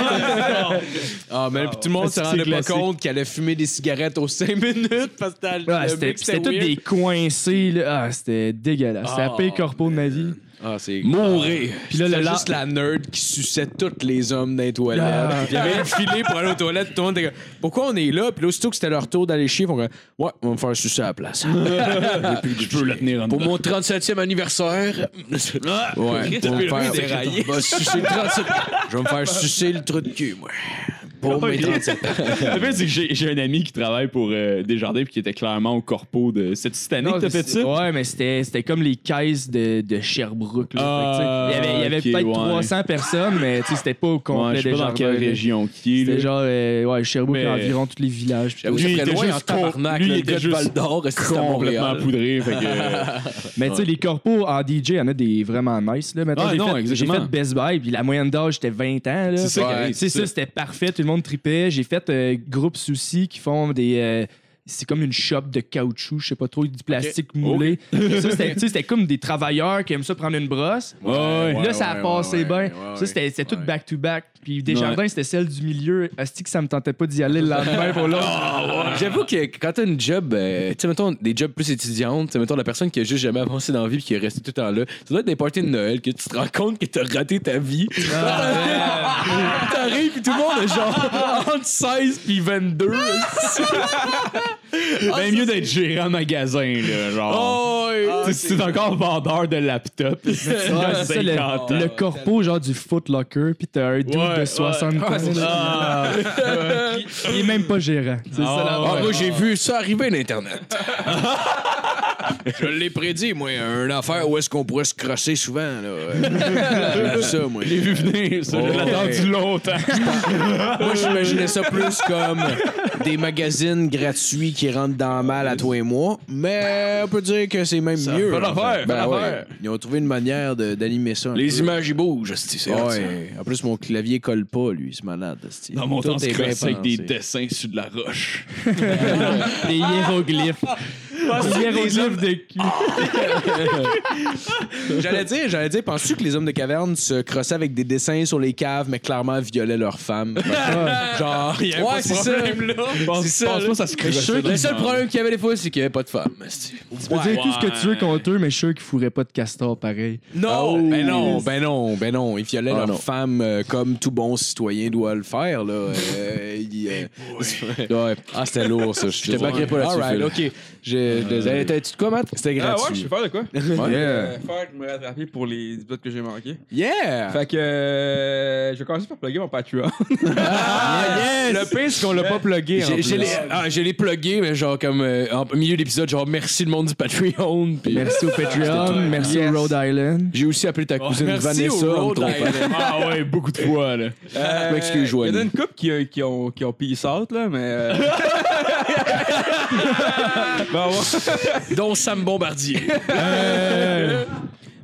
Speaker 4: Ah, mais puis tout le monde se
Speaker 6: c'est
Speaker 4: rendait pas
Speaker 6: classique.
Speaker 4: compte qu'elle a fumé des cigarettes aux 5 minutes parce que t'as-
Speaker 6: Ouais,
Speaker 4: le
Speaker 6: c'était
Speaker 4: mix
Speaker 6: c'était
Speaker 4: était
Speaker 6: tous
Speaker 4: weird.
Speaker 6: des coincés là, ah, c'était dégueulasse. C'était la
Speaker 1: Ah.
Speaker 6: pire corpo de ma vie.
Speaker 4: Ah, c'est.
Speaker 3: Mourir.
Speaker 6: Puis là le
Speaker 4: C'était
Speaker 6: la-
Speaker 4: juste la nerd qui suçait tous les hommes dans les toilettes.
Speaker 6: Ah.
Speaker 4: Il y avait filé pour aller aux toilettes. Tout le monde était comme, pourquoi on est là? Puis là, aussitôt que c'était leur tour d'aller chier, ils font comme, ouais, on va me faire sucer à la place.
Speaker 1: Je peux la tenir en
Speaker 3: Pour mon 37e anniversaire.
Speaker 4: Ouais. on va me faire- Je vais sucer le 37 Je vais me faire sucer le truc de cul, moi.
Speaker 6: Ah,
Speaker 4: Pour mes 37
Speaker 1: (laughs) Le pire, c'est que j'ai- j'ai un ami qui travaille pour euh, Desjardins puis qui était clairement au corpo de cette petite année
Speaker 6: Non,
Speaker 1: que t'as fait
Speaker 6: c'est-
Speaker 1: ça.
Speaker 6: Ouais, mais c'était c'était comme les caisses de, de Sherbrooke. Là. Fait que, tu sais, il y avait, il y avait
Speaker 1: Ah, ok,
Speaker 6: peut-être
Speaker 1: ouais.
Speaker 6: 300 personnes, mais tu sais, c'était pas au
Speaker 1: Ouais,
Speaker 6: complet
Speaker 1: je sais
Speaker 6: des
Speaker 1: pas dans quelle région qui est. là.
Speaker 6: C'était genre, euh, ouais, Sherbrooke,
Speaker 1: Mais-
Speaker 6: environ tous les villages. puis tout.
Speaker 3: J'avoue, ça
Speaker 1: Lui,
Speaker 3: ferait
Speaker 1: il était
Speaker 3: loin en
Speaker 1: juste con-
Speaker 3: tabarnak.
Speaker 1: lui, il
Speaker 3: là, le
Speaker 1: était
Speaker 3: gars de
Speaker 1: juste
Speaker 3: Val d'Or, c'est à
Speaker 1: complètement
Speaker 3: Montréal.
Speaker 1: poudré. fait que, euh,
Speaker 6: Mais tu sais, les corpos en DJ, il y en a des vraiment nice. Là. Mettons,
Speaker 1: Ouais,
Speaker 6: j'ai
Speaker 1: non,
Speaker 6: fait, j'ai
Speaker 1: exactement.
Speaker 6: fait Best Buy, puis la moyenne d'âge, c'était 20 ans. là.
Speaker 1: C'est ça qui
Speaker 6: Ouais.
Speaker 1: arrive, c'est
Speaker 6: C'est ça,
Speaker 1: ça.
Speaker 6: c'était parfait. Tout le monde tripait. J'ai fait euh, groupe Souci qui font des. euh, c'est comme une shop de caoutchouc, je sais pas trop, du plastique moulé. (laughs) Ça, c'était tu sais, c'était comme des travailleurs qui aiment ça prendre une brosse.
Speaker 1: ouais.
Speaker 6: Puis là, ça a
Speaker 4: ouais,
Speaker 6: passé
Speaker 4: ouais,
Speaker 6: bien.
Speaker 4: ouais, ouais,
Speaker 6: ça, c'était c'était tout
Speaker 4: ouais.
Speaker 6: back-to-back. Puis Desjardins, c'était celle du milieu. Asti que ça me tentait pas d'y aller le lendemain pour l'autre.
Speaker 3: J'avoue que quand t'as une job, euh, tu sais, mettons, des jobs plus étudiantes, tu sais, mettons, la personne qui a juste jamais avancé dans la vie puis qui est restée tout le temps là, ça doit être des parties de Noël que tu te rends compte que t'as raté ta vie.
Speaker 1: Ah!
Speaker 6: (laughs) Ah,
Speaker 3: T'arrives puis tout le monde est genre entre 16 puis 22.
Speaker 6: (laughs) Ah,
Speaker 1: ben mieux d'être gérant de magasin, là, genre. Oh, Tu- c'est encore vendeur de laptop.
Speaker 6: (laughs) Ouais, c'est ça, le,
Speaker 1: 50 ans.
Speaker 6: le corpo genre du Foot Locker, pis t'as un dude
Speaker 1: Ouais,
Speaker 6: de
Speaker 1: ouais.
Speaker 6: 60 ans. là. Il est même pas gérant. C'est ça la
Speaker 3: (laughs) Ah,
Speaker 6: vraie.
Speaker 3: moi, j'ai vu ça arriver l'Internet.
Speaker 4: Je l'ai prédit, moi, une affaire où est-ce qu'on pourrait se crosser souvent, là. J'ai
Speaker 6: (laughs)
Speaker 4: vu ça, moi.
Speaker 1: J'ai vu venir, ça.
Speaker 4: Ouais.
Speaker 1: J'ai attendu longtemps.
Speaker 4: Moi, j'imaginais ça plus comme des magazines gratuits qui rentrent dans mal à toi et moi, mais on peut dire que c'est même mieux.
Speaker 1: bonne
Speaker 4: en fait.
Speaker 1: affaire,
Speaker 4: Ben
Speaker 1: bonne
Speaker 4: ouais.
Speaker 1: affaire.
Speaker 4: Ils ont trouvé une manière de- d'animer ça. un peu.
Speaker 3: Les images, ils bougent, c'est c'est hot, ça.
Speaker 4: Ouais. En plus, mon clavier colle pas, lui, c'est malade. c'est-
Speaker 1: Dans mon
Speaker 4: Tout
Speaker 1: temps,
Speaker 4: est
Speaker 1: c'est
Speaker 4: bien
Speaker 1: avec
Speaker 4: pensé.
Speaker 1: des dessins sur de la roche.
Speaker 6: Des hiéroglyphes. Des hiéroglyphes de cul.
Speaker 4: J'allais dire, j'allais dire, penses-tu que les hommes de caverne se crossaient avec des dessins sur les caves, mais clairement violaient leurs femmes? Genre, il y avait pas
Speaker 3: c'est
Speaker 4: ce
Speaker 3: ça.
Speaker 4: problème-là.
Speaker 1: pense,
Speaker 3: ça,
Speaker 1: pense
Speaker 3: là.
Speaker 1: pas ça se
Speaker 3: Mais je
Speaker 1: crée.
Speaker 3: suis sûr que Le seul problème qu'il y avait des fois, c'est qu'il n'y avait pas de femme. c'est-
Speaker 6: Tu peux dire tout ce que tu veux contre eux, mais je suis sûr qu'ils fourraient pas de castor pareil.
Speaker 4: Non, ben non, ben non, ben non. Ils violaient leurs femmes euh, comme tout bon citoyen doit le faire, là. Euh, ils, euh, ouais. Ah, c'était lourd, ça. Je
Speaker 3: te backerai pas là-dessus,
Speaker 4: All right,
Speaker 3: Phil.
Speaker 4: OK. Je,
Speaker 3: je désolé. T'as-tu de quoi, Matt?
Speaker 4: C'était
Speaker 9: Ah ouais, je
Speaker 4: gratuit.
Speaker 9: sais faire de quoi?
Speaker 6: Yeah.
Speaker 9: Euh, faire me rattraper pour les épisodes que j'ai manqués.
Speaker 4: yeah!
Speaker 9: Fait que euh, je vais commencer par plugger mon Patreon.
Speaker 4: Ah,
Speaker 6: Ah,
Speaker 4: Le pire, c'est qu'on l'a pas plugué. en
Speaker 3: J'ai- J'ai
Speaker 4: plus.
Speaker 3: les, ah, j'ai les plugués, mais genre comme euh, en au milieu de l'épisode, genre merci le monde du Patreon. Puis euh,
Speaker 6: Merci au Patreon, merci au Rhode Island.
Speaker 3: j'ai aussi appelé ta cousine
Speaker 4: merci
Speaker 3: Vanessa.
Speaker 4: au
Speaker 3: en me
Speaker 4: Rhode
Speaker 3: trompant.
Speaker 4: Island.
Speaker 5: Ah ouais, beaucoup de fois, là.
Speaker 9: Euh,
Speaker 3: m'excuse, Joanie.
Speaker 9: Il y en a une couple qui, qui ont, qui ont peace out, là, mais. euh, bon, ouais.
Speaker 3: Dont Sam Bombardier.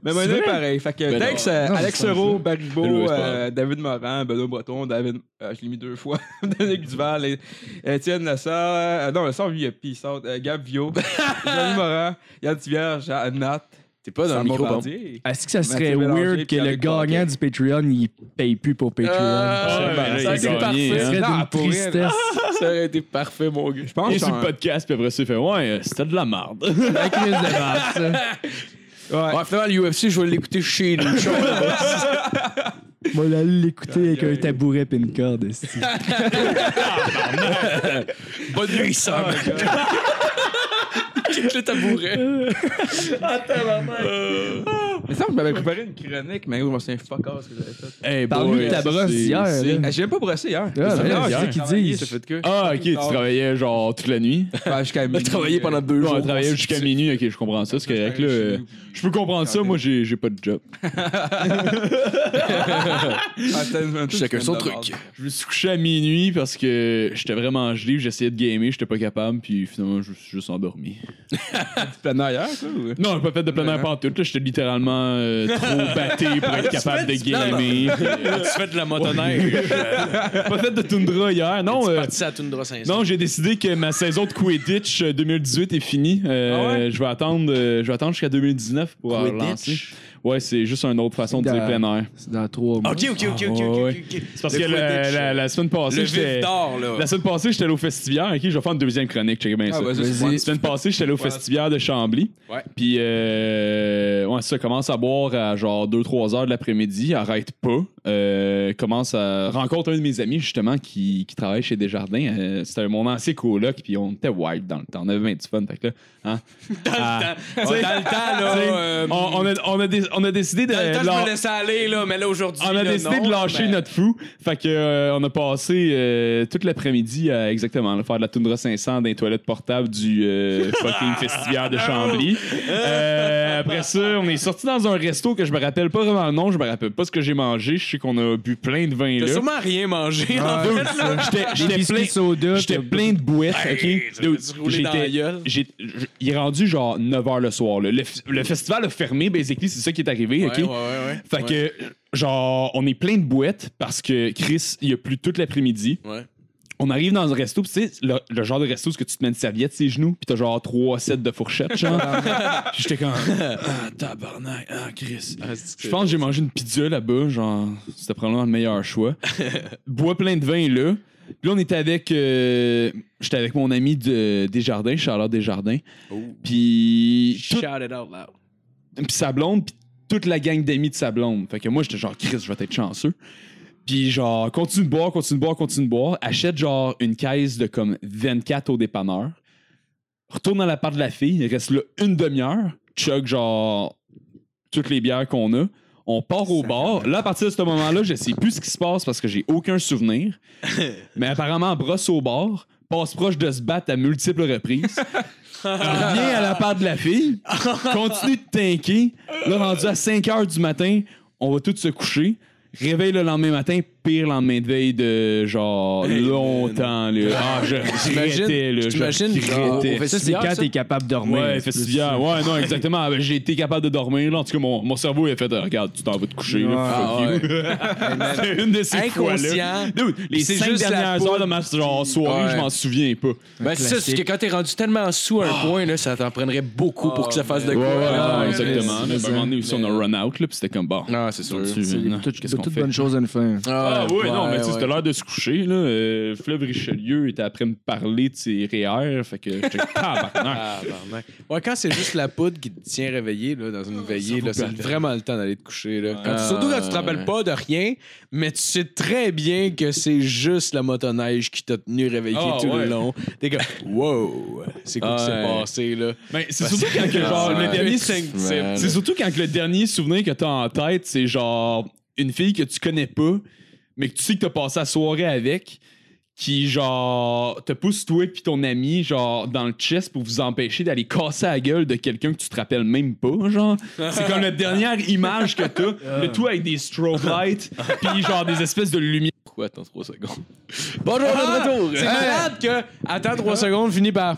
Speaker 9: Mais maintenant, pareil. Fait que
Speaker 3: Ben
Speaker 9: thanks
Speaker 3: non.
Speaker 9: à
Speaker 6: Non,
Speaker 9: Alex
Speaker 6: c'est
Speaker 9: Sero,
Speaker 5: Hello,
Speaker 9: Baribot,
Speaker 5: c'est pas
Speaker 9: euh, David Morin, Benoît Breton, David, euh, je l'ai mis deux fois, (laughs) Dominique Duval, et- Étienne Lessard, euh, non, Lessard, lui, il a peace out, euh,
Speaker 3: (laughs)
Speaker 9: Gab Vio, Jérémy Morin, Yann Tivière, Jean- Nat,
Speaker 3: T'es pas dans
Speaker 9: Sam
Speaker 3: le micro, pardon.
Speaker 9: Bombardier.
Speaker 6: Est-ce que ça serait
Speaker 9: Mathieu Bélanger
Speaker 6: weird que
Speaker 9: puis
Speaker 6: le
Speaker 9: Alex
Speaker 6: gagnant du Patreon, il paye plus pour Patreon?
Speaker 5: Ah,
Speaker 9: ben,
Speaker 5: ouais,
Speaker 9: ça,
Speaker 5: là, il
Speaker 9: c'est
Speaker 5: a gagné,
Speaker 6: Ce
Speaker 5: hein.
Speaker 6: serait
Speaker 9: non,
Speaker 6: d'une
Speaker 9: pour vrai,
Speaker 6: tristesse.
Speaker 3: Ça aurait été parfait, mon gars.
Speaker 9: Je pense
Speaker 5: Il
Speaker 9: que
Speaker 5: est
Speaker 9: c'est
Speaker 5: sur le
Speaker 9: un-
Speaker 5: podcast, puis après ça, il fait Ouais, euh, c'était de la merde.
Speaker 6: (laughs) La crise de rap, ça.
Speaker 9: Ouais.
Speaker 3: Ouais, finalement, l'UFC, je vais l'écouter chez nous.
Speaker 6: Moi, là, l'écouter avec un tabouret pis une corde. esti.
Speaker 3: Bonne nuit, Sam. Kick le tabouret.
Speaker 9: Mais ça, je m'avais préparé une chronique, mais gros, je me souviens fuck all ce que j'avais fait.
Speaker 5: Hey,
Speaker 6: Parle-nous de ta brosse hier. là.
Speaker 9: Eh, J'ai même pas brossé hier.
Speaker 6: Ah, ben,
Speaker 9: Ah,
Speaker 6: c'est
Speaker 9: j'ai
Speaker 6: ça qu'ils
Speaker 9: travaillé,
Speaker 6: disent.
Speaker 9: ça fait de que.
Speaker 5: Ah, ok, tu travaillais genre toute la nuit.
Speaker 3: (laughs)
Speaker 9: Ben, jusqu'à minuit,
Speaker 3: Travailler pendant
Speaker 9: (laughs)
Speaker 3: deux
Speaker 5: Ouais,
Speaker 3: jours.
Speaker 5: on travaillait jusqu'à minuit, ok, je comprends ça, c'est correct, là.
Speaker 9: chez
Speaker 5: euh,
Speaker 9: nous,
Speaker 5: Je peux comprendre ça, moi, j'ai j'ai pas de job.
Speaker 9: puis- Ah, c'était une- une-
Speaker 3: Chacun
Speaker 9: une
Speaker 3: son
Speaker 9: de
Speaker 3: truc.
Speaker 9: base.
Speaker 5: Je me suis couché à minuit parce que j'étais vraiment gelé, puis j'essayais de gamer, j'étais pas capable, puis finalement, je me suis juste endormi.
Speaker 9: Plein air, quoi. ou-
Speaker 3: Ben,
Speaker 5: Non, j'ai pas fait de plein air pantoute, là, j'étais littéralement euh, trop
Speaker 3: (laughs)
Speaker 5: batté pour être capable de gamer.
Speaker 3: Tu fais de la motoneige.
Speaker 5: (laughs) pas fait de Tundra hier, non. euh,
Speaker 3: Parti à Tundra 500.
Speaker 5: Non, j'ai décidé que ma saison de Quidditch euh, 2018 est finie. Euh,
Speaker 9: Ah
Speaker 5: Je vais attendre, euh, je vais attendre jusqu'à 2019 pour la relancer. Ouais, c'est juste une autre façon de
Speaker 6: Dans-
Speaker 5: dire plein air.
Speaker 6: C'est dans trois mois.
Speaker 3: Ok, ok, ok, ok,
Speaker 5: Ah,
Speaker 3: ok,
Speaker 5: ouais.
Speaker 3: ok.
Speaker 5: C'est parce
Speaker 3: Le
Speaker 5: que la,
Speaker 3: Quidditch,
Speaker 5: la- la semaine
Speaker 3: Le
Speaker 5: passée,
Speaker 3: vif
Speaker 5: j'étais
Speaker 3: d'or, là.
Speaker 5: la semaine passée, j'étais allé au festivière. Ok, je vais faire une deuxième chronique. Check bien
Speaker 9: Ah,
Speaker 5: ça.
Speaker 9: vas-y, c'est
Speaker 5: La semaine passée, j'étais allé au festivière de Chambly.
Speaker 3: Ouais.
Speaker 5: Puis, euh, ouais, ça commence à boire à genre 2-3 heures de l'après-midi. Arrête pas. Euh, commence à rencontre un de mes amis, justement, qui, qui travaille chez Desjardins. Euh, C'était mon ancien coloc, puis on était wild dans le temps. On avait bien du fun. Fait que là, hein. Ah,
Speaker 3: Ah, Dans le temps,
Speaker 5: (laughs)
Speaker 3: là.
Speaker 5: t'sais,
Speaker 3: euh,
Speaker 5: on, on a, on, a dé- on a décidé de.
Speaker 3: Dans le temps, je
Speaker 5: leur-
Speaker 3: me laissais aller, là, mais là, aujourd'hui.
Speaker 5: Ah, on a
Speaker 3: là,
Speaker 5: décidé
Speaker 3: non,
Speaker 5: de lâcher
Speaker 3: mais-
Speaker 5: notre fou. Fait que euh, on a passé euh, toute l'après-midi à exactement là, faire de la Tundra 500 dans les toilettes portables du
Speaker 3: (laughs)
Speaker 5: euh, fucking festivière
Speaker 3: Ah,
Speaker 5: de Chambly. Euh, après ça, on est sorti dans un resto que je me rappelle pas vraiment le nom, je me rappelle pas ce que j'ai mangé, je sais qu'on a bu plein de vin
Speaker 3: T'as
Speaker 5: là.
Speaker 3: sûrement rien mangé, en
Speaker 6: Ah,
Speaker 3: fait.
Speaker 6: c'est ça.
Speaker 5: J'étais
Speaker 6: Des
Speaker 5: j'étais plein
Speaker 6: biscuits soda.
Speaker 5: J'étais
Speaker 6: puis-
Speaker 5: plein de bouettes,
Speaker 3: Hey,
Speaker 5: ok?
Speaker 3: ça va-tu rouler dans la gueule?
Speaker 5: j'ai- j- il est rendu genre 9h le soir. là. Le, f- le festival a fermé, basically, c'est ça qui est arrivé, ok?
Speaker 3: Ouais, ouais, ouais, ouais.
Speaker 5: Fait que, genre, on est plein de bouettes parce que Chris, il a plu toute l'après-midi.
Speaker 3: Ouais.
Speaker 5: On arrive dans un resto, pis tu sais, le, le genre de resto, c'est que tu te mets une serviette sur les genoux, pis t'as genre trois sets de
Speaker 3: (laughs)
Speaker 5: fourchettes, genre. Pis j'étais comme, ah, tabarnak, ah, Chris. Je pense que j'ai mangé une pizza là-bas, genre, c'était probablement le meilleur choix.
Speaker 3: (laughs)
Speaker 5: Bois plein de vin, là. Puis là, on était avec. euh, J'étais avec mon ami de Desjardins, Charlotte Desjardins. Puis. tout-
Speaker 3: Oh. Shout it out loud.
Speaker 5: puis sa blonde, puis toute la gang d'amis de sa blonde. Fait que moi, j'étais genre, Chris, je vais être chanceux. Puis genre, continue de boire, continue de boire, continue de boire. Achète genre une caisse de comme 24 au dépanneur. Retourne dans la part de la fille, il reste là une demi-heure. Chug genre toutes les bières qu'on a. On part au bar. Là, à partir de ce moment-là, je sais plus ce qui se passe parce que j'ai aucun souvenir. Mais apparemment, brosse au bar, passe proche de se battre à multiples reprises. Reviens à la part de la fille, continue de tanker. Là, rendu à 5 heures du matin, on va tous se coucher. Réveil le lendemain matin, pire lendemain de veille de genre longtemps. Là. Ah, je regrettais, là.
Speaker 4: t'imagines,
Speaker 5: je
Speaker 4: genre,
Speaker 5: regrettais.
Speaker 6: Ça, c'est quand t'es capable de dormir.
Speaker 5: Ouais,
Speaker 6: c'est plus
Speaker 5: festivière.
Speaker 6: ça.
Speaker 5: Ouais, non, exactement. Ben, J'ai été capable de dormir. Là. En tout cas, mon, mon cerveau, il a fait euh, Regarde, tu t'en vas te coucher. là, fuck you. (laughs) C'est une de ces fois-là.
Speaker 3: Inconscient.
Speaker 5: Dude, les
Speaker 3: C'est
Speaker 5: cinq
Speaker 3: juste la
Speaker 5: dernières
Speaker 3: poudre,
Speaker 5: heures de ma genre, soirée,
Speaker 3: Ouais.
Speaker 5: je m'en souviens pas.
Speaker 3: Ben, c'est ça, c'est que quand t'es rendu tellement sous à un point, là, ça t'en prendrait beaucoup pour que ça fasse de quoi. Ah,
Speaker 5: Ouais,
Speaker 3: là.
Speaker 5: non, exactement. Là, ben, à un moment donné aussi, on a run out, là, puis c'était comme bon. hein.
Speaker 3: Non, Ah, c'est sûr.
Speaker 5: Tu-
Speaker 6: C'est
Speaker 5: non,
Speaker 6: tout
Speaker 5: Qu'est-ce
Speaker 6: de
Speaker 5: qu'on
Speaker 6: toute
Speaker 5: fait.
Speaker 6: bonne chose à une fin.
Speaker 5: Ah oui,
Speaker 4: ouais,
Speaker 5: non, mais tu sais,
Speaker 4: ouais.
Speaker 5: c'était l'heure de se coucher. Là. Euh, Fleuve Richelieu était après me parler de ses REER, fait que
Speaker 3: (laughs)
Speaker 5: j'étais tabarnak.
Speaker 4: Ah, barnac. Ouais, quand c'est juste la poudre qui te tient réveillé là, dans une veillée, là, c'est vraiment le temps d'aller te coucher. Là. Quand tu- surtout quand tu te rappelles pas de rien, mais tu sais très bien que c'est juste la motoneige qui t'a tenu réveillé
Speaker 5: Ah,
Speaker 4: tout
Speaker 5: ouais.
Speaker 4: le long. T'es comme, wow, c'est quoi qui s'est
Speaker 3: Ouais.
Speaker 4: passé là?
Speaker 5: Mais Ben, c'est surtout quand que, genre,
Speaker 3: Ah,
Speaker 5: le
Speaker 3: ouais.
Speaker 5: dernier sing-
Speaker 3: Man.
Speaker 5: c'est surtout quand que le dernier souvenir que t'as en tête, c'est genre une fille que tu connais pas, mais que tu sais que t'as passé la soirée avec, qui genre te pousse toi et ton ami genre dans le chest pour vous empêcher d'aller casser la gueule de quelqu'un que tu te rappelles même pas, genre. C'est comme la dernière image
Speaker 4: (laughs)
Speaker 5: que t'as, mais toi avec des strobe lights, puis genre des espèces de lumière.
Speaker 3: Pourquoi attends 3 secondes? Bonjour, de retour!
Speaker 4: Ah! C'est malade que, attends trois secondes, finis par.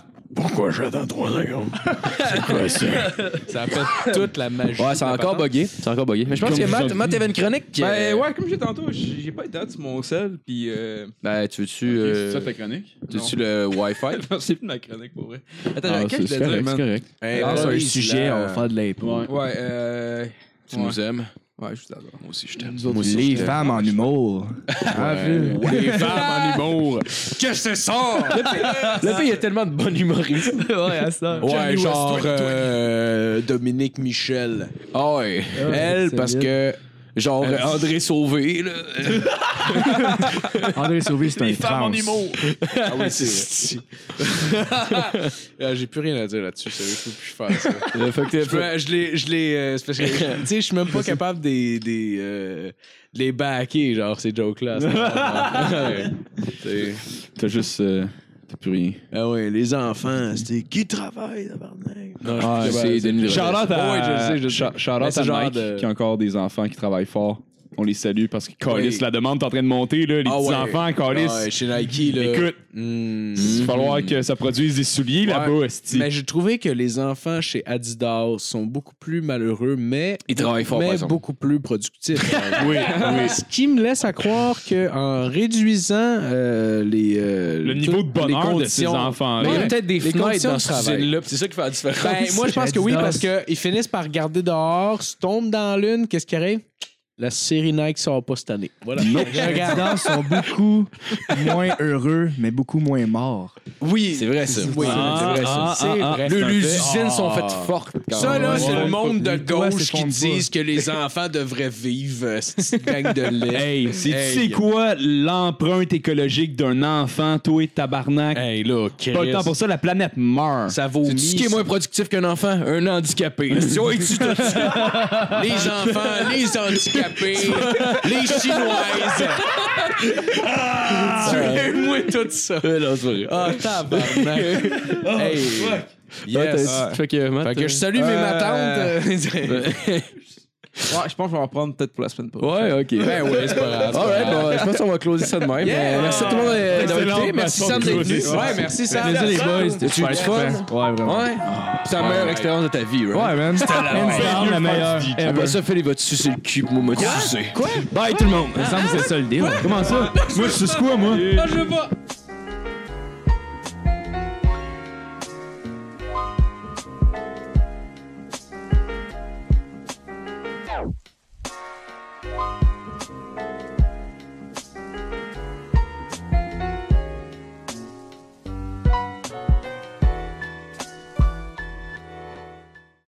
Speaker 4: Pourquoi j'attends trois secondes? ça? fait toute la magie.
Speaker 3: Ouais, c'est encore bugué. C'est encore bugué. Mais je pense
Speaker 5: Comme
Speaker 3: que
Speaker 5: vous
Speaker 3: Matt,
Speaker 5: avez
Speaker 3: Matt avait une chronique.
Speaker 9: Ben
Speaker 3: euh,
Speaker 9: ouais, comme j'ai tantôt, j'ai j'ai pas été sur mon sel, puis euh, (laughs)
Speaker 3: Ben, tu veux-tu. euh,
Speaker 5: chronique?
Speaker 3: tu veux-tu le (laughs) Wi-Fi?
Speaker 9: non, c'est plus ma chronique pour vrai. Attends,
Speaker 3: Ah,
Speaker 9: j'avais quelque chose à dire, man.
Speaker 3: correct.
Speaker 4: Hey,
Speaker 6: Ah, sur un
Speaker 4: Boris,
Speaker 6: sujet,
Speaker 4: là.
Speaker 6: on va faire de l'impôt.
Speaker 9: Ouais, euh,
Speaker 3: Tu nous aimes.
Speaker 9: ouais, je vous adore.
Speaker 3: Moi aussi, je t'aime.
Speaker 6: Les femmes en humour. Ah, vu.
Speaker 5: Les femmes en humour.
Speaker 4: Que c'est ça?
Speaker 3: Le fait, il y a tellement de bonnes humoristes.
Speaker 6: Ouais, à ça.
Speaker 4: Ouais, genre euh, Dominique Michel.
Speaker 3: Ah ouais.
Speaker 4: Elle, parce que.
Speaker 3: Genre euh, André Sauvé, là.
Speaker 6: André Sauvé, c'est un trans.
Speaker 4: Ah oui, c'est (laughs) Ah, J'ai plus rien à dire là-dessus, sérieux, je peux plus faire ça.
Speaker 3: Le fait que
Speaker 4: Je, peux- je l'ai. Je l'ai. euh, c'est parce que. Tu sais, je suis même pas capable des. des euh, de les backer, genre, ces jokes-là. C'est- C'est-
Speaker 5: T'as juste. T'as plus rien.
Speaker 4: ah ouais, les enfants, c'était qui travaille, tabarnak? Non,
Speaker 3: Ah, c'est Denis Drolet.
Speaker 5: Charlotte à,
Speaker 4: Ouais, je le sais, je le sais.
Speaker 5: Cha- shout-out
Speaker 4: Mais
Speaker 5: à
Speaker 4: c'est genre
Speaker 5: Mike,
Speaker 4: de-
Speaker 5: qui a encore des enfants qui travaillent fort. On les salue parce que Calis,
Speaker 4: Oui.
Speaker 5: la demande est en train de monter, là, les
Speaker 4: Ah ouais.
Speaker 5: petits-enfants, Calis.
Speaker 4: Ouais, chez Nike, là.
Speaker 5: Écoute,
Speaker 4: Hmm.
Speaker 5: il va falloir que ça produise des souliers là-bas, esti.
Speaker 4: Mais j'ai trouvé que les enfants chez Adidas sont beaucoup plus malheureux, mais,
Speaker 3: Ils travaillent fort, par
Speaker 4: mais
Speaker 3: exemple.
Speaker 4: beaucoup plus productifs.
Speaker 5: Oui, oui.
Speaker 4: Ce qui me laisse à croire qu'en réduisant euh, les, euh,
Speaker 5: Le niveau de
Speaker 4: toutes les
Speaker 5: bonheur de ces
Speaker 4: conditions-
Speaker 5: enfants-là.
Speaker 4: Mais il y a
Speaker 3: peut-être des
Speaker 4: fenêtres dans ce usine-là,
Speaker 3: C'est ça qui fait la différence.
Speaker 4: Ben,
Speaker 3: (laughs)
Speaker 4: moi, je pense que oui, parce qu'ils finissent par regarder dehors, se tombent dans l'une, qu'est-ce qui arrive? La série Nike sort pas cette année.
Speaker 6: (laughs)
Speaker 4: Voilà.
Speaker 6: Les résidents sont beaucoup moins heureux, mais beaucoup moins morts.
Speaker 4: Oui.
Speaker 3: C'est vrai, ça.
Speaker 4: Oui,
Speaker 5: Ah,
Speaker 4: c'est vrai, ça.
Speaker 5: ah,
Speaker 4: c'est
Speaker 5: ah,
Speaker 4: vrai.
Speaker 5: ah,
Speaker 4: Les
Speaker 5: ça
Speaker 4: usines sont faites
Speaker 3: fortes.
Speaker 4: Ça, là,
Speaker 6: Ouais,
Speaker 4: c'est
Speaker 6: ouais,
Speaker 4: le monde de
Speaker 6: les doigts
Speaker 4: gauche qui
Speaker 6: s'effondrent
Speaker 4: disent que les (laughs) enfants devraient vivre, euh, cette
Speaker 3: (laughs)
Speaker 4: gang de lait.
Speaker 5: Hey, si
Speaker 4: Hey.
Speaker 5: tu sais quoi l'empreinte écologique d'un enfant, toi et tabarnak?
Speaker 4: Hey, là, Chris.
Speaker 5: pas le temps pour ça, la planète meurt.
Speaker 4: Ça vaut
Speaker 3: Tu qui est moins productif qu'un enfant? Un
Speaker 4: (laughs)
Speaker 3: handicapé.
Speaker 4: Ouais, tu te- les enfants,
Speaker 3: (laughs)
Speaker 4: les handicapés, les chinoises. Tu es moins tout ça.
Speaker 3: Ah! non, c'est vrai. Oh,
Speaker 4: Ah,
Speaker 3: (laughs)
Speaker 4: tabarnak. hey. Yes.
Speaker 3: Fait que, Matt,
Speaker 4: Fait que je salue mes
Speaker 9: Euh,
Speaker 4: matantes. euh, (laughs)
Speaker 3: (laughs)
Speaker 9: Ouais, je pense que je vais en prendre peut-être pour la semaine prochaine.
Speaker 3: Ouais, ok.
Speaker 4: ben ouais, c'est pas grave. c'est pas
Speaker 3: Alright,
Speaker 4: grave.
Speaker 3: bon, je pense qu'on va closer ça de même.
Speaker 4: Yeah.
Speaker 3: Mais Merci à tout le monde euh, d'avoir
Speaker 5: Excellent
Speaker 3: écouté. Merci
Speaker 5: façon
Speaker 3: Sam
Speaker 5: de
Speaker 3: d'être
Speaker 5: closer
Speaker 3: venu.
Speaker 5: ça.
Speaker 4: Ouais, merci Sam.
Speaker 6: Désolé, Ben, les boys.
Speaker 3: As-tu eu du fun?
Speaker 6: Ouais, vraiment.
Speaker 3: Ouais. C'est la meilleure expérience de ta vie, right?
Speaker 6: Ouais, man. C'était la meilleure. La meilleure.
Speaker 3: Après ça, Phil, il va te sucer le cul, puis moi, il va te sucer. Quoi?
Speaker 6: Bye tout le monde. Il me semble que c'est ça le deal.
Speaker 5: Comment ça? Moi, je suis quoi, moi?